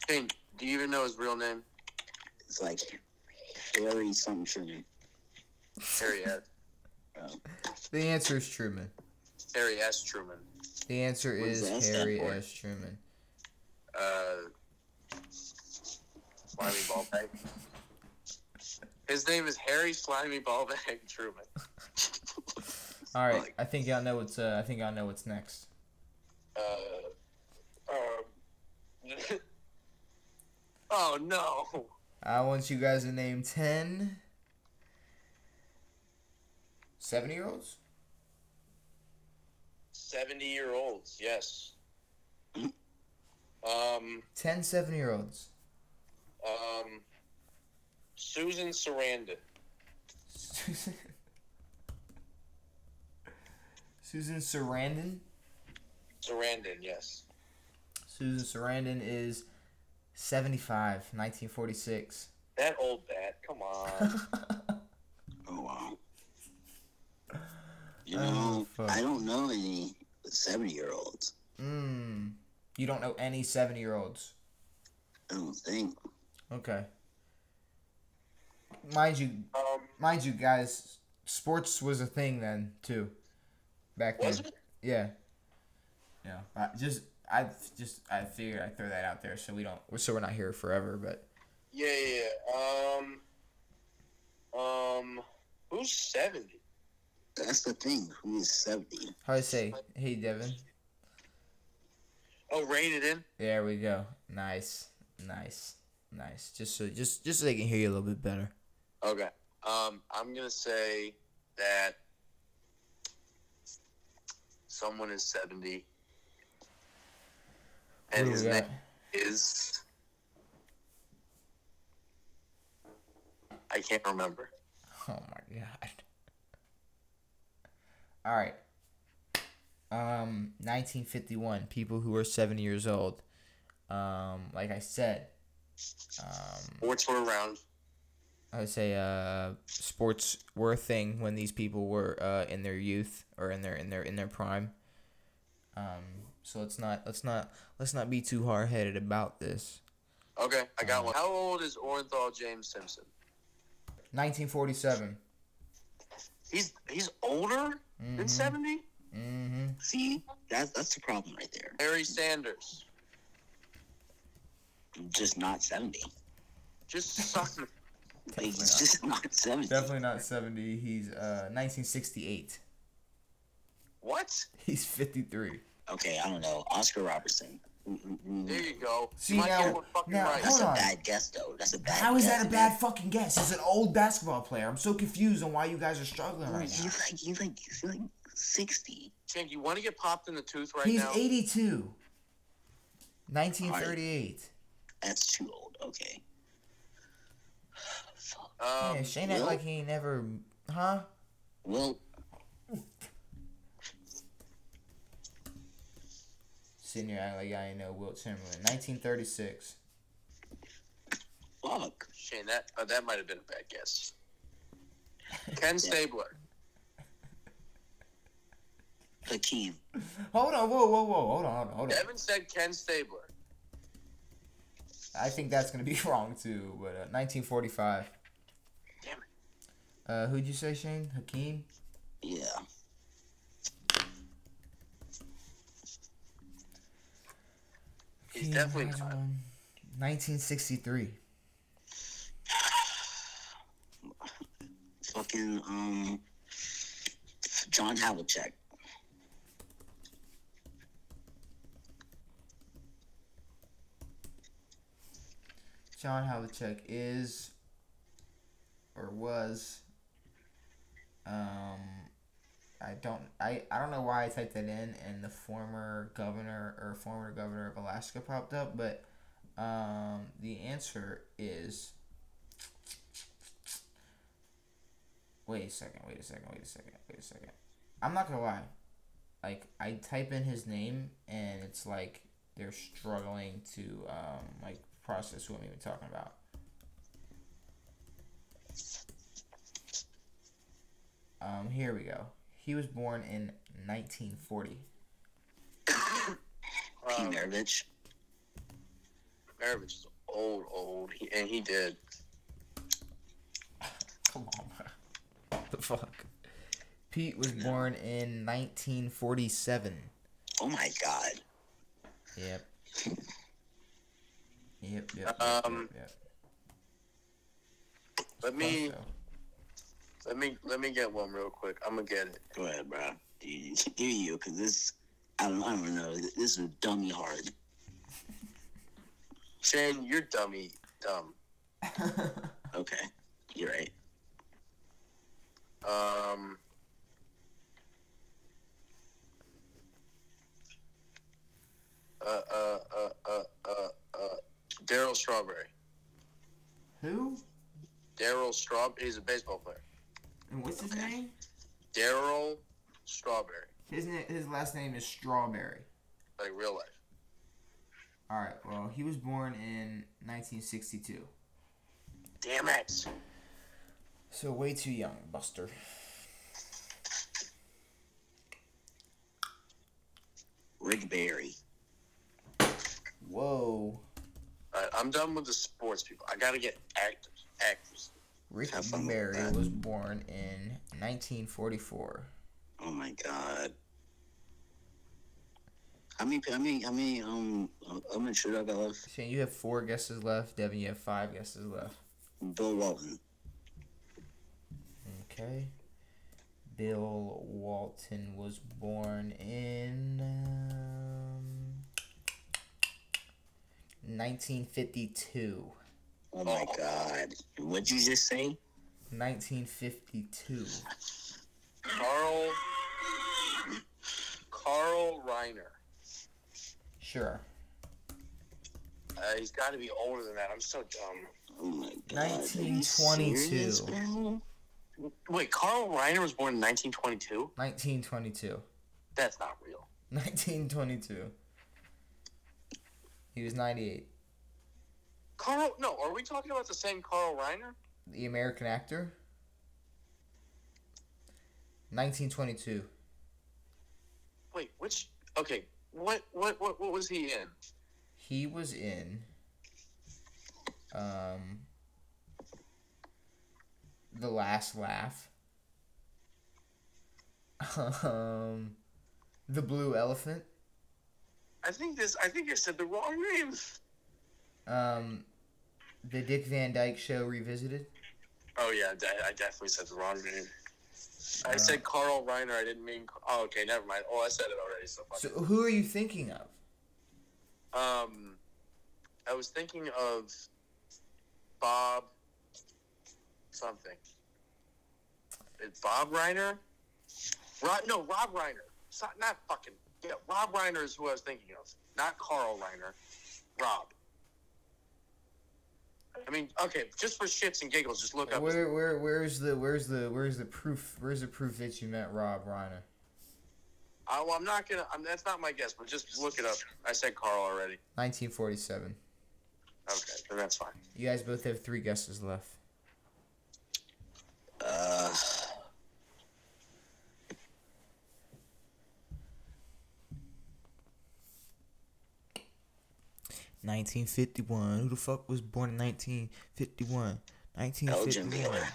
[SPEAKER 2] Shane, do you even know his real name?
[SPEAKER 3] It's like Harry something Truman.
[SPEAKER 2] Harry S.
[SPEAKER 1] The answer is Truman.
[SPEAKER 2] Harry S. Truman.
[SPEAKER 1] The answer
[SPEAKER 3] What does
[SPEAKER 1] is
[SPEAKER 3] that stand
[SPEAKER 1] Harry
[SPEAKER 3] for?
[SPEAKER 1] S. Truman.
[SPEAKER 2] uh, Slimy Ballbag. His name is Harry Slimy Ballbag <laughs> Truman.
[SPEAKER 1] All right,
[SPEAKER 3] Like-
[SPEAKER 1] I think y'all know what's. Uh, I think y'all know what's next.
[SPEAKER 2] Uh, um, <laughs> oh no!
[SPEAKER 1] I want you guys to name 10 7 year olds.
[SPEAKER 2] Seventy-year-olds, yes. Um,
[SPEAKER 1] 10 7 year olds.
[SPEAKER 2] um, Susan Sarandon.
[SPEAKER 1] Susan <laughs> Susan Sarandon.
[SPEAKER 2] Sarandon, yes.
[SPEAKER 1] Susan Sarandon is 75, 1946.
[SPEAKER 2] That old bat. Come on.
[SPEAKER 3] Oh, wow. You
[SPEAKER 1] Oh,
[SPEAKER 3] know,
[SPEAKER 1] fuck.
[SPEAKER 3] I don't know any 70 year olds.
[SPEAKER 1] Mm. You don't know any 7 year olds.
[SPEAKER 3] I don't think.
[SPEAKER 1] Okay. Mind you,
[SPEAKER 2] Um,
[SPEAKER 1] mind you, guys, sports was a thing then too, back then.
[SPEAKER 2] Was it?
[SPEAKER 1] Yeah. Yeah. I just I just I figured I'd throw that out there so we don't so we're not here forever. But
[SPEAKER 2] yeah, yeah, yeah. Um, um, who's seventy?
[SPEAKER 3] That's the thing. Who is 70?
[SPEAKER 1] how do I say? Hey Devin.
[SPEAKER 2] Oh, rein it in.
[SPEAKER 1] There we go. Nice, nice, nice. Just so just just so they can hear you a little bit better.
[SPEAKER 2] Okay. Um, I'm gonna say that someone is 70,
[SPEAKER 1] Who
[SPEAKER 2] and
[SPEAKER 1] do
[SPEAKER 2] his
[SPEAKER 1] we
[SPEAKER 2] name
[SPEAKER 1] got?
[SPEAKER 2] is I can't remember.
[SPEAKER 1] Oh my god. All right. Um, 1951. People who are 70 years old. Um, like I said, um,
[SPEAKER 2] Sports were around.
[SPEAKER 1] I would say uh, sports were a thing when these people were uh, in their youth or in their in their in their prime. Um, so let's not let's not let's not be too hard headed about this.
[SPEAKER 2] Okay, I got one. How old is Orenthal James Simpson?
[SPEAKER 1] 1947.
[SPEAKER 2] He's he's older than 70.
[SPEAKER 1] Mm-hmm.
[SPEAKER 3] See, that's that's the problem right there.
[SPEAKER 2] Harry Sanders
[SPEAKER 3] Just not seventy.
[SPEAKER 2] just sucked.
[SPEAKER 3] Like, he's just not seventy.
[SPEAKER 1] Definitely not 70. He's uh 1968.
[SPEAKER 2] what?
[SPEAKER 1] He's 53.
[SPEAKER 3] Okay, I don't know. Oscar Robertson. Mm, mm,
[SPEAKER 2] There
[SPEAKER 3] mm.
[SPEAKER 2] you go.
[SPEAKER 1] See,
[SPEAKER 2] Might
[SPEAKER 1] now-
[SPEAKER 2] get one fucking
[SPEAKER 1] now-
[SPEAKER 2] right.
[SPEAKER 3] That's
[SPEAKER 1] Hold
[SPEAKER 3] a
[SPEAKER 1] on.
[SPEAKER 3] bad guess, though. That's a bad.
[SPEAKER 1] How is
[SPEAKER 3] guess,
[SPEAKER 1] that a
[SPEAKER 3] man.
[SPEAKER 1] bad fucking guess? He's an old basketball player. I'm so confused on why you guys are struggling right now.
[SPEAKER 3] He's like he's like he's like sixty.
[SPEAKER 2] Chink, you want to get popped in the tooth right
[SPEAKER 1] He's
[SPEAKER 2] now?
[SPEAKER 1] 82. 1938.
[SPEAKER 3] That's too old. Okay. <sighs> Fuck.
[SPEAKER 2] Um,
[SPEAKER 1] yeah, Shane act
[SPEAKER 3] Will?
[SPEAKER 1] like he ain't never, huh?
[SPEAKER 3] Well,
[SPEAKER 1] Sitting here acting like I ain't know Wilt Chamberlain. 1936.
[SPEAKER 3] fuck.
[SPEAKER 2] Shane, that uh, that might have been a bad guess. Ken Stabler.
[SPEAKER 3] Hakeem.
[SPEAKER 1] Hold on, whoa, whoa, whoa, hold on, hold on, hold on.
[SPEAKER 2] Devin said Ken Stabler.
[SPEAKER 1] I think that's gonna be <laughs> wrong too. But uh, 1945.
[SPEAKER 2] Damn it.
[SPEAKER 1] Uh, who'd you say, Shane? Hakeem.
[SPEAKER 3] Yeah.
[SPEAKER 2] He's definitely
[SPEAKER 1] Hakeem
[SPEAKER 2] not.
[SPEAKER 1] Olajuwon. 1963.
[SPEAKER 3] Fucking um. John Havlicek.
[SPEAKER 1] John Havlicek is or was um I don't I, I don't know why I typed that in and the former governor or former governor of Alaska popped up, but um the answer is Wait a second, wait a second, wait a second, wait a second. I'm not gonna lie. Like I type in his name and it's like they're struggling to um like process who I'm even talking about. Um, here we go. He was born in 1940.
[SPEAKER 3] P.
[SPEAKER 2] Um,
[SPEAKER 3] Maravich.
[SPEAKER 2] Maravich is old, old, he, and he did.
[SPEAKER 1] Come on, bro. the fuck. Pete was born in 1947.
[SPEAKER 3] Oh my god.
[SPEAKER 1] Yep. Yep. Yep.
[SPEAKER 2] Um,
[SPEAKER 1] yep, yep.
[SPEAKER 2] Let me
[SPEAKER 1] Close,
[SPEAKER 2] let me let me get one real quick. I'm gonna get it.
[SPEAKER 3] Go ahead, bro. Give you, <laughs> because this, I don't, I don't know. This is dummy hard.
[SPEAKER 2] Shane, you're dummy dumb.
[SPEAKER 3] Okay, you're right.
[SPEAKER 2] Um, uh, uh, uh, uh, uh, uh, Daryl Strawberry.
[SPEAKER 1] though. <laughs> Who?
[SPEAKER 2] Daryl Strawberry. He's a baseball player.
[SPEAKER 1] And what's his name?
[SPEAKER 2] Daryl Strawberry,
[SPEAKER 1] His na- his last name is Strawberry.
[SPEAKER 2] like real life.
[SPEAKER 1] All right. Well, he was born in 1962.
[SPEAKER 2] Damn it!
[SPEAKER 1] So way too young, Buster.
[SPEAKER 3] Rick Barry.
[SPEAKER 1] Whoa.
[SPEAKER 2] All right, I'm done with the sports people. I gotta get actors. Actors.
[SPEAKER 1] Rick
[SPEAKER 3] Have fun with
[SPEAKER 1] Barry
[SPEAKER 3] that.
[SPEAKER 1] was born in 1944.
[SPEAKER 3] Oh my god. How many? How many? How many? Um, how much should I got left?
[SPEAKER 1] Shane, you have four guesses left. Devin, you have five guesses left.
[SPEAKER 3] Bill Walton.
[SPEAKER 1] Okay. Bill Walton was born in. Um, 1952.
[SPEAKER 3] Oh my god. What'd you just say?
[SPEAKER 1] 1952.
[SPEAKER 2] Carl. Carl Reiner.
[SPEAKER 1] Sure.
[SPEAKER 2] Uh, he's got to be older than that. I'm so dumb.
[SPEAKER 3] Oh my god. are you
[SPEAKER 1] 1922.
[SPEAKER 3] serious, man?
[SPEAKER 2] Wait, Carl Reiner was born in 1922.
[SPEAKER 1] <laughs> 1922.
[SPEAKER 2] That's not real.
[SPEAKER 1] 1922. He was 98.
[SPEAKER 2] Carl, no, are we talking about the same Carl Reiner?
[SPEAKER 1] The American actor. 1922.
[SPEAKER 2] Wait, which? Okay, what, what, what, what was he in?
[SPEAKER 1] He was in. Um. The Last Laugh. <laughs> Um. The Blue Elephant.
[SPEAKER 2] I think this. I think I said the wrong name.
[SPEAKER 1] Um. The Dick Van Dyke Show Revisited.
[SPEAKER 2] Oh yeah, de- I definitely said the wrong name. I said Carl Reiner. I didn't mean. Oh, okay, never mind. Oh, I said it already. So fuck.
[SPEAKER 1] So who are you thinking of?
[SPEAKER 2] Um, I was thinking of Bob something. It's Bob Reiner. Rob, no, Rob Reiner. It's not, not fucking. Yeah, Rob Reiner is who I was thinking of. Not Carl Reiner. Rob. I mean, okay, just for shits and giggles, just look up.
[SPEAKER 1] Where where where's the where's the where's the proof where's the proof that you met Rob Reiner?
[SPEAKER 2] I, well, I'm not gonna. I'm, that's not my guess, but just look it up. I said Carl already.
[SPEAKER 1] 1947.
[SPEAKER 2] Okay, then that's fine.
[SPEAKER 1] You guys both have three guesses left.
[SPEAKER 3] Uh,
[SPEAKER 1] Nineteen fifty one. Who the fuck was born in nineteen fifty one? Nineteen
[SPEAKER 3] Elgin Mueller.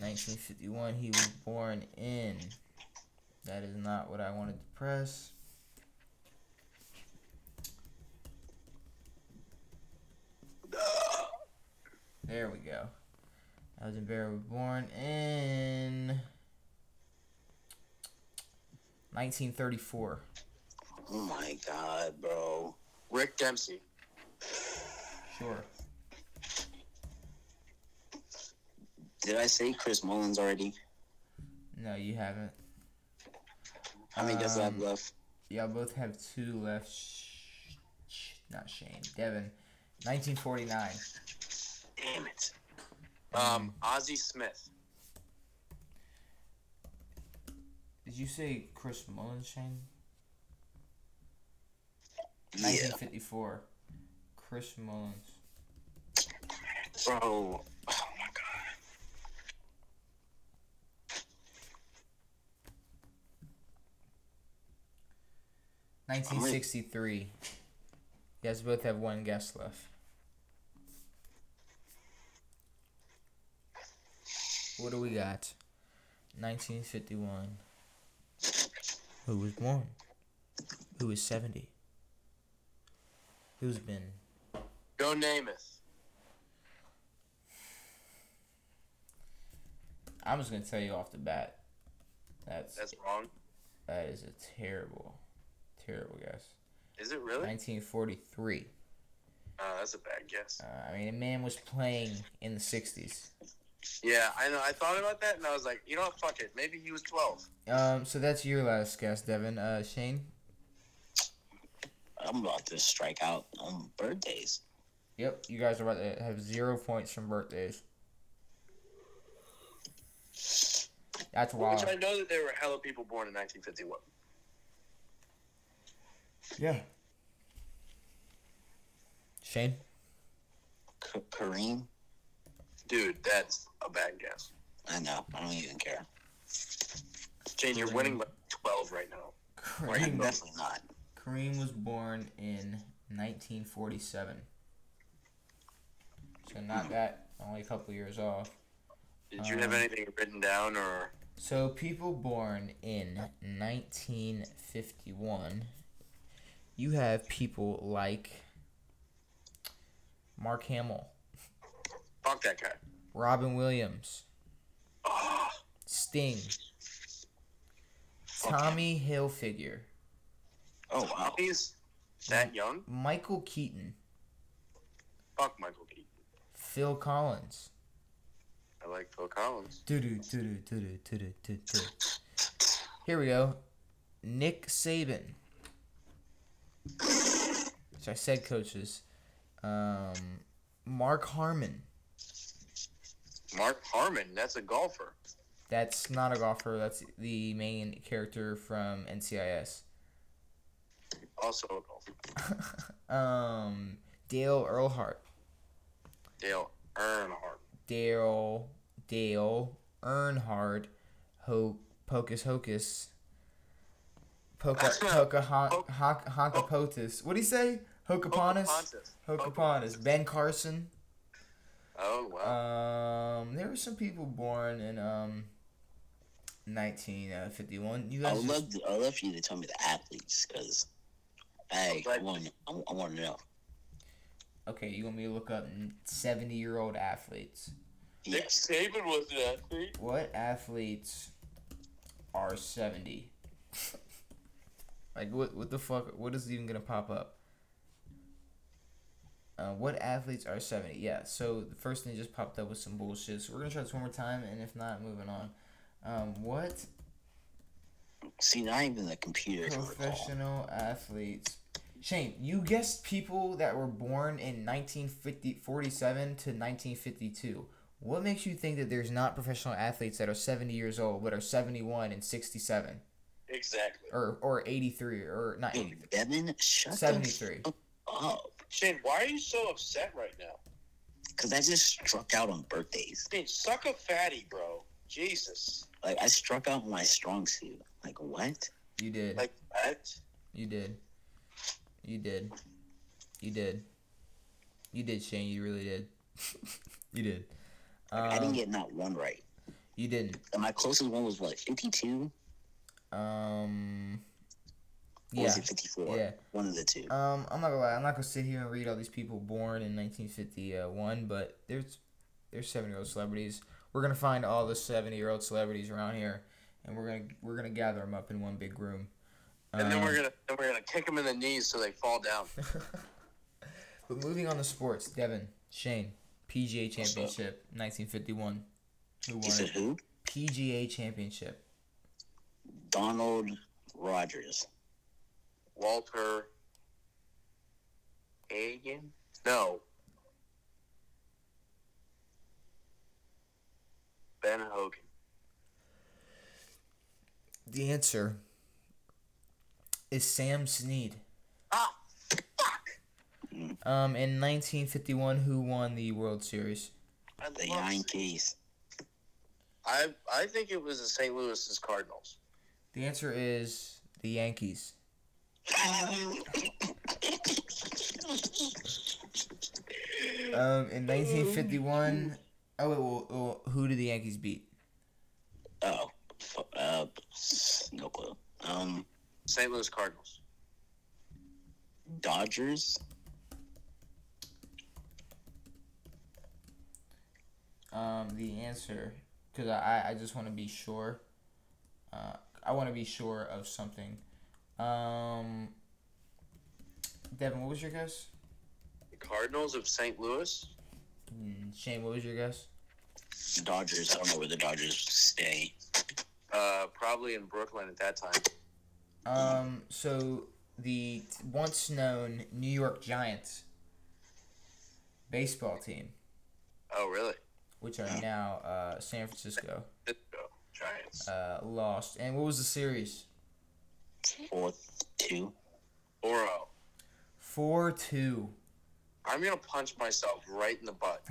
[SPEAKER 1] Nineteen fifty one. He was born in. That is not what I wanted to press. There we go. Elgin Baylor was born in. 1934.
[SPEAKER 3] Oh my god, bro.
[SPEAKER 2] Rick Dempsey.
[SPEAKER 1] Sure.
[SPEAKER 3] Did I say Chris Mullins already?
[SPEAKER 1] No, you haven't.
[SPEAKER 3] How many guesses I have
[SPEAKER 1] Um,
[SPEAKER 3] left?
[SPEAKER 1] Y'all both have two left. Sh- sh- not Shane. Devin. 1949.
[SPEAKER 2] Damn it. Um, Ozzy Smith.
[SPEAKER 1] Did you say Chris Mullins, Shane?
[SPEAKER 3] Yeah,
[SPEAKER 1] 1954. Chris Mullins.
[SPEAKER 3] bro. Oh my god. many-
[SPEAKER 1] 1963. You guys both have one guess left. What do we got? 1951. Who was born? Who was 70? Who's been?
[SPEAKER 2] Joe Namath.
[SPEAKER 1] I'm just gonna tell you off the bat. That's
[SPEAKER 2] That's wrong.
[SPEAKER 1] that is a terrible, terrible guess.
[SPEAKER 2] Is it really?
[SPEAKER 1] 1943.
[SPEAKER 2] Uh, that's a bad guess.
[SPEAKER 1] Uh, I mean, a man was playing in the 60s.
[SPEAKER 2] Yeah, I know. I thought about that and I was like, you know what? Fuck it. Maybe he was 12.
[SPEAKER 1] Um, so that's your last guess, Devin. Uh, Shane.
[SPEAKER 3] I'm about to strike out on birthdays.
[SPEAKER 1] Yep, you guys are about to have zero points from birthdays. That's
[SPEAKER 2] Which I
[SPEAKER 1] wild.
[SPEAKER 2] know that there were hella people born in 1951.
[SPEAKER 1] Yeah. Shane.
[SPEAKER 3] K- Kareem?
[SPEAKER 2] Dude, that's a bad guess.
[SPEAKER 3] I know. I don't even care.
[SPEAKER 2] Jane, you're winning by 12 right now.
[SPEAKER 3] I'm
[SPEAKER 1] Kareem,
[SPEAKER 3] definitely not.
[SPEAKER 1] Kareem was born in 1947. So not that, only a couple years off.
[SPEAKER 2] Did you have
[SPEAKER 1] Um,
[SPEAKER 2] anything written down or.
[SPEAKER 1] So people born in 1951, you have people like Mark Hamill,
[SPEAKER 2] Fuck that guy. Oh,
[SPEAKER 1] Robin Williams, Sting, Tommy Hilfiger,
[SPEAKER 3] Oh wow.
[SPEAKER 2] He's that young.
[SPEAKER 1] Michael Keaton,
[SPEAKER 2] Fuck Michael Keaton.
[SPEAKER 1] Phil Collins.
[SPEAKER 2] I like Phil Collins.
[SPEAKER 1] Doo-doo, doo-doo, doo-doo, doo-doo, doo-doo. Here we go. Nick Saban. So I said coaches. Um, Mark Harmon.
[SPEAKER 2] Mark Harmon. That's a golfer.
[SPEAKER 1] That's not a golfer. That's the main character from NCIS.
[SPEAKER 2] Also a golfer.
[SPEAKER 1] Um, Dale Earlhart.
[SPEAKER 2] Dale Earnhardt.
[SPEAKER 1] Dale Dale Earnhardt. Ho Pocus Hocus. Poca Poca ho, ho, Honkapotus. What do you say? Hokaponis.
[SPEAKER 2] Pocahontas.
[SPEAKER 1] Hokaponis. Ben Carson.
[SPEAKER 2] Oh wow.
[SPEAKER 1] Um, there were some people born in um. 1951. You
[SPEAKER 3] I
[SPEAKER 1] guys,
[SPEAKER 3] would
[SPEAKER 1] just,
[SPEAKER 3] love to, I would love for you to tell me the athletes because I
[SPEAKER 2] Okay.
[SPEAKER 3] want I, want to know.
[SPEAKER 1] okay, you want me to look up 70 year old athletes?
[SPEAKER 2] Nick
[SPEAKER 3] Yes.
[SPEAKER 2] Saban was an athlete.
[SPEAKER 1] What athletes are 70? like, what, what the fuck? What is even going to pop up? Uh, what athletes are 70? Yeah, so the first thing that just popped up was some bullshit. So we're going to try this one more time, and if not, moving on. Um, what
[SPEAKER 3] See, not even the computer can recall.
[SPEAKER 1] professional athletes. Shane, you guessed people that were born in 1947 to 1952. What makes you think that there's not professional athletes that are 70 years old but are 71 and 67
[SPEAKER 2] Exactly.
[SPEAKER 1] or or 83 or not 80,
[SPEAKER 3] Dude, Devin, shut the
[SPEAKER 1] 73?
[SPEAKER 3] fuck up.
[SPEAKER 2] Shane, why are you so upset right now?
[SPEAKER 3] Because I just struck out on birthdays.
[SPEAKER 2] Shane, suck a fatty, bro. Jesus.
[SPEAKER 3] Like, I struck out my strong suit. Like, what?
[SPEAKER 1] You did.
[SPEAKER 2] Like what?
[SPEAKER 1] You did. You did. You did. You did, Shane. You really did. <laughs> you did.
[SPEAKER 3] I didn't
[SPEAKER 1] Um,
[SPEAKER 3] get not one right.
[SPEAKER 1] you didn't.
[SPEAKER 3] And my closest one was what, 52?
[SPEAKER 1] Um.
[SPEAKER 3] Or
[SPEAKER 1] Yeah.
[SPEAKER 3] was it 54?
[SPEAKER 1] Yeah.
[SPEAKER 3] One of the two.
[SPEAKER 1] Um, I'm not gonna lie. I'm not gonna sit here and read all these people born in 1951, but there's there's 70 year old celebrities. We're gonna find all the 70 year old celebrities around here, and we're gonna we're gonna gather them up in one big room.
[SPEAKER 2] And then
[SPEAKER 1] Um,
[SPEAKER 2] we're gonna then we're gonna kick them in the knees so they fall down.
[SPEAKER 1] But moving on to sports, Devin Shane, PGA
[SPEAKER 3] up?
[SPEAKER 1] Championship, 1951. Who won?
[SPEAKER 3] you said
[SPEAKER 1] it?
[SPEAKER 2] <laughs>
[SPEAKER 3] who?
[SPEAKER 1] PGA Championship.
[SPEAKER 3] Donald Rogers.
[SPEAKER 2] Walter Hagen? No. Ben Hogan.
[SPEAKER 1] The answer is Sam Snead.
[SPEAKER 2] Ah,
[SPEAKER 1] Um, in 1951, who won the World Series?
[SPEAKER 2] I,
[SPEAKER 3] The
[SPEAKER 2] love-
[SPEAKER 3] Yankees.
[SPEAKER 2] I I think it was the St. Louis's Cardinals.
[SPEAKER 1] The answer is the Yankees. Um, in 1951. Oh, wait, well, well, who did the Yankees beat?
[SPEAKER 3] oh. fu- Uh, no clue. Um,
[SPEAKER 2] St. Louis Cardinals.
[SPEAKER 3] Dodgers.
[SPEAKER 1] Um, the answer, because I, I- I just want to be sure. Uh, I want to be sure of something. Um, Devin, what was your guess?
[SPEAKER 2] The Cardinals of St. Louis?
[SPEAKER 1] Mm, Shane, what was your guess?
[SPEAKER 3] Dodgers. I don't know where the Dodgers stay.
[SPEAKER 2] Uh, probably in Brooklyn at that time.
[SPEAKER 1] Um, so the t- once known New York Giants baseball team,
[SPEAKER 2] Oh, really?
[SPEAKER 1] which are now uh, San Francisco,
[SPEAKER 2] Go, Giants.
[SPEAKER 1] uh, lost. And what was the series?
[SPEAKER 3] Fourth, two.
[SPEAKER 2] Oro.
[SPEAKER 1] Four two.
[SPEAKER 2] I'm gonna punch myself right in the butt.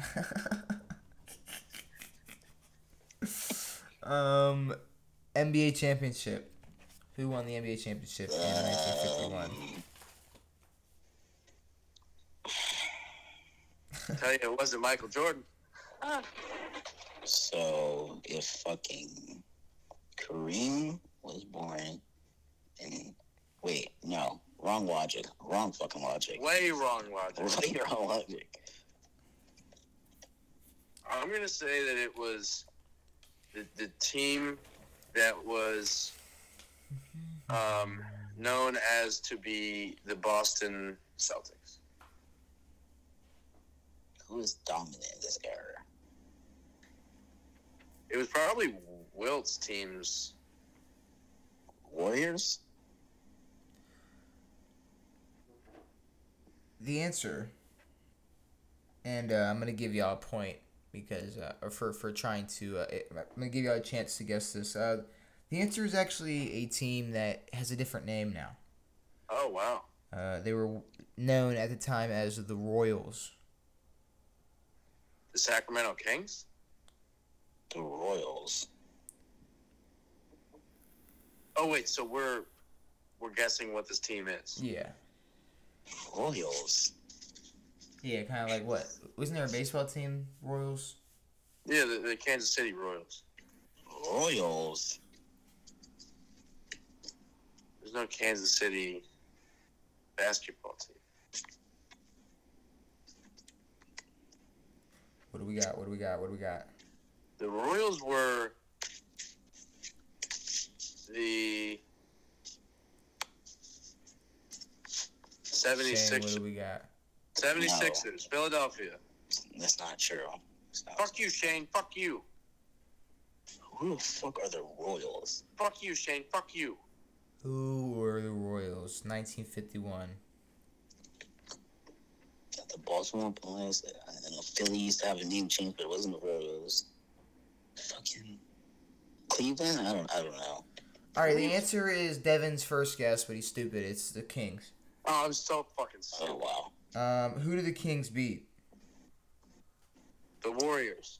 [SPEAKER 1] Um, NBA championship. Who won the NBA championship in 1951?
[SPEAKER 3] Um,
[SPEAKER 2] Tell you, it wasn't Michael Jordan.
[SPEAKER 3] So if fucking Kareem was born in wait, no, wrong logic, wrong fucking logic,
[SPEAKER 2] Way wrong logic.
[SPEAKER 3] Right, <laughs> wrong logic.
[SPEAKER 2] I'm gonna say that it was the, the team that was um known as to be the Boston Celtics.
[SPEAKER 3] Who is dominant in this era?
[SPEAKER 2] It was probably Wilt's teams.
[SPEAKER 3] Warriors?
[SPEAKER 1] The answer, and uh, I'm gonna give y'all a point because uh, or for for trying to. Uh, it- I'm gonna give y'all a chance to guess this. Uh, the answer is actually a team that has a different name now.
[SPEAKER 2] Oh wow.
[SPEAKER 1] Uh, they were known at the time as the Royals.
[SPEAKER 2] The Sacramento Kings?
[SPEAKER 3] The Royals.
[SPEAKER 2] Oh wait, so we're we're guessing what this team is.
[SPEAKER 1] Yeah.
[SPEAKER 3] Royals?
[SPEAKER 1] Yeah, kind of like what? Wasn't there a baseball team, Royals?
[SPEAKER 2] Yeah, the, the Kansas City Royals.
[SPEAKER 3] Royals?
[SPEAKER 2] There's no Kansas City basketball team.
[SPEAKER 1] What do we got? What do we got? What do we got?
[SPEAKER 2] The Royals were the 76
[SPEAKER 1] Shane, what do we got?
[SPEAKER 2] 76ers, Philadelphia.
[SPEAKER 3] That's not true. It's not-
[SPEAKER 2] Fuck you, Shane. Fuck you.
[SPEAKER 3] Who the fuck are the Royals?
[SPEAKER 2] Fuck you, Shane. Fuck you.
[SPEAKER 1] Who were the Royals? 1951.
[SPEAKER 3] Got The Baltimore Bullets. I know Philly used to have a name change, but it wasn't the Royals. Fucking Cleveland? I don't. I don't know.
[SPEAKER 1] All right, the answer is Devin's first guess, but he's stupid. It's the Kings.
[SPEAKER 2] Oh, I'm so fucking
[SPEAKER 3] Oh
[SPEAKER 2] stupid.
[SPEAKER 3] wow. <laughs>
[SPEAKER 1] Um, who did the Kings beat?
[SPEAKER 2] The Warriors.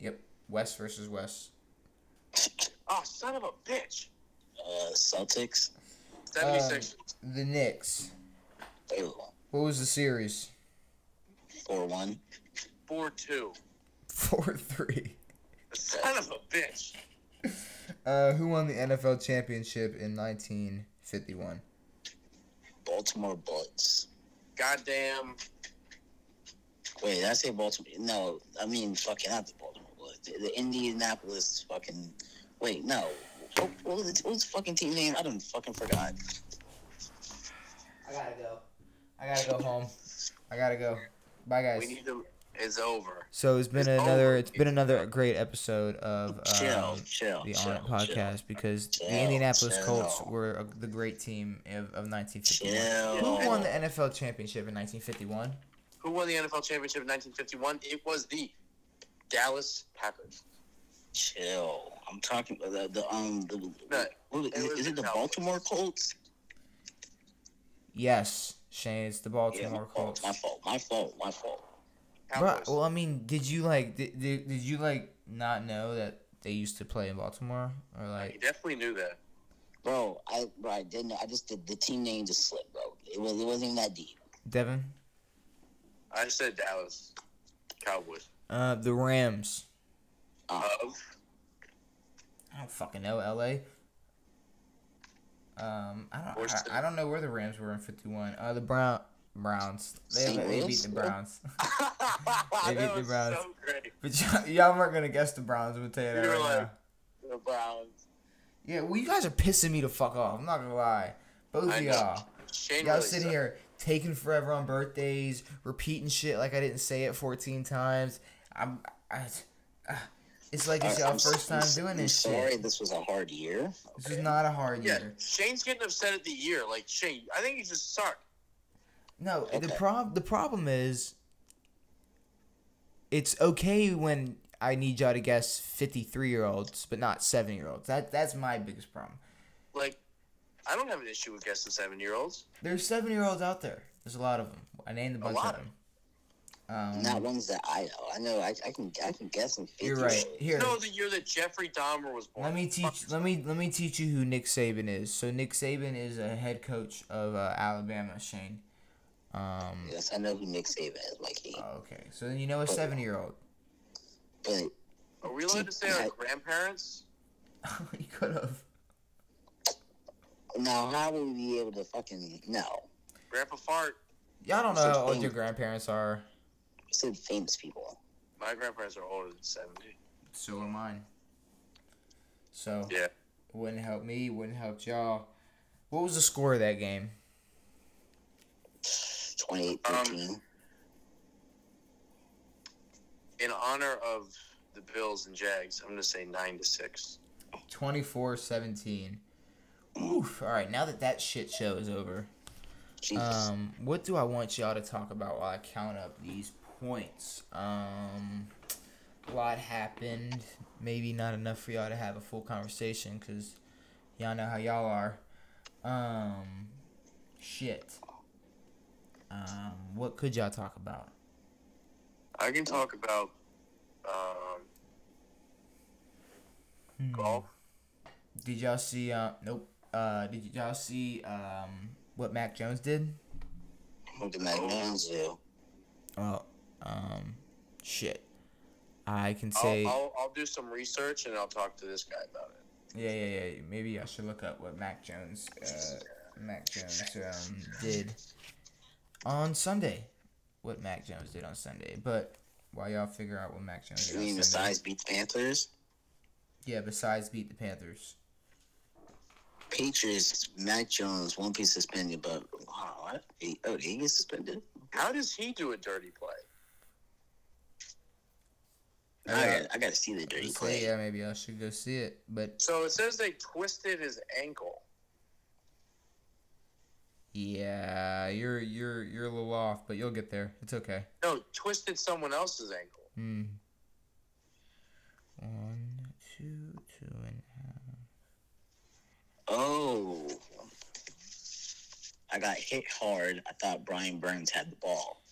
[SPEAKER 1] Yep, West versus West.
[SPEAKER 2] Oh, son of a bitch.
[SPEAKER 3] Uh, Celtics.
[SPEAKER 2] 76ers.
[SPEAKER 1] The Knicks.
[SPEAKER 3] Oh,
[SPEAKER 1] What was the series? <laughs>
[SPEAKER 3] four one.
[SPEAKER 2] 4 2.
[SPEAKER 1] Four three.
[SPEAKER 2] Son of a bitch.
[SPEAKER 1] Uh, who won the NFL championship in 1951?
[SPEAKER 3] Baltimore Bullets.
[SPEAKER 2] Goddamn.
[SPEAKER 3] Wait, did I say Baltimore? No, I mean fucking not the Baltimore Bullets. The, the Indianapolis fucking. Wait, no. What, what was the, what was the fucking team name? I don't fucking forgot.
[SPEAKER 1] I gotta go. I gotta go home. I gotta go. Bye, guys.
[SPEAKER 2] We need to. It's over.
[SPEAKER 1] So it's been
[SPEAKER 2] It's
[SPEAKER 1] another
[SPEAKER 2] over.
[SPEAKER 1] it's been another great episode of
[SPEAKER 3] chill,
[SPEAKER 1] um,
[SPEAKER 3] chill,
[SPEAKER 1] the
[SPEAKER 3] Oh, chill,
[SPEAKER 1] On It podcast because
[SPEAKER 3] Chill,
[SPEAKER 1] the Indianapolis
[SPEAKER 3] chill.
[SPEAKER 1] Colts were a, the great team of, of 1951.
[SPEAKER 3] Chill.
[SPEAKER 1] Who won the NFL championship in 1951?
[SPEAKER 2] Who won the NFL championship in 1951? It was the Dallas Packers.
[SPEAKER 3] Chill. I'm talking about the, the um the
[SPEAKER 2] No,
[SPEAKER 3] what- is,
[SPEAKER 2] it was
[SPEAKER 3] is it the
[SPEAKER 2] the
[SPEAKER 3] Baltimore Colts?
[SPEAKER 1] Yes, Shane, it's the
[SPEAKER 3] Yeah, my
[SPEAKER 1] Baltimore
[SPEAKER 3] fault,
[SPEAKER 1] Colts.
[SPEAKER 3] my fault, my fault, my fault.
[SPEAKER 1] Bruh,
[SPEAKER 2] Cowboys.
[SPEAKER 1] well, I mean, did you like did, did, did you like not know that they used to play in Baltimore or
[SPEAKER 2] you
[SPEAKER 1] like
[SPEAKER 2] definitely knew that.
[SPEAKER 3] Bro, I bro, I didn't. I just did the team name just slipped, bro. It was it wasn't even that deep.
[SPEAKER 1] Devin?
[SPEAKER 2] I said Dallas Cowboys. Um,
[SPEAKER 1] Uh, the Rams.
[SPEAKER 2] <laughs>
[SPEAKER 3] Uh,
[SPEAKER 2] Of
[SPEAKER 1] I don't fucking know LA. Um, I
[SPEAKER 2] Or
[SPEAKER 1] don't.
[SPEAKER 2] City.
[SPEAKER 1] I, I don't know where the Rams were in fifty one. Uh, the Brown Browns. They,
[SPEAKER 3] St.
[SPEAKER 1] they beat
[SPEAKER 3] Louis?
[SPEAKER 1] the Browns.
[SPEAKER 2] that
[SPEAKER 1] beat the
[SPEAKER 2] was
[SPEAKER 1] Browns.
[SPEAKER 2] so great.
[SPEAKER 1] but y'all, <laughs> y'all weren't gonna guess the Browns. I'm gonna tell you that
[SPEAKER 2] You were
[SPEAKER 1] right
[SPEAKER 2] like-
[SPEAKER 1] now.
[SPEAKER 2] The Browns.
[SPEAKER 1] Yeah, well, you guys are pissing me to fuck off. I'm not gonna lie. Both
[SPEAKER 2] I
[SPEAKER 1] of
[SPEAKER 2] know.
[SPEAKER 1] y'all.
[SPEAKER 2] Shane
[SPEAKER 1] Y'all
[SPEAKER 2] really
[SPEAKER 1] sitting
[SPEAKER 2] sucked.
[SPEAKER 1] here taking forever on birthdays, repeating shit like I didn't say it 14 times. I'm. I, ah, it's like it's
[SPEAKER 3] I-
[SPEAKER 1] y'all
[SPEAKER 3] I'm s-
[SPEAKER 1] first time
[SPEAKER 3] I'm s-
[SPEAKER 1] doing
[SPEAKER 3] I'm
[SPEAKER 1] this
[SPEAKER 3] Sorry,
[SPEAKER 1] shit.
[SPEAKER 3] this was a hard year.
[SPEAKER 1] This is not a hard
[SPEAKER 2] Yeah,
[SPEAKER 1] year.
[SPEAKER 2] Shane's getting upset at the year. Like Shane, I think you just suck.
[SPEAKER 1] No, the
[SPEAKER 3] Okay.
[SPEAKER 1] prob the problem is it's okay when I need y'all to guess fifty three year olds, but not seven year olds. That that's my biggest problem.
[SPEAKER 2] Like, I don't have an issue with guessing seven year olds.
[SPEAKER 1] There's seven year olds out there. There's a lot of them. I named a bunch
[SPEAKER 2] lot
[SPEAKER 1] of them. Um,
[SPEAKER 3] Not ones that I know. I know. I, I can. I can guess some. 50
[SPEAKER 1] you're right. Here,
[SPEAKER 2] No, the year that Jeffrey Dahmer was born.
[SPEAKER 1] let me teach. Let me let me teach you who Nick Saban is. So Nick Saban is a head coach of uh, Alabama. Shane. Um. oh,
[SPEAKER 3] Yes, I know who Nick Saban is, Mikey.
[SPEAKER 1] Okay. So then you know a seven year <laughs> old.
[SPEAKER 3] But
[SPEAKER 2] Are we allowed to say our grandparents?
[SPEAKER 1] you could have.
[SPEAKER 3] now, how would we be able to fucking no?
[SPEAKER 2] Grandpa Fart.
[SPEAKER 1] Y'all don't know how old
[SPEAKER 3] Fame.
[SPEAKER 1] your grandparents are.
[SPEAKER 3] I said famous people.
[SPEAKER 2] My grandparents are older than seventy.
[SPEAKER 1] So are mine. So
[SPEAKER 2] Yeah.
[SPEAKER 1] Wouldn't help me. Wouldn't help y'all. What was the score of that game?
[SPEAKER 3] 28
[SPEAKER 2] Um,
[SPEAKER 3] 13.
[SPEAKER 2] In honor of the Bills and Jags, I'm going to say 9 to 6.
[SPEAKER 1] 24-17. Oof. All right. Now that that shit show is over,
[SPEAKER 3] Jesus.
[SPEAKER 1] um, what do I want y'all to talk about while I count up these points? Um, a lot happened. Maybe not enough for y'all to have a full conversation because y'all know how y'all are. Um, shit. Um, what could y'all talk about?
[SPEAKER 2] I can talk about um,
[SPEAKER 1] Hmm.
[SPEAKER 2] golf.
[SPEAKER 1] Did y'all see? Uh, nope. Uh, did y'all see um, what Mac Jones did?
[SPEAKER 3] Moved to McMahon's jail.
[SPEAKER 1] Oh, um, shit. I can
[SPEAKER 3] Oh,
[SPEAKER 2] I'll,
[SPEAKER 1] say.
[SPEAKER 2] I'll, I'll do some research and I'll talk to this guy about it.
[SPEAKER 1] Yeah, yeah, yeah. Maybe I should look up what Mac Jones, uh, Mac Jones um, did on Sunday. What Mac Jones did on Sunday, but while y'all figure out what Mac Jones
[SPEAKER 3] You
[SPEAKER 1] did
[SPEAKER 3] mean
[SPEAKER 1] on Sunday.
[SPEAKER 3] besides beat the Panthers?
[SPEAKER 1] Yeah, besides beat the Panthers.
[SPEAKER 3] Patriots, Mac Jones, one piece suspended, but wow, what? He, oh, did he get suspended?
[SPEAKER 2] How does he do a dirty play?
[SPEAKER 3] I,
[SPEAKER 1] Yeah.
[SPEAKER 3] gotta, I gotta see the dirty
[SPEAKER 1] So,
[SPEAKER 3] play.
[SPEAKER 1] Uh, yeah, maybe I should go see it, but
[SPEAKER 2] So it says they twisted his ankle.
[SPEAKER 1] yeah, you're you're you're a little off, but you'll get there. It's okay.
[SPEAKER 2] No, twisted someone else's ankle.
[SPEAKER 1] Hmm. One, two, two and a half.
[SPEAKER 3] Oh. I got hit hard. I thought Brian Burns had the ball.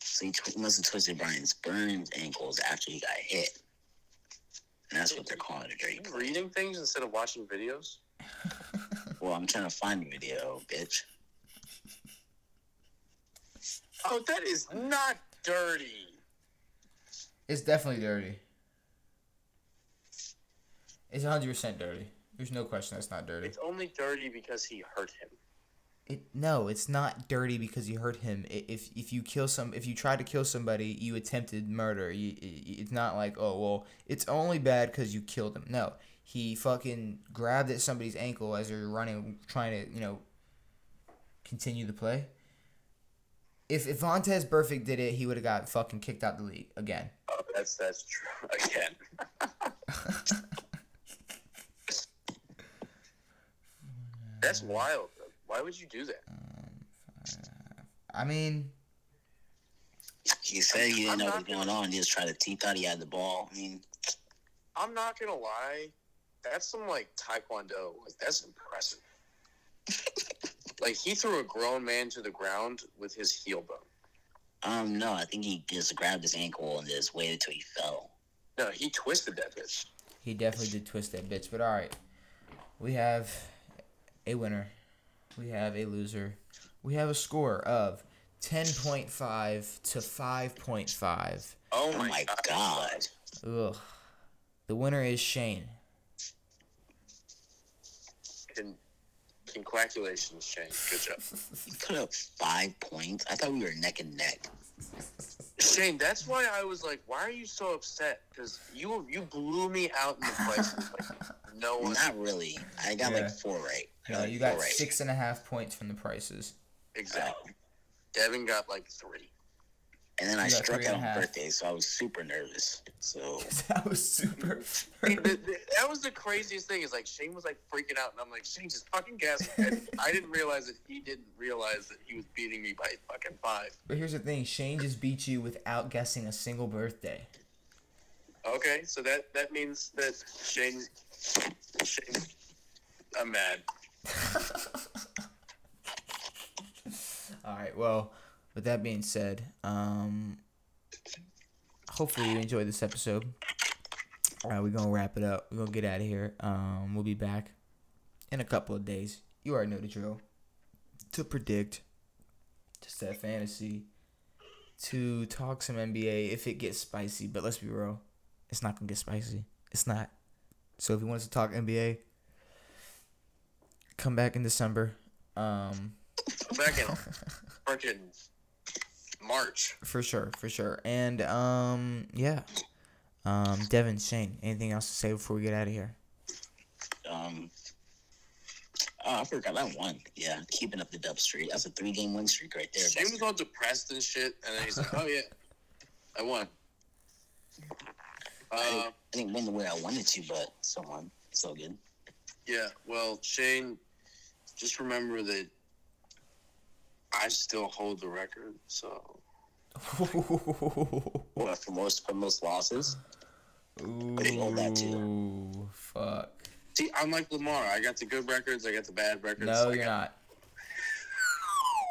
[SPEAKER 3] So he, tw- he must have twisted Brian Burns' ankles after he got hit. And that's what they're calling a dirty
[SPEAKER 2] You
[SPEAKER 3] play.
[SPEAKER 2] reading things instead of watching videos?
[SPEAKER 3] Well, I'm trying to find the video, bitch.
[SPEAKER 2] Oh, that is not dirty.
[SPEAKER 1] It's definitely dirty. It's 100% dirty. There's no question that's not dirty.
[SPEAKER 2] It's only dirty because he hurt him.
[SPEAKER 1] It, no, it's not dirty because you hurt him. I- If if you kill some, if you try to kill somebody, you attempted murder. You, i- i- it's not like oh well, it's only bad because you killed him. No, he fucking grabbed at somebody's ankle as they're running, trying to you know continue the play. If if Vontez Burfict did it, he would have got fucking kicked out the league again.
[SPEAKER 2] Oh, that's that's true <laughs> again.
[SPEAKER 3] <laughs>
[SPEAKER 2] that's wild. though. Why would you do that?
[SPEAKER 1] Um, I mean,
[SPEAKER 3] He said he didn't
[SPEAKER 2] I'm
[SPEAKER 3] know
[SPEAKER 2] not
[SPEAKER 3] what was going
[SPEAKER 2] gonna-
[SPEAKER 3] on. He just tried to. He thought he had the ball. I mean,
[SPEAKER 2] I'm not gonna lie. That's some like taekwondo. Like that's impressive. <laughs> like he threw a grown man to the ground with his heel bone.
[SPEAKER 3] um, no, I think he just grabbed his ankle and just waited till he fell.
[SPEAKER 2] No, he twisted that bitch.
[SPEAKER 1] He definitely did twist that bitch. But all right, we have a winner. We have a loser. We have a score of ten point five to five point five.
[SPEAKER 2] Oh
[SPEAKER 3] Oh
[SPEAKER 2] my,
[SPEAKER 3] my
[SPEAKER 2] god.
[SPEAKER 3] god!
[SPEAKER 1] Ugh. The winner is Shane. <laughs>
[SPEAKER 2] Con- congratulations, Shane. Good job.
[SPEAKER 3] He put up five points. I thought we were neck and neck.
[SPEAKER 2] Shane, that's why I was like, "Why are you so upset?" Because you you blew me out in the places. Like, no
[SPEAKER 3] Well,
[SPEAKER 2] one
[SPEAKER 3] not really. I got
[SPEAKER 1] Yeah.
[SPEAKER 3] like four right. I
[SPEAKER 1] No,
[SPEAKER 3] like
[SPEAKER 1] you
[SPEAKER 3] four
[SPEAKER 1] got six and a half points from the prices. <laughs>
[SPEAKER 2] exactly. Devin got like three.
[SPEAKER 3] And then I
[SPEAKER 1] You got
[SPEAKER 3] struck
[SPEAKER 1] three and
[SPEAKER 3] out
[SPEAKER 1] a
[SPEAKER 3] on
[SPEAKER 1] half.
[SPEAKER 3] birthday, so I was super nervous. So
[SPEAKER 1] That was super. <laughs>
[SPEAKER 2] Th- th- that was the craziest thing. Is like Shane was like freaking out, and I'm like, "Shane, just fucking gas." And I didn't realize that he didn't realize that he was beating me by fucking five.
[SPEAKER 1] But here's the thing: Shane just beat you without guessing a single birthday.
[SPEAKER 2] Okay, so that that means that Shane, Shane, I'm mad.
[SPEAKER 1] All right. Well, with that being said, um, hopefully you enjoyed this episode. All right, we're gonna wrap it up. We're gonna get out of here. Um, we'll be back in a couple of days. You already know the drill. To predict, to set fantasy, to talk some NBA if it gets spicy. But let's be real, it's not gonna get spicy. It's not. So if you want us to talk NBA, come back in December. Um,
[SPEAKER 2] Back in freaking March.
[SPEAKER 1] for sure, for sure. And um, yeah.
[SPEAKER 2] <laughs>
[SPEAKER 1] Um, Devin, Shane, anything else to say before we get out of here?
[SPEAKER 3] um, Oh, I forgot that one. Yeah, keeping up the dub streak. That's a three game win streak right there.
[SPEAKER 2] Shane was all depressed and shit, and then he's like, "Oh yeah, I
[SPEAKER 1] <laughs>
[SPEAKER 2] won." Uh,
[SPEAKER 3] I didn't win the way I wanted to, but someone so good.
[SPEAKER 2] yeah. Well, Shane, just remember that I still hold the record. So
[SPEAKER 3] What for most for most losses?
[SPEAKER 1] Ooh, fuck.
[SPEAKER 2] see, I'm like Lamar. I got the good records. I got the bad records.
[SPEAKER 1] No,
[SPEAKER 2] I
[SPEAKER 1] you're
[SPEAKER 2] got-
[SPEAKER 1] not.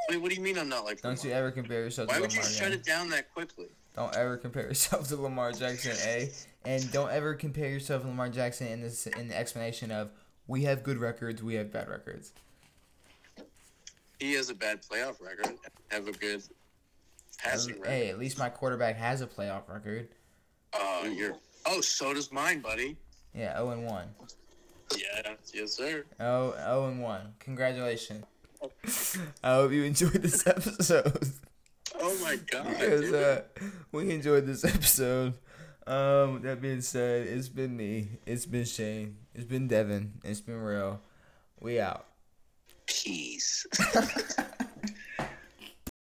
[SPEAKER 2] Wait, what do you mean I'm not like
[SPEAKER 1] Don't you
[SPEAKER 2] Lamar?
[SPEAKER 1] ever compare yourself to
[SPEAKER 2] Why
[SPEAKER 1] Lamar
[SPEAKER 2] would you shut
[SPEAKER 1] Jackson.
[SPEAKER 2] it down that quickly?
[SPEAKER 1] Don't ever compare <laughs> yourself to Lamar Jackson, A. And don't ever compare yourself to Lamar Jackson in this in the explanation of we have good records, we have bad records.
[SPEAKER 2] He has a bad playoff record. Have a good passing record.
[SPEAKER 1] Hey, at least my quarterback has a playoff record.
[SPEAKER 2] Oh, you're. Oh, so does mine, buddy.
[SPEAKER 1] Yeah, 0 and 1.
[SPEAKER 2] Yeah. Yes, sir.
[SPEAKER 1] 0, 0 oh, and 1. Congratulations. I hope you enjoyed this episode. <laughs>
[SPEAKER 2] Oh my god.
[SPEAKER 1] because
[SPEAKER 2] dude.
[SPEAKER 1] uh, we enjoyed this episode. Um, that being said, it's been me, it's been Shane, it's been Devin, it's been real. We out.
[SPEAKER 3] Peace.